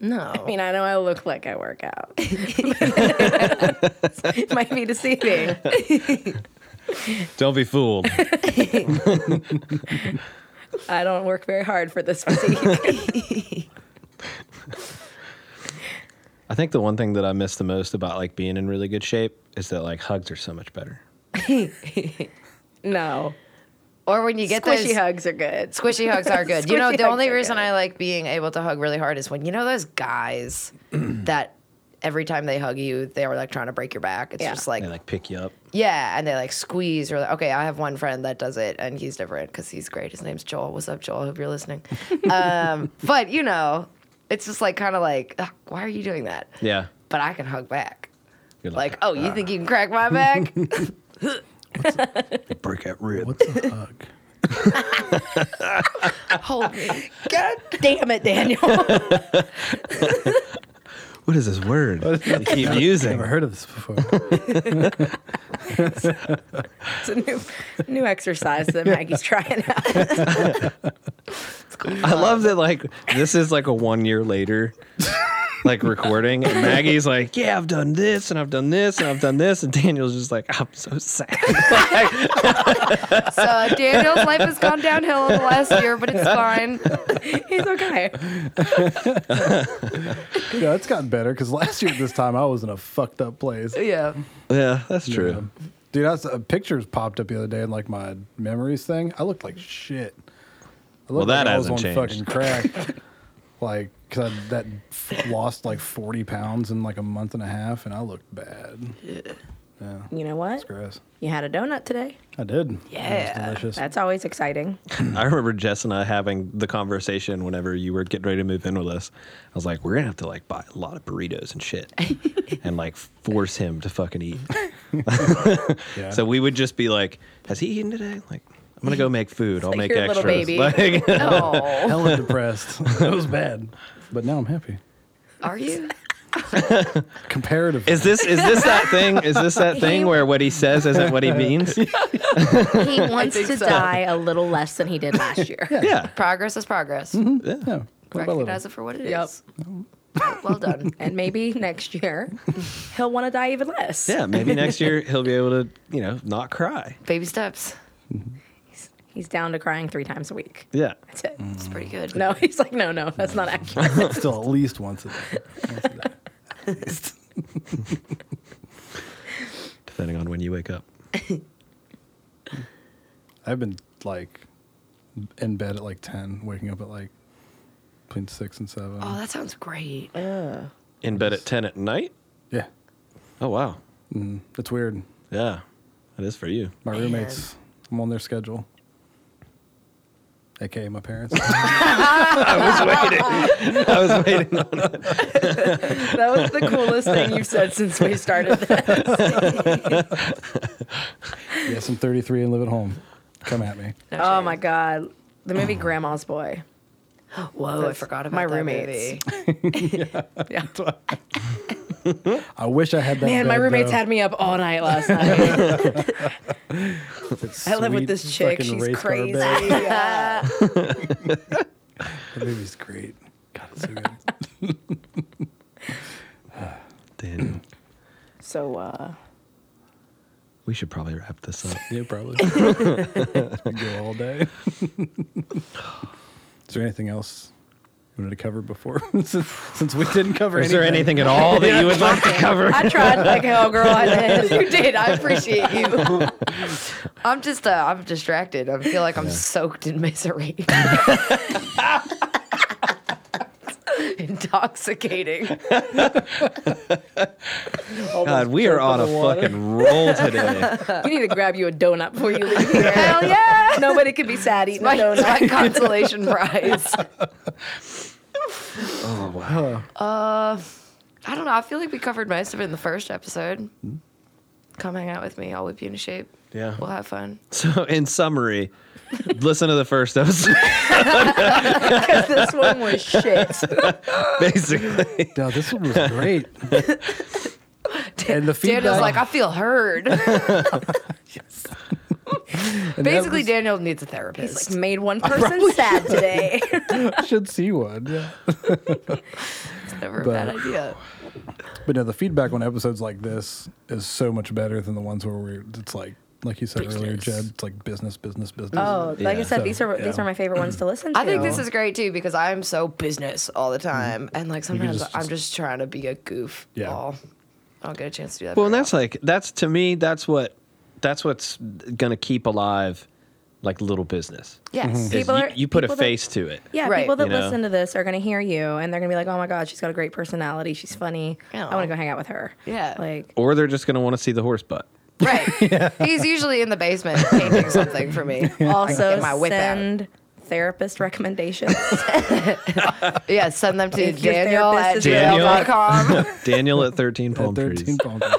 [SPEAKER 1] No.
[SPEAKER 6] I mean, I know I look like I work out. it might be deceiving.
[SPEAKER 2] don't be fooled.
[SPEAKER 6] I don't work very hard for this physique.
[SPEAKER 2] I think the one thing that I miss the most about like being in really good shape is that like hugs are so much better.
[SPEAKER 6] no.
[SPEAKER 1] or when you get
[SPEAKER 6] Squishy
[SPEAKER 1] those,
[SPEAKER 6] hugs are good.
[SPEAKER 1] Squishy hugs are good. you know,
[SPEAKER 6] Squishy
[SPEAKER 1] the
[SPEAKER 6] hugs
[SPEAKER 1] only
[SPEAKER 6] are
[SPEAKER 1] reason
[SPEAKER 6] good.
[SPEAKER 1] I like being able to hug really hard is when you know those guys that every time they hug you, they are like trying to break your back. It's
[SPEAKER 6] Yeah.
[SPEAKER 1] just like,
[SPEAKER 2] They like pick you up.
[SPEAKER 1] yeah, and they like squeeze or like, okay, I have one friend that does it and he's different because he's great. His name's Joel. What's up, Joel? I hope you're listening. um, but you know, it's just like kind of like, "Ugh, why are you doing that?
[SPEAKER 2] Yeah.
[SPEAKER 1] But I can hug back.
[SPEAKER 2] You're
[SPEAKER 1] Like, oh, you think you can crack my back?
[SPEAKER 2] break out rib.
[SPEAKER 3] What's a hug?
[SPEAKER 1] Hold me.
[SPEAKER 6] God damn it, Daniel.
[SPEAKER 2] What is this word? you keep
[SPEAKER 3] Never
[SPEAKER 2] using.
[SPEAKER 3] heard of this before.
[SPEAKER 6] It's a new, new exercise that Maggie's trying out.
[SPEAKER 2] I love that like this is like a one year later like recording and Maggie's like, Yeah, I've done this and I've done this and I've done this and Daniel's just like, I'm so sad.
[SPEAKER 1] So uh, Daniel's life has gone downhill in the last year, but it's fine.
[SPEAKER 6] He's okay.
[SPEAKER 3] yeah, it's gotten better because last year at this time I was in a fucked up place.
[SPEAKER 1] Yeah.
[SPEAKER 2] yeah, that's true.
[SPEAKER 3] Dude, I was, uh, pictures popped up the other day in like my memories thing. I looked like shit. I looked
[SPEAKER 2] that
[SPEAKER 3] like I
[SPEAKER 2] hasn't
[SPEAKER 3] was on fucking
[SPEAKER 2] changed.
[SPEAKER 3] crack. like, cause I, that f- lost like forty pounds in like a month and a half, and I looked bad.
[SPEAKER 6] You know what?
[SPEAKER 3] Gross.
[SPEAKER 6] You had a donut today.
[SPEAKER 3] I did.
[SPEAKER 1] Yeah,
[SPEAKER 3] it was delicious.
[SPEAKER 6] That's always exciting.
[SPEAKER 2] I remember Jess and I having the conversation whenever you were getting ready to move in with us. I was like, we're gonna have to like buy a lot of burritos and shit, and like force him to fucking eat.
[SPEAKER 3] yeah.
[SPEAKER 2] So we would just be like, has he eaten today? Like, I'm gonna go make food. I'll
[SPEAKER 6] like
[SPEAKER 2] make
[SPEAKER 6] your little
[SPEAKER 2] extras.
[SPEAKER 6] baby.
[SPEAKER 2] Like,
[SPEAKER 1] Oh,
[SPEAKER 3] hella depressed. that was bad, but now I'm happy.
[SPEAKER 1] are you?
[SPEAKER 3] Comparatively,
[SPEAKER 2] is this is this that thing? Is this that thing where what he says isn't what he means?
[SPEAKER 6] He wants to die a little less than he did last year.
[SPEAKER 2] Yeah.
[SPEAKER 1] Progress is progress.
[SPEAKER 3] yeah, quite by little.
[SPEAKER 1] Recognize it for what it is.
[SPEAKER 6] Yep.
[SPEAKER 1] Well done.
[SPEAKER 6] And maybe next year he'll want to die even less.
[SPEAKER 2] Yeah, maybe next year he'll be able to, you know, not cry.
[SPEAKER 1] Baby steps.
[SPEAKER 6] He's down to crying three times a week.
[SPEAKER 2] Yeah. Mm.
[SPEAKER 6] That's it.
[SPEAKER 1] It's pretty good.
[SPEAKER 6] No, he's like, no, no, that's not accurate.
[SPEAKER 3] Still at least once a day. Once a day.
[SPEAKER 2] Depending on when you wake up.
[SPEAKER 3] I've been like in bed at like ten, waking up at like between six and seven.
[SPEAKER 1] Oh, that sounds great.
[SPEAKER 2] In bed at ten at night?
[SPEAKER 3] Yeah,
[SPEAKER 2] Oh wow.
[SPEAKER 3] it's weird.
[SPEAKER 2] Yeah. That is for you.
[SPEAKER 3] My roommates, I'm on their schedule. AKA my parents.
[SPEAKER 2] I was waiting.
[SPEAKER 6] that was the coolest thing you've said since we started this.
[SPEAKER 3] Yes, I'm 33 and live at home. Come at me.
[SPEAKER 1] No
[SPEAKER 6] Oh
[SPEAKER 1] shade.
[SPEAKER 6] my god, the movie Grandma's Boy.
[SPEAKER 1] Whoa, I
[SPEAKER 6] That's
[SPEAKER 1] forgot about
[SPEAKER 6] my
[SPEAKER 1] that
[SPEAKER 6] roommates.
[SPEAKER 1] movie.
[SPEAKER 6] Yeah.
[SPEAKER 3] I wish I had that.
[SPEAKER 6] Man, my
[SPEAKER 3] bed,
[SPEAKER 6] roommates
[SPEAKER 3] though.
[SPEAKER 6] had me up all night last night.
[SPEAKER 3] That
[SPEAKER 1] I live with
[SPEAKER 3] sweet
[SPEAKER 1] this chick.
[SPEAKER 3] fucking
[SPEAKER 1] She's
[SPEAKER 3] race car
[SPEAKER 1] crazy.
[SPEAKER 3] bed.
[SPEAKER 1] Yeah.
[SPEAKER 3] That movie's great. God, it's so good.
[SPEAKER 2] Daniel,
[SPEAKER 6] so uh
[SPEAKER 2] we should probably wrap this up.
[SPEAKER 3] Yeah, probably. Could go all day. Is there anything else you wanted to cover before? since, since we didn't cover
[SPEAKER 2] Is there
[SPEAKER 3] anything.
[SPEAKER 2] anything at all that you would like to cover?
[SPEAKER 6] I tried like hell, girl. I did.
[SPEAKER 1] you did. I appreciate you. I'm just uh, I'm distracted. I feel like I'm soaked in misery. Intoxicating.
[SPEAKER 2] God, we are on a fucking roll today.
[SPEAKER 6] We need to grab you a donut before you leave here.
[SPEAKER 1] Hell yeah!
[SPEAKER 6] Nobody can be sad eating
[SPEAKER 1] My,
[SPEAKER 6] a donut.
[SPEAKER 1] my consolation prize.
[SPEAKER 2] Oh wow.
[SPEAKER 1] I don't know. I feel like we covered most of it in the first episode. Come hang out with me. I'll whip you into shape.
[SPEAKER 2] Yeah.
[SPEAKER 1] We'll have fun.
[SPEAKER 2] So in summary, listen to the first episode.
[SPEAKER 6] this one was shit.
[SPEAKER 2] Basically,
[SPEAKER 3] No, this one was great. and the
[SPEAKER 1] Daniel's
[SPEAKER 3] feedback-
[SPEAKER 1] like, I feel heard.
[SPEAKER 3] And that
[SPEAKER 1] Basically,
[SPEAKER 3] was-
[SPEAKER 1] Daniel needs a therapist.
[SPEAKER 6] It's like made one person sad today.
[SPEAKER 3] I should see one. Yeah.
[SPEAKER 1] It's never a
[SPEAKER 3] but-
[SPEAKER 1] bad idea.
[SPEAKER 3] But no, the feedback on episodes like this is so much better than the ones where we're. It's like, like you said earlier, Jed. It's like business, business, business.
[SPEAKER 6] Oh, like
[SPEAKER 2] Yeah.
[SPEAKER 6] I said,
[SPEAKER 3] So,
[SPEAKER 6] these are these
[SPEAKER 3] yeah.
[SPEAKER 6] are my favorite ones to listen to.
[SPEAKER 1] I think this is great too because I'm so business all the time, and like sometimes
[SPEAKER 3] Mm-hmm. just-
[SPEAKER 1] I'm just trying to be a goof.
[SPEAKER 3] Yeah.
[SPEAKER 1] all. I don't get a chance to do that.
[SPEAKER 2] well, and
[SPEAKER 1] very
[SPEAKER 2] that's like that's to me that's what that's what's gonna keep alive like little business.
[SPEAKER 1] often. yes,
[SPEAKER 2] Is
[SPEAKER 6] People
[SPEAKER 2] you,
[SPEAKER 6] are-
[SPEAKER 2] you put a
[SPEAKER 6] people that-
[SPEAKER 2] face to it.
[SPEAKER 6] Yeah,
[SPEAKER 1] Right.
[SPEAKER 6] people that
[SPEAKER 2] You know?
[SPEAKER 6] listen to this are gonna hear you and they're gonna be like, "Oh my god, she's got a great personality. She's funny. I want
[SPEAKER 1] Yeah.
[SPEAKER 6] to go hang out with her."
[SPEAKER 1] Yeah.
[SPEAKER 6] like
[SPEAKER 2] Or they're just gonna want to see the horse butt.
[SPEAKER 1] right. He's usually in the basement painting something for me.
[SPEAKER 6] also
[SPEAKER 1] get my whip out.
[SPEAKER 6] send therapist recommendations.
[SPEAKER 1] Yeah, send them to
[SPEAKER 6] If your
[SPEAKER 1] Daniel at
[SPEAKER 6] therapist is
[SPEAKER 2] Daniel.
[SPEAKER 1] gmail.com.
[SPEAKER 2] Daniel at thirteen
[SPEAKER 3] At
[SPEAKER 2] palm
[SPEAKER 3] 13
[SPEAKER 2] trees.
[SPEAKER 3] palm trees.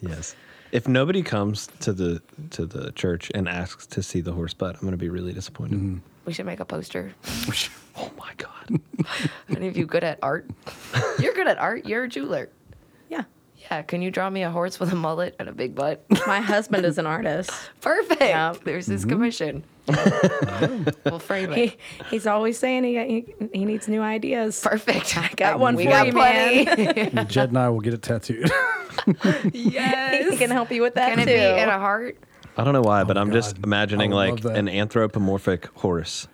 [SPEAKER 2] Yes. If nobody comes to the to the church and asks to see the horse butt, I'm gonna be really disappointed.
[SPEAKER 6] Mm-hmm.
[SPEAKER 1] we should make a poster.
[SPEAKER 2] Oh my god.
[SPEAKER 1] Any of you good at art? You're good at art. You're a jeweler.
[SPEAKER 6] yeah,
[SPEAKER 1] Yeah, can you draw me a horse with a mullet and a big butt?
[SPEAKER 6] my husband is an artist.
[SPEAKER 1] Perfect.
[SPEAKER 6] Yep.
[SPEAKER 1] There's his commission. we'll frame it.
[SPEAKER 6] He he's always saying he he, he needs new ideas.
[SPEAKER 1] Perfect. I
[SPEAKER 6] got one
[SPEAKER 1] We
[SPEAKER 6] for
[SPEAKER 1] got
[SPEAKER 6] you,
[SPEAKER 1] plenty.
[SPEAKER 3] And Jed and I will get it tattooed.
[SPEAKER 6] He can help you with that
[SPEAKER 1] Can it
[SPEAKER 6] too.
[SPEAKER 1] be in a heart?
[SPEAKER 2] I don't know why, but I'm just
[SPEAKER 3] Oh God.
[SPEAKER 2] imagining
[SPEAKER 3] I
[SPEAKER 2] like
[SPEAKER 3] love that.
[SPEAKER 2] an anthropomorphic horse.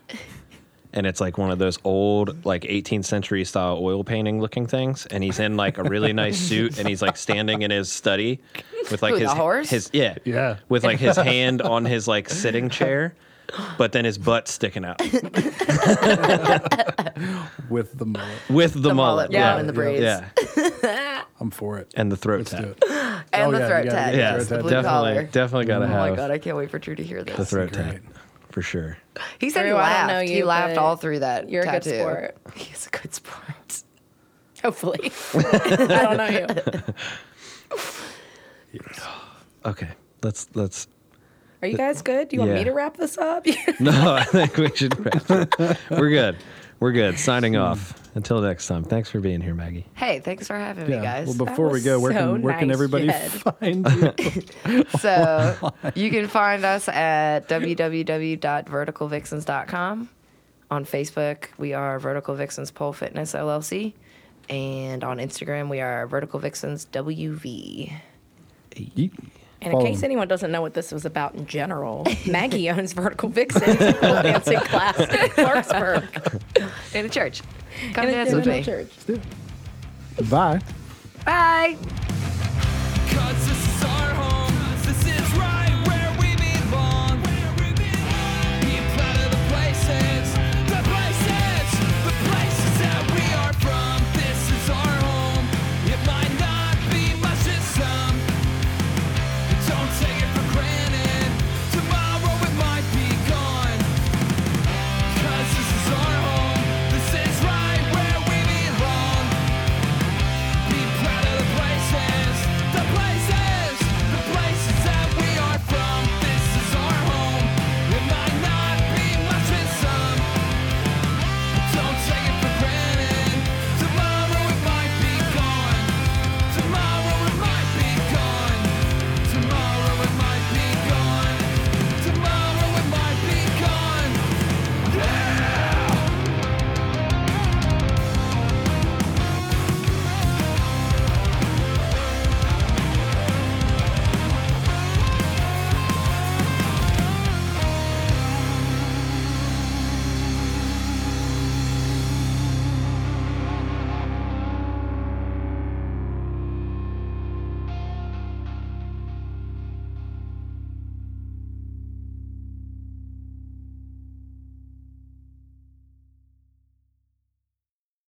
[SPEAKER 2] And it's like one of those old, like 18th century style oil painting looking things. And he's in like a really nice suit and he's like standing in his study with like
[SPEAKER 1] Who, the
[SPEAKER 2] his
[SPEAKER 1] horse?
[SPEAKER 2] His, yeah.
[SPEAKER 3] Yeah.
[SPEAKER 2] With like his hand on his like sitting chair, but then his butt sticking out
[SPEAKER 3] with the mullet.
[SPEAKER 2] with the, mullet.
[SPEAKER 1] mullet blowing
[SPEAKER 2] yeah.
[SPEAKER 1] in the breeze.
[SPEAKER 2] Yeah.
[SPEAKER 3] I'm for it.
[SPEAKER 2] And the throat
[SPEAKER 3] Let's
[SPEAKER 2] tap.
[SPEAKER 3] do it.
[SPEAKER 1] And
[SPEAKER 3] Oh,
[SPEAKER 1] the
[SPEAKER 3] yeah,
[SPEAKER 1] throat
[SPEAKER 3] you gotta
[SPEAKER 1] tat.
[SPEAKER 3] get
[SPEAKER 2] Yeah.
[SPEAKER 3] the
[SPEAKER 1] Yes, the
[SPEAKER 3] throat
[SPEAKER 1] blue
[SPEAKER 2] definitely,
[SPEAKER 1] collar.
[SPEAKER 2] definitely got to
[SPEAKER 1] oh
[SPEAKER 2] have
[SPEAKER 1] my god, I can't wait for Drew to hear
[SPEAKER 2] the
[SPEAKER 1] this.
[SPEAKER 2] throat
[SPEAKER 3] Great.
[SPEAKER 2] tap for sure.
[SPEAKER 1] He said he
[SPEAKER 6] Drew, I don't
[SPEAKER 1] laughed.
[SPEAKER 6] know
[SPEAKER 1] he
[SPEAKER 6] you,
[SPEAKER 1] laughed
[SPEAKER 6] but
[SPEAKER 1] all through that.
[SPEAKER 6] you're a good
[SPEAKER 1] tattoo.
[SPEAKER 6] sport.
[SPEAKER 1] He's a good sport.
[SPEAKER 6] Hopefully, I don't know you.
[SPEAKER 2] Okay. Let's, let's,
[SPEAKER 6] Are you guys good? Do you want
[SPEAKER 2] Yeah.
[SPEAKER 6] me to wrap this up?
[SPEAKER 2] No, I think we should. wrap it up. We're good. We're good. Signing off. Until next time. Thanks for being here, Maggie.
[SPEAKER 1] Hey, thanks for having me,
[SPEAKER 3] Yeah.
[SPEAKER 1] guys.
[SPEAKER 3] Well, before we
[SPEAKER 6] was
[SPEAKER 3] go, where
[SPEAKER 6] so
[SPEAKER 3] can where can
[SPEAKER 6] nice,
[SPEAKER 3] everybody
[SPEAKER 6] Jed.
[SPEAKER 3] find you?
[SPEAKER 1] So you can find us at www.verticalvixens.com. On Facebook, we are Vertical Vixens Pole Fitness LLC. And on Instagram, we are Vertical Vixens WV.
[SPEAKER 6] And
[SPEAKER 3] Follow
[SPEAKER 6] in case
[SPEAKER 3] them.
[SPEAKER 6] anyone doesn't know what this was about in general, Maggie owns Vertical Vixen a pole dancing class in Clarksburg.
[SPEAKER 1] In a church. Come
[SPEAKER 6] And
[SPEAKER 1] dance
[SPEAKER 6] it's
[SPEAKER 1] with
[SPEAKER 6] in a
[SPEAKER 1] me.
[SPEAKER 6] church.
[SPEAKER 3] Bye.
[SPEAKER 1] Bye.
[SPEAKER 5] Cause it's